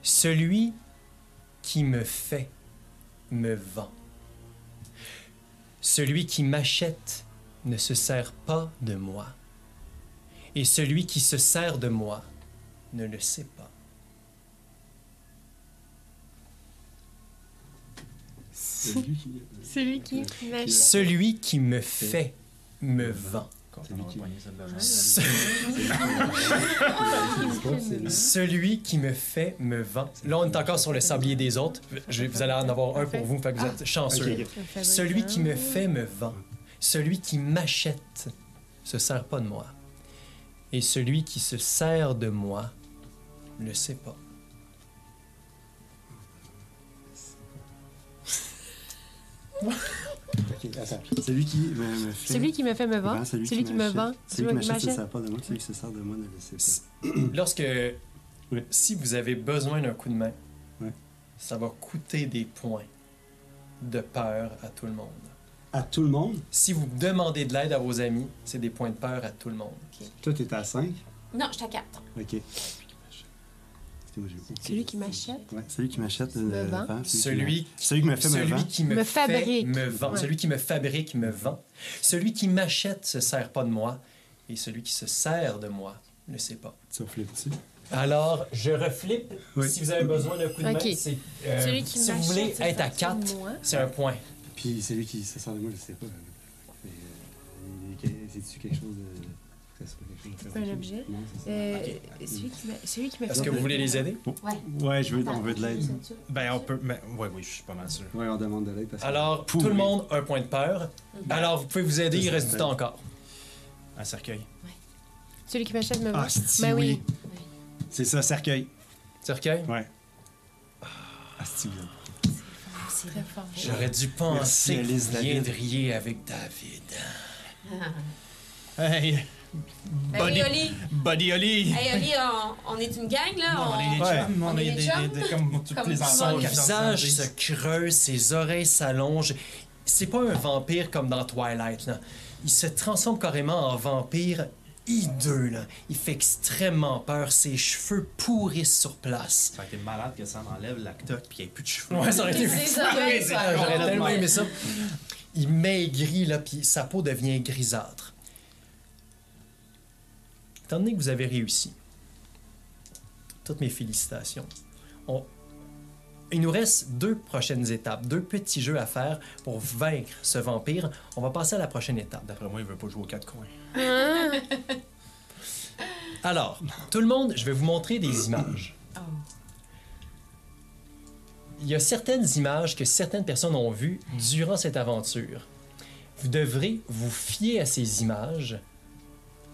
S2: celui qui me fait me vend. Celui qui m'achète ne se sert pas de moi. Et celui qui se sert de moi ne le sait pas.
S4: C'est lui qui. euh,
S5: Celui qui.
S2: Celui qui me fait me vend.
S1: Quand on va poigner celle de la chandelle.
S2: Ce-
S9: Ah,
S2: Celui qui me fait me vend. Là, on est encore sur le sablier des autres. Je- vous allez en avoir un pour vous, fait que vous êtes chanceux.
S4: Ah. Ok,
S2: Celui qui me fait me vend. Celui qui m'achète se sert pas de moi. Et celui qui se sert de moi le sait pas.
S4: ok, attends. C'est lui qui me, me fait.
S9: Celui qui me fait me vendre,
S4: vend,
S9: celui, qui me
S4: m'achète.
S9: vend,
S4: Celui qui m'achète, ça ne sert pas de moi. Celui qui se sert de moi ne le sait
S2: S-
S4: pas.
S2: Lorsque.
S4: Oui.
S2: Si vous avez besoin d'un coup de main,
S4: Ouais.
S2: ça va coûter des points de peur à tout le monde.
S4: À tout le monde,
S2: Si vous demandez de l'aide à vos amis, c'est des points de peur à tout le monde.
S4: toi, t'es à 5.
S3: Non, je t'accapte.
S4: Ok. Excusez-moi, j'ai oublié.
S9: Celui qui m'achète.
S4: Ouais, celui qui m'achète
S9: Me
S4: euh,
S9: vend.
S4: vend,
S2: Celui
S4: qui celui qui me fait me
S2: Celui
S4: vend.
S2: qui me,
S9: Me
S2: fait,
S9: fabrique.
S2: me vend.
S9: Ouais.
S2: Celui qui me fabrique me vend. Celui qui m'achète se sert pas de moi. Et celui qui se sert de moi ne sait pas.
S4: Tu reflippes dessus.
S2: Alors, je reflippe.
S4: Oui.
S2: Si vous avez besoin d'un coup de
S9: Ok.
S2: main, c'est, euh,
S6: Celui qui
S2: si vous voulez
S6: m'achète se
S2: être à
S6: sert pas de
S2: 4,
S6: moi.
S2: c'est un point.
S4: Puis celui qui se sert de moi, je sais pas. C'est, euh, que- C'est-tu quelque chose de. que ça soit quelque chose de
S6: C'est pas un objet?
S4: Non, c'est ça.
S6: Euh,
S4: Ok.
S6: Celui qui m'a. Celui qui m'a.
S2: Est-ce que vous voulez les aider?
S4: Ouais, je veux, on veut de l'aide.
S1: Ben, on peut. Mais, ouais, oui, je suis pas mal sûr.
S4: Ouais, on demande de l'aide parce que.
S2: Alors, tout
S4: Pourri.
S2: le monde a un point de peur.
S6: Mhm.
S2: Alors, vous pouvez vous aider, il reste du temps encore.
S1: Un cercueil.
S9: Celui qui m'achète me vend.
S4: Ah, si,
S9: Ben
S4: oui.
S9: oui.
S4: C'est ça, cercueil.
S2: Cercueil?
S4: Ouais. Ah, si, bien.
S3: Ah, C'est très fort.
S2: J'aurais dû
S4: Merci,
S2: penser que
S4: Alice,
S2: vous
S4: David.
S2: viendriez avec David.
S1: Hey!
S3: Hey,
S1: Buddy!
S3: Oli!
S1: Buddy Oli!
S3: Hey, Oli, on, on est une gang, là.
S1: Non, on est des
S4: Ouais.
S1: chums, on
S3: On
S1: est
S3: est
S1: des
S3: des chums.
S1: des- Comme toutes
S3: Comme
S1: les enfants.
S2: Son
S3: Son
S1: 14 ans,
S2: visage
S1: dix.
S2: se creuse, ses oreilles s'allongent. C'est pas un vampire comme dans Twilight, là. Il se transforme carrément en vampire hideux, là. Il fait extrêmement peur, ses cheveux pourrissent sur place.
S1: Ça aurait été malade que ça m'enlève la toque puis qu'il n'y ait plus de cheveux.
S2: Ouais, ça aurait été fou.
S3: J'aurais
S2: J'aurais tellement aimé ça. Il maigrit, là, puis sa peau devient grisâtre. Étant donné que vous avez réussi, toutes mes félicitations. On- Il nous reste deux prochaines étapes, deux petits jeux à faire pour vaincre ce vampire. On va passer à la prochaine étape.
S1: D'après moi, il veut pas jouer aux quatre coins.
S2: Alors, tout le monde, je vais vous montrer des images.
S3: Oh.
S2: Il y a certaines images que certaines personnes ont vues durant cette aventure. Vous devrez vous fier à ces images,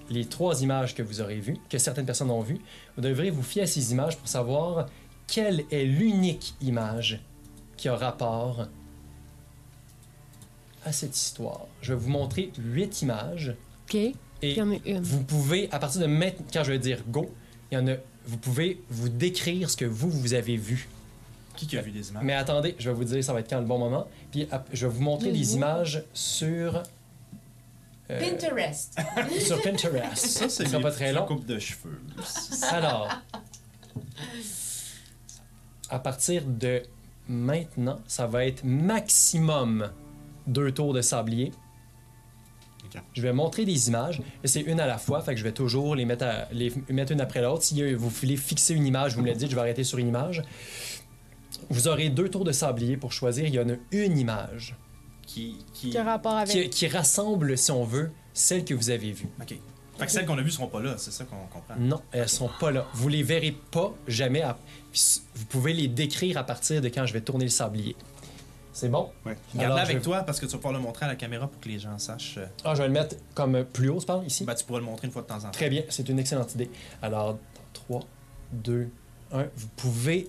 S2: les trois images que vous aurez vues, que certaines personnes ont vues, vous devrez vous fier à ces images pour savoir quelle est l'unique image qui a rapport à cette histoire. Je vais vous montrer huit images
S9: OK. Il
S2: et
S9: y en a une.
S2: vous pouvez, à partir de maintenant, quand je vais dire go, il y en a, vous pouvez vous décrire ce que vous, vous avez vu.
S1: Qui qui a vu des images?
S2: Mais attendez, je vais vous dire ça va être quand le bon moment. Puis ap- je vais vous montrer des images sur. euh,
S3: Pinterest.
S2: sur Pinterest. Ça, sera
S1: mes
S2: pas très
S1: petites
S2: long.
S1: coupes de cheveux.
S2: Alors, à partir de maintenant, ça va être maximum deux tours de sablier.
S4: marquant.
S2: Je vais montrer des images. Là, C'est une à la fois, fait que je vais toujours les mettre, à- les mettre une après l'autre. Si euh, vous voulez fixer une image, vous me le dites, je vais arrêter sur une image. Vous aurez deux tours de sablier pour choisir. Il y en a une image
S1: Qui, qui...
S9: Quel rapport
S6: Ah,
S9: avec.
S2: qui, qui rassemble, si on veut, celle que vous avez vue.
S1: Ok. Fait que celles qu'on a vues seront pas là, c'est ça qu'on comprend.
S2: Non, elles sont pas là. Vous les verrez pas jamais. à- Puis s- vous pouvez les décrire à partir de quand je vais tourner le sablier. C'est bon?
S4: Ouais.
S1: Garde-la
S2: Alors, je-
S1: avec toi parce que tu vas pouvoir le montrer à la caméra pour que les gens sachent. euh,
S2: Ah, je vais le mettre comme euh, plus haut, je parle, ici.
S1: ben, tu pourras le montrer une fois de temps en temps.
S2: Très bien, c'est une excellente idée. Alors, 3, 2, 1, vous pouvez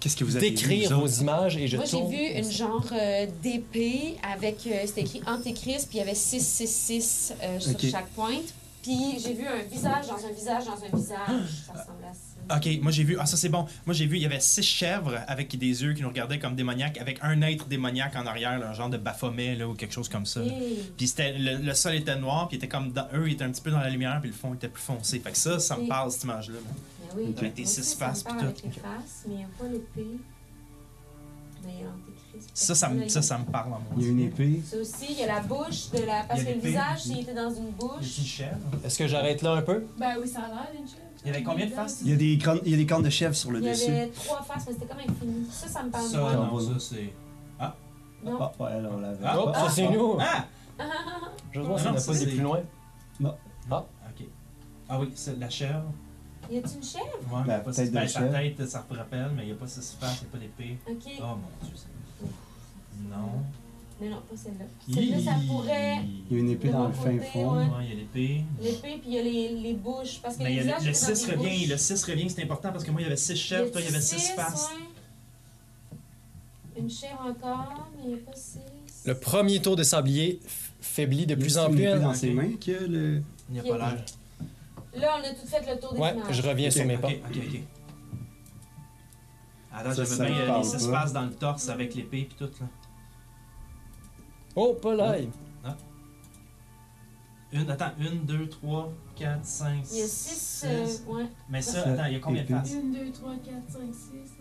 S4: Qu'est-ce que vous avez
S2: décrire
S4: vu, vous
S2: vos
S4: autres?
S2: images et je
S3: Moi, j'ai
S2: tourne.
S3: vu une genre euh, d'épée avec. euh, C'était écrit Antéchrist, puis il y avait 666 euh, sur
S4: Ok.
S3: chaque pointe. Puis j'ai vu un visage dans un visage dans un visage. Ça ressemble à ça.
S1: Ok, moi j'ai vu. Ah, ça c'est bon. Moi j'ai vu, il y avait six chèvres avec des yeux qui nous regardaient comme démoniaques, avec un être démoniaque en arrière, là, un genre de baphomet là, ou quelque chose comme ça. là.
S3: Hey.
S1: Puis c'était- le, le sol était noir, puis il était comme dans- eux, ils étaient un petit peu dans la lumière, puis le fond était plus foncé. Fait que ça, ça me
S3: Oui.
S1: parle cette image-là. moi.
S3: Ben oui,
S4: Ok.
S1: Avec tes
S3: moi aussi,
S1: six
S3: ça me
S1: faces,
S3: parle
S1: puis
S3: avec
S1: tout.
S3: les faces, mais il n'y a pas Ben, l'épée. Mais il y a l'Antéchrist.
S1: Ça, ça me,
S3: Là,
S1: ça, ça me parle en moi.
S4: Il y a une épée.
S3: Ça aussi, il y a la bouche de la. Parce
S1: Il y
S3: que
S1: a
S3: le
S1: l'épée.
S3: visage, s'il était dans une bouche.
S1: petite chèvre.
S2: Est-ce que j'arrête là un peu?
S8: Ben oui, ça a l'air d'une chèvre.
S1: Il y avait combien de faces?
S4: Il y a des, cornes- il y a des cornes de chèvre sur le
S3: Il y
S4: dessus.
S3: avait trois faces, mais c'était comme infini. Ça, ça me parle
S1: Ça,
S3: moins.
S1: non, ça c'est.
S3: Non.
S4: Ah, ouais, alors, on l'avait.
S1: Ah,
S2: oh, ça c'est nous!
S1: Ah!
S2: Je vois si
S1: Ah,
S2: on
S1: non,
S2: n'a
S1: ça,
S2: pas été
S1: c'est-
S2: plus loin.
S1: Ok. Ah oui, c'est la chèvre.
S3: <laughs> Y a-t-il une chèvre?
S1: Ouais, mais
S4: La
S1: pas
S4: tête
S1: six-
S4: de
S1: ben, sa
S4: chèvre.
S1: tête, ça rappelle, mais il n'y a pas six faces, il n'y a pas d'épée.
S3: Ok.
S1: Oh mon dieu, c'est. Non.
S3: Mais non, pas celle-là. Celle-là, ça pourrait.
S4: Il y a une épée
S3: De
S4: dans
S3: mon
S4: le fin
S3: côté,
S4: fond.
S3: ouais.
S1: Ouais, il y a l'épée.
S3: L'épée, puis il y a les, les bouches. Parce que
S1: Mais il y
S3: les
S1: a le-
S3: visages,
S1: le
S3: étaient dans
S1: 6
S3: des
S1: revient,
S3: bouches.
S1: le 6 revient, c'est important parce que moi il y avait 6 chèvres, toi il y avait 6
S3: six,
S1: faces.
S3: ouais. Une chèvre encore, mais il n'y a pas six.
S2: Le premier tour de sablier f- faiblit de plus en
S4: Il y
S2: plus.
S4: a une épée
S2: hein?
S4: dans ses mains que le.
S1: Il n'y a pas
S3: Ok.
S1: l'air.
S3: Là, on a tout fait le tour des
S2: Ouais,
S3: images.
S2: je reviens sur mes
S1: Ok,
S2: pas.
S1: ok, ok. Attends,
S4: Ça,
S1: j'avais
S4: ça
S1: bien
S4: me
S1: euh,
S4: parle
S1: les 6
S4: pas.
S1: faces dans le torse avec l'épée puis tout là.
S2: Oh, pas live!
S1: Une, attends, 1, 2, 3, 4, 5,
S3: Il y a six.
S1: 6.
S3: euh, ouais.
S1: Mais ça,
S4: Ça,
S1: attends, il y a combien de
S4: épée.
S1: faces
S8: 1, 2, 3, 4, 5, 6.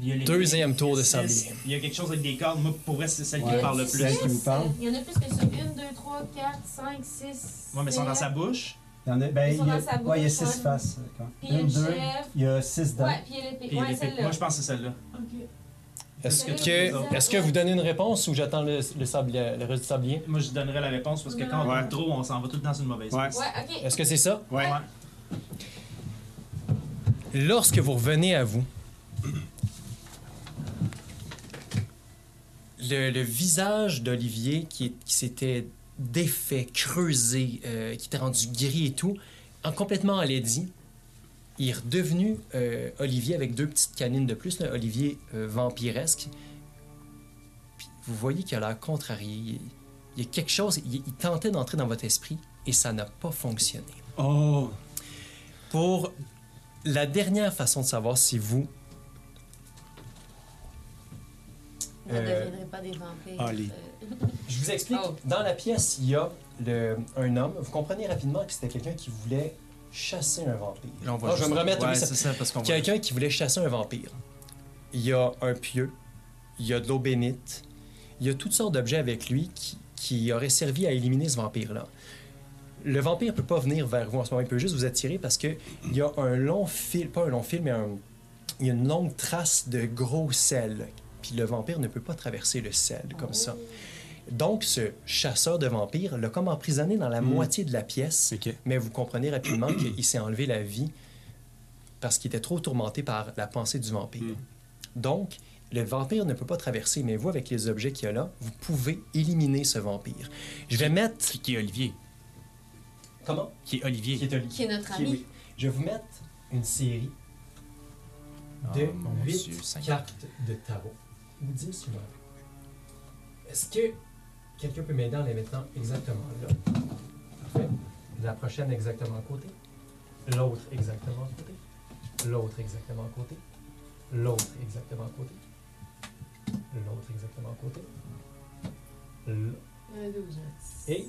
S1: Il y a l'épée,
S2: Deuxième tour de
S1: six,
S2: sablier.
S1: Il y a quelque chose avec des cordes, moi pour vrai c'est celle qui
S4: Ouais.
S1: me parle le
S3: Six.
S1: plus.
S4: Celle qui vous parle.
S3: Il y en a plus que ça. Une, deux, trois, quatre, cinq, six.
S1: Moi mais ils sont dans sa
S3: sept.
S1: bouche,
S4: Il y en a, ben,
S3: Ils
S4: il
S3: sont
S4: y a,
S3: dans sa
S4: ouais, il y a
S3: bouche,
S4: six
S3: ouais.
S4: faces. quand.
S3: Puis il y a
S4: Une,
S3: une
S4: deux,
S3: chèvre.
S4: il y a six dents.
S3: Ouais, puis il y a l'épée.
S1: puis il y a
S3: Ouais,
S1: l'épée.
S3: celle-là.
S1: Moi je pense que c'est celle-là.
S8: Ok.
S2: Est-ce
S1: Plus que
S2: que, est-ce que vous donnez une réponse ou j'attends le, le, sablier- le reste du sablier?
S1: Moi je donnerais la réponse parce que quand on
S4: Ouais.
S1: compte trop, on s'en va tout le temps sur une mauvaise
S4: Ouais.
S1: piste.
S3: Ouais, ok.
S2: Est-ce que c'est ça?
S4: Ouais.
S2: Lorsque vous revenez à vous, le, le visage d'Olivier qui, est- qui s'était défait, creusé, euh, qui était rendu gris et tout, en complètement alaidi, il est redevenu euh, Olivier avec deux petites canines de plus, là, Olivier euh, vampiresque. Puis vous voyez qu'il a l'air contrarié. Il, il y a quelque chose, il- il tentait d'entrer dans votre esprit et ça n'a pas fonctionné
S4: Oh,
S2: pour la dernière façon de savoir si vous.
S3: Vous ne
S2: Euh,
S3: deviendrez pas des vampires.
S4: Oli.
S3: euh,
S2: Je vous explique.
S3: Oh.
S2: Dans la pièce, il y a le- un homme. Vous comprenez rapidement que c'était quelqu'un qui voulait chasser un vampire.
S1: Là, on va
S2: Ah, je
S1: juste-
S2: vais me remettre.
S1: ouais,
S2: oui, ça-
S1: c'est ça parce qu'on va
S2: Quelqu'un qui voulait chasser un vampire. Il y a un pieu, il y a de l'eau bénite, il y a toutes sortes d'objets avec lui qui, qui auraient servi à éliminer ce vampire-là. Le vampire peut pas venir vers vous en ce moment, il peut juste vous attirer parce que il y a un long fil, pas un long fil, mais un- il y a une longue trace de gros sel. Puis le vampire ne peut pas traverser le sel comme ça. Donc ce chasseur de vampires l'a comme emprisonné dans la moitié de la pièce,
S4: Ok.
S2: mais vous comprenez rapidement qu'il s'est enlevé la vie parce qu'il était trop tourmenté par la pensée du vampire.
S1: Hmm.
S2: Donc, le vampire ne peut pas traverser, mais vous, avec les objets qu'il y a là, vous pouvez éliminer ce vampire. Je vais mettre...
S1: qui est Olivier,
S2: Comment?
S1: qui est Olivier.
S2: Qui est Olivier.
S3: Qui est notre
S2: Qui est-
S3: ami.
S2: oui. Je vais vous mettre une série de
S1: Oh, mon
S2: huit
S1: Dieu, Seigneur.
S2: cartes de tarot. Ou 10, je m'en rappelle. Est-ce que quelqu'un peut m'aider en les mettant exactement là? Parfait. La prochaine exactement à côté. L'autre exactement à côté. L'autre exactement à côté. L'autre exactement à côté. L'autre exactement à côté. L- Et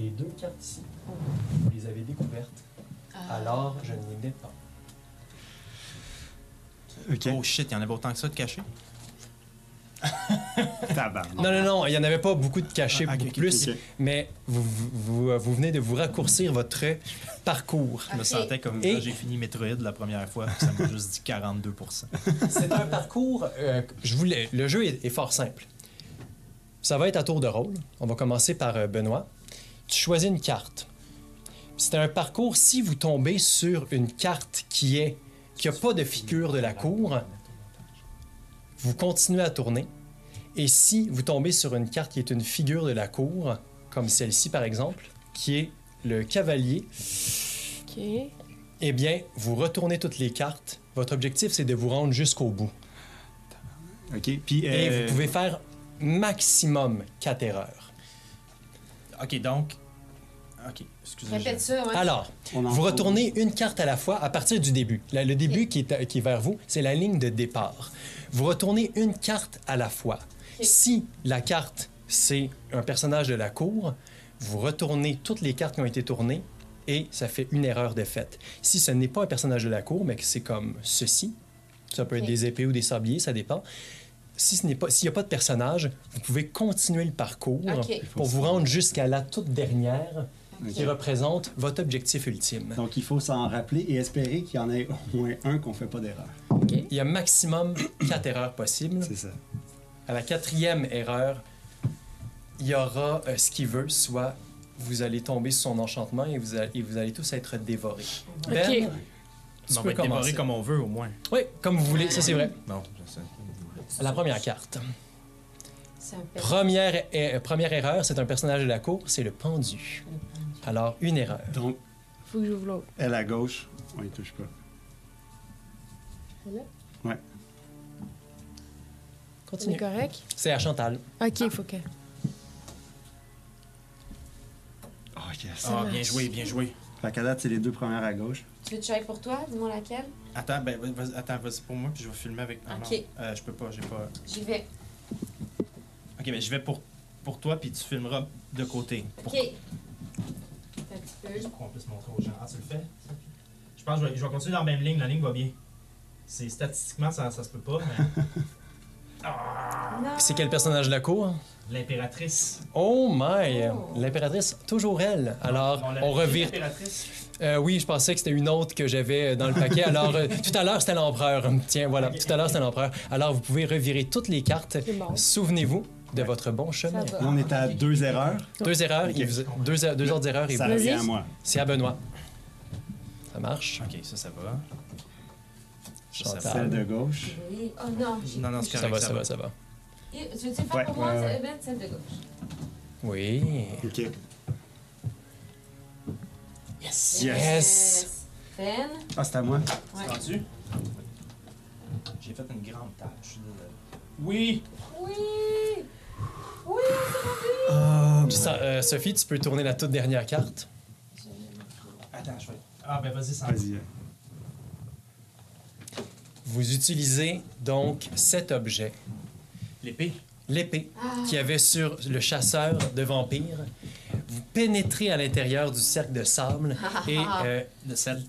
S2: les deux cartes ici, vous les avez découvertes. Alors, je ne les mets pas.
S4: ok.
S1: Oh shit, il y en avait autant que ça de caché.
S4: Tabarnak.
S2: Non, non, non, il n'y en avait pas beaucoup de cachés,
S4: Ah, ok,
S2: beaucoup
S4: ok,
S2: plus.
S4: ok.
S2: Mais vous, vous, vous- vous venez de vous raccourcir votre parcours.
S1: Je me
S3: Ok.
S1: sentais comme
S2: Et-
S1: quand j'ai fini Metroid la première fois, puis ça m'a juste dit 42
S2: C'est un parcours. euh, je voulais, le jeu est, est fort simple. Ça va être à tour de rôle. On va commencer par euh, Benoît. Tu choisis une carte. C'est un parcours. Si vous tombez sur une carte qui est qui a pas de figure de la cour, vous continuez à tourner. Et si vous tombez sur une carte qui est une figure de la cour, comme celle-ci par exemple, qui est le cavalier,
S9: Ok.
S2: eh bien, vous retournez toutes les cartes. Votre objectif, c'est de vous rendre jusqu'au bout.
S4: OK. Puis,
S2: Et
S4: euh,
S2: vous pouvez faire maximum 4 erreurs.
S1: Ok, donc. Ok, excusez-moi.
S3: Répète ça, ouais.
S2: Alors,
S4: on en-
S2: vous retournez une carte à la fois à partir du début. La- le début qui, est, à- qui est vers vous, c'est la ligne de départ. Vous retournez une carte à la fois. Si la carte, c'est un personnage de la cour, vous retournez toutes les cartes qui ont été tournées et ça fait une erreur de fait. Si ce n'est pas un personnage de la cour, mais que c'est comme ceci, ça peut être
S3: Ok.
S2: des épées ou des sabliers, ça dépend. Si ce n'est pas, s'il n'y a pas de personnage, vous pouvez continuer le parcours
S3: Ok.
S2: pour vous rendre jusqu'à la toute dernière qui
S4: Ok.
S2: représente votre objectif ultime.
S4: Donc, il faut s'en rappeler et espérer qu'il y en ait au moins un qu'on fait pas d'erreur.
S2: Il y a maximum quatre erreurs possibles.
S4: C'est ça.
S2: À la quatrième erreur, il y aura euh, ce qu'il veut, soit vous allez tomber sur son enchantement et vous, a- et vous allez tous être dévorés. Ben,
S9: Ok.
S2: tu
S1: on
S2: peux
S1: va être dévoré
S2: commencer.
S1: ben, comme on veut, au moins.
S2: Oui, comme vous voulez, ça c'est vrai.
S1: Bon, ça.
S2: La première carte.
S3: C'est un peu-
S2: Première, er- première erreur, c'est un personnage de la cour, c'est le pendu. Alors, une erreur.
S4: Donc,
S9: Faut que j'ouvre l'autre.
S4: elle à gauche, on y touche pas.
S9: On est
S2: Continue.
S9: correct?
S2: C'est à Chantal.
S9: Ok, faut que.
S4: Oh, yes.
S1: Ah, bien joué, bien joué.
S4: Fait qu'à date, c'est les deux premières à gauche.
S3: Tu veux que j'aille pour toi? Dis-moi laquelle.
S1: Attends, ben, vas attends, vas-y pour moi, puis je vais filmer avec. Ah,
S3: Ok.
S1: merde. Euh, je peux pas, j'ai pas.
S3: J'y vais.
S1: Ok, ben, je vais pour, pour toi, puis tu filmeras de côté.
S3: OK.
S1: Pour
S3: Un petit peu.
S1: pour qu'on puisse montrer aux gens. Ah, tu le fais? Je pense que je vais, je vais continuer dans la même ligne, la ligne va bien. C'est statistiquement, ça, ça se peut pas, <laughs> mais.
S3: Non.
S2: C'est quel personnage de la cour?
S1: L'impératrice.
S2: Oh my!
S3: Oh.
S2: L'impératrice, toujours elle. Alors,
S1: l'avait
S2: on
S1: dit,
S2: revire.
S1: l'impératrice.
S2: Euh, oui, je pensais que c'était une autre que j'avais dans le paquet. Alors, euh, tout à l'heure, c'était l'empereur. Tiens, voilà, tout à l'heure, c'était l'empereur. Alors, vous pouvez revirer toutes les cartes.
S9: bon.
S2: Souvenez-vous de votre bon chemin.
S9: Ça va.
S4: Là, on est à deux erreurs.
S2: Deux erreurs,
S4: Ok.
S2: il vous- deux, er- deux autres erreurs. et
S4: Ça
S2: vous-
S4: revient à moi.
S2: C'est à Benoît. Ça marche.
S1: Ok, ça, ça va. Ça, ça
S2: Chantal.
S4: Celle de gauche.
S3: Oui. Oh non. j'ai-
S1: Non, non, c'est
S2: Ça va,
S1: correct,
S2: ça va, ça va.
S3: Eh, Tu veux-tu le faire
S4: Ouais,
S3: pour moi,
S4: ouais, ouais.
S3: Ben, celle de gauche?
S2: Oui.
S4: OK.
S2: Yes.
S3: Ben,
S4: Ah, c'est à moi.
S3: ouais.
S1: Entendu? J'ai fait une grande tâche. je suis désolé. Oui!
S3: Oui! Oui!
S2: Puis ça, euh, Sophie, tu peux tourner la toute dernière carte.
S1: Attends, je vais. Ah, ben vas-y, sans
S4: Vas-y.
S2: Vous utilisez donc cet objet.
S1: L'épée.
S2: l'épée qui avait sur le chasseur de vampires. Vous pénétrez à l'intérieur du cercle de sable et euh,
S1: De sel.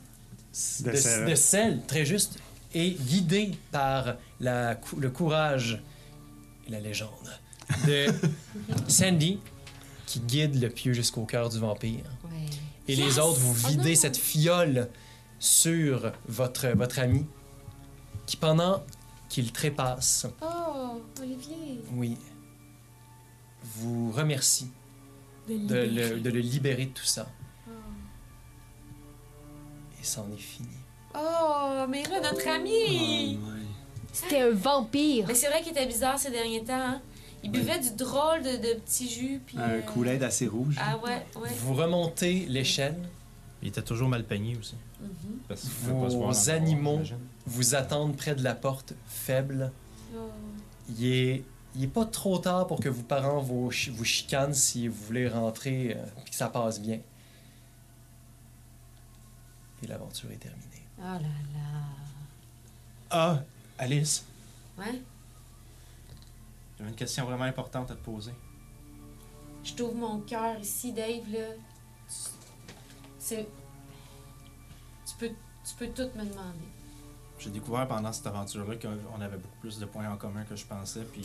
S2: de,
S4: De sel.
S2: de sel, très juste, et guidé par la cou- le courage et la légende de Sandy qui guide le pieu jusqu'au cœur du vampire.
S3: Ouais.
S2: Et les autres, vous videz cette fiole sur votre, votre ami qui, pendant qu'il trépasse,
S6: Oh, Olivier.
S2: oui. Vous remercie de le, de le libérer de tout ça. Et c'en est fini.
S3: Oh, mais là, notre ami!
S9: C'était un vampire.
S3: Mais c'est vrai qu'il était bizarre ces derniers temps. hein. Il buvait du drôle de, de petit jus. Puis,
S4: Un
S3: euh,
S4: coulet assez rouge.
S3: Ah ouais, ouais.
S2: Vous remontez l'échelle,
S1: Il était toujours mal peigné aussi.
S3: Mhm.
S1: Parce
S2: Vos animaux. vous attendez près de la porte faible.
S3: Oh.
S2: Il est, il est pas trop tard pour que vos parents vous, chi- vous chicanent si vous voulez rentrer euh, puis que ça passe bien. Et l'aventure est terminée.
S3: Oh là là. Hein?
S1: Ah, Alice,
S3: Ouais.
S1: j'avais une question vraiment importante à te poser.
S3: Je t'ouvre mon cœur ici, Dave, là. Tu- C'est. Tu peux, tu peux tout me demander.
S1: J'ai découvert pendant cette aventure-là qu'on avait beaucoup plus de points en commun que je pensais, puis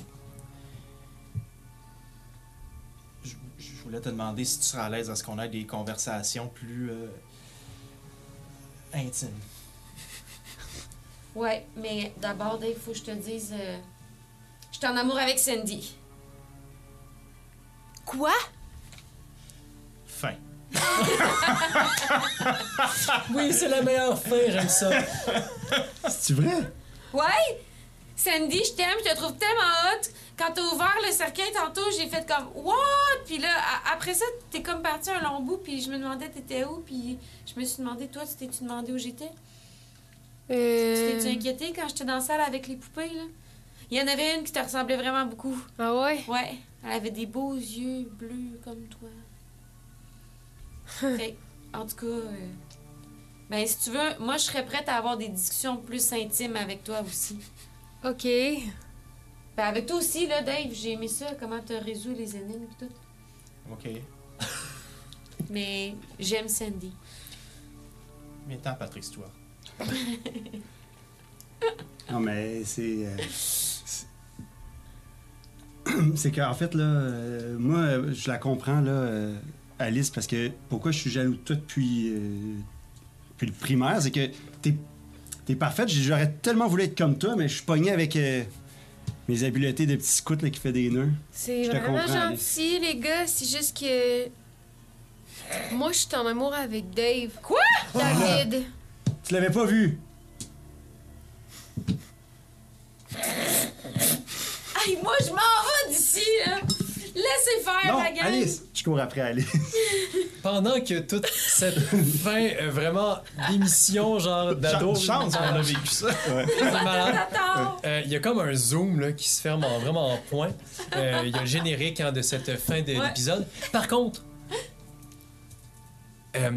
S1: je voulais te demander si tu serais à l'aise à ce qu'on ait des conversations plus euh, intimes.
S3: Ouais, mais d'abord, Dave, faut que je te dise. euh, je suis en amour avec Sandy.
S6: Quoi?
S1: Fin.
S2: Oui, c'est la meilleure fin, j'aime ça.
S4: C'est vrai?
S3: Ouais! Sandy, je t'aime, je te trouve tellement hot. Quand t'as ouvert le cercueil tantôt, j'ai fait comme What? Puis là, a- après ça, t'es comme parti un long bout, puis je me demandais t'étais où, puis je me suis demandé, toi, tu t'es-tu demandé où j'étais?
S6: Euh,
S3: Tu t'es-tu inquiété quand j'étais dans la salle avec les poupées, là? Il y en avait une qui te ressemblait vraiment beaucoup.
S6: Ah ouais?
S3: Ouais, elle avait des beaux yeux bleus comme toi. Fait que, en tout cas, euh, ben si tu veux, moi je serais prête à avoir des discussions plus intimes avec toi aussi.
S6: Ok.
S3: Ben avec toi aussi, là, Dave, j'ai aimé ça, comment tu résous les énigmes et tout.
S1: OK.
S3: Mais j'aime Sandy.
S1: Maintenant, Patrick Stewart.
S4: Non, mais c'est. euh, c'est- c'est qu'en fait, là, euh, moi, euh, je la comprends, là, euh, Alice, parce que pourquoi je suis jaloux de toi depuis, euh, depuis le primaire, c'est que t'es es parfaite. J'ai- J'aurais tellement voulu être comme toi, mais je suis pogné avec euh, mes habiletés de petit scout là, qui fait des nœuds.
S6: C'est
S4: Je te
S6: vraiment
S4: comprends,
S6: gentil, les gars. C'est juste que. Moi, je suis en amour avec Dave. Quoi? David.
S4: Tu l'avais pas vu?
S3: Aïe, moi je m'en vais d'ici, là! hein? Laissez faire,
S4: non,
S3: la Ah, gang!
S4: Alice! Je cours après Alice.
S2: Pendant que toute cette <laughs> fin euh, vraiment d'émission, genre d'ado.
S1: Chance chance qu'on a vécu ça.
S2: C'est malade.
S3: Attends!
S2: Euh, Il y a comme un zoom là, qui se ferme en, vraiment en point. Euh, Il y a le générique hein, de cette fin de
S3: Ouais.
S2: l'épisode. Par contre, euh,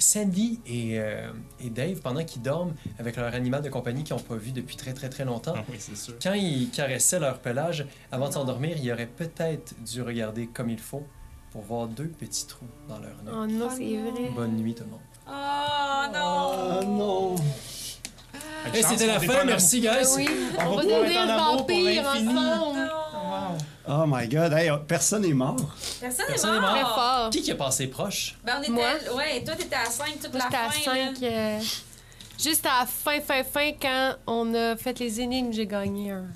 S2: Sandy et, euh, et Dave, pendant qu'ils dorment avec leur animal de compagnie qu'ils n'ont pas vu depuis très très très longtemps,
S1: Ah <laughs> oui, c'est sûr.
S2: quand ils caressaient leur pelage, avant de s'endormir, ils auraient peut-être dû regarder comme il faut pour voir deux petits trous dans leur nez.
S6: Oh non,
S3: Oh
S6: c'est
S3: non.
S6: vrai.
S2: Bonne nuit tout le monde.
S3: Oh non!
S4: Ah, non!
S2: Hey, C'était la fin, merci guys!
S9: Oui,
S1: On,
S9: on va
S1: pouvoir
S9: devenir
S1: être en amour pour
S9: vampire
S1: l'infini.
S9: ensemble.
S3: Non!
S1: Wow.
S4: Oh my god, hey, personne n'est mort.
S3: Personne n'est
S2: Personne est
S3: mort!
S9: Très fort.
S2: Qui qui a passé proche?
S3: Ben on était.
S9: Moi?
S3: Ouais, toi t'étais à 5 toute
S9: Moi,
S3: la
S9: j'étais
S3: fin.
S9: à
S3: là.
S9: 5. Juste à la fin, fin, fin, quand on a fait les énigmes, j'ai gagné un.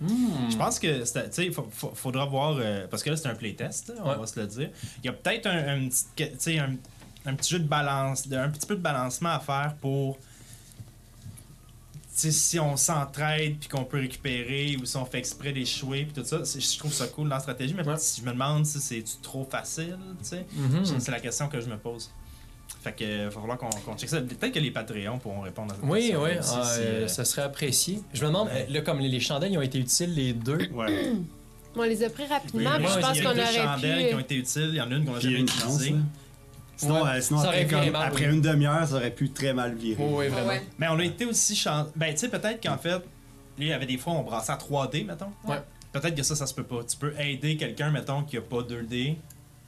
S2: Hmm.
S1: Je pense que, c'était- tu sais, faut- faut- faudra voir, euh, parce que là, c'est un playtest, hein, on
S2: Ouais.
S1: va se le dire. Il y a peut-être un, un petit, que- tu sais, un, un petit jeu de balance, de- un petit peu de balancement à faire pour, tu sais, si on s'entraide, puis qu'on peut récupérer, ou si on fait exprès d'échouer, puis tout ça. C'est- Je trouve ça cool dans la stratégie, mais
S2: Ouais.
S1: si je me demande si c'est trop facile, tu sais.
S2: Mhm.
S1: C'est la question que je me pose. Fait que, euh, va falloir qu'on qu'on check ça. Peut-être que les Patreons pourront répondre à cette
S2: Oui,
S1: question.
S2: oui,
S1: aussi,
S2: ah,
S1: si,
S2: euh,
S1: euh,
S2: ça serait apprécié. Je me demande, euh, là, comme les, les chandelles, ils ont été utiles les deux.
S4: Ouais.
S9: On les a pris
S1: il y
S9: rapidement,
S1: a-
S9: puis je
S2: ouais,
S9: pense
S1: il y
S9: qu'on
S1: a deux chandelles
S6: euh,
S1: qui ont
S9: aurait pu.
S1: été utiles. Il y en a une qu'on n'a
S4: J'ai eu
S1: jamais
S4: une chance.
S1: utilisée.
S4: là. Sinon,
S2: Ouais,
S4: euh, sinon,
S2: ça aurait
S4: après,
S2: viré
S4: comme-
S2: mal,
S4: après
S2: oui.
S4: une demi-heure, ça aurait pu très mal virer.
S2: oui,
S3: Ah ouais.
S1: Mais on a été aussi chanceux. Ben, tu sais, peut-être qu'en fait, lui, il y avait des fois, on brassait à 3D, mettons.
S2: Ouais.
S1: Peut-être que ça, ça se peut pas. Tu peux aider quelqu'un, mettons, qui a pas 2D,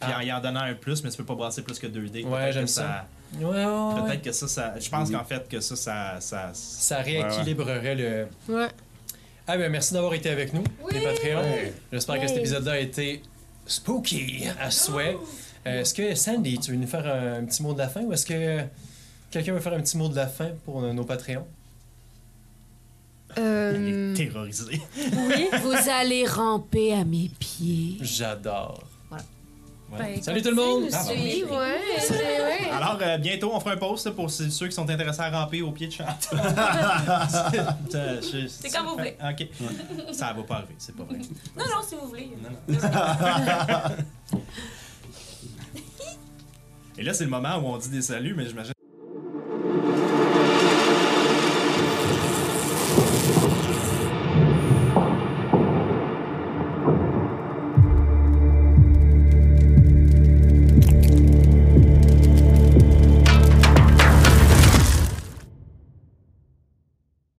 S1: puis
S2: Ah.
S1: en y en donnant un plus, mais tu peux pas brasser plus que 2D.
S2: Ouais,
S1: Peut-être que
S2: j'aime Ouais, ouais, ouais.
S1: Peut-être que ça, ça. Je pense
S4: Oui.
S1: qu'en fait, que ça, ça. ça...
S2: Ça rééquilibrerait le.
S9: euh, Ouais.
S2: Ah, ben merci d'avoir été avec nous, les Patreons. J'espère que cet
S9: Yay.
S2: épisode-là a été spooky à souhait. Euh, est-ce que Sandy, tu veux nous faire un, petit mot de la fin ou est-ce que quelqu'un veut faire un petit mot de la fin pour euh, nos Patreons?
S1: Il
S9: Euh,
S1: est terrorisé.
S3: Vous allez ramper à mes pieds.
S2: J'adore.
S9: ben,
S2: Salut tout le monde!
S1: Ah, bon,
S9: Oui,
S1: ok.
S9: ouais, c'est- ouais.
S1: Alors, euh, bientôt, on fera un post là, pour ceux ceux qui sont intéressés à ramper au pied de chat.
S3: C'est
S1: C'est
S3: comme vous voulez.
S1: OK. Ça va pas arriver, c'est
S3: <laughs>
S1: pas vrai.
S3: Non, non, si vous voulez.
S1: Non, non. Et là, c'est le moment où on dit des saluts, mais j'imagine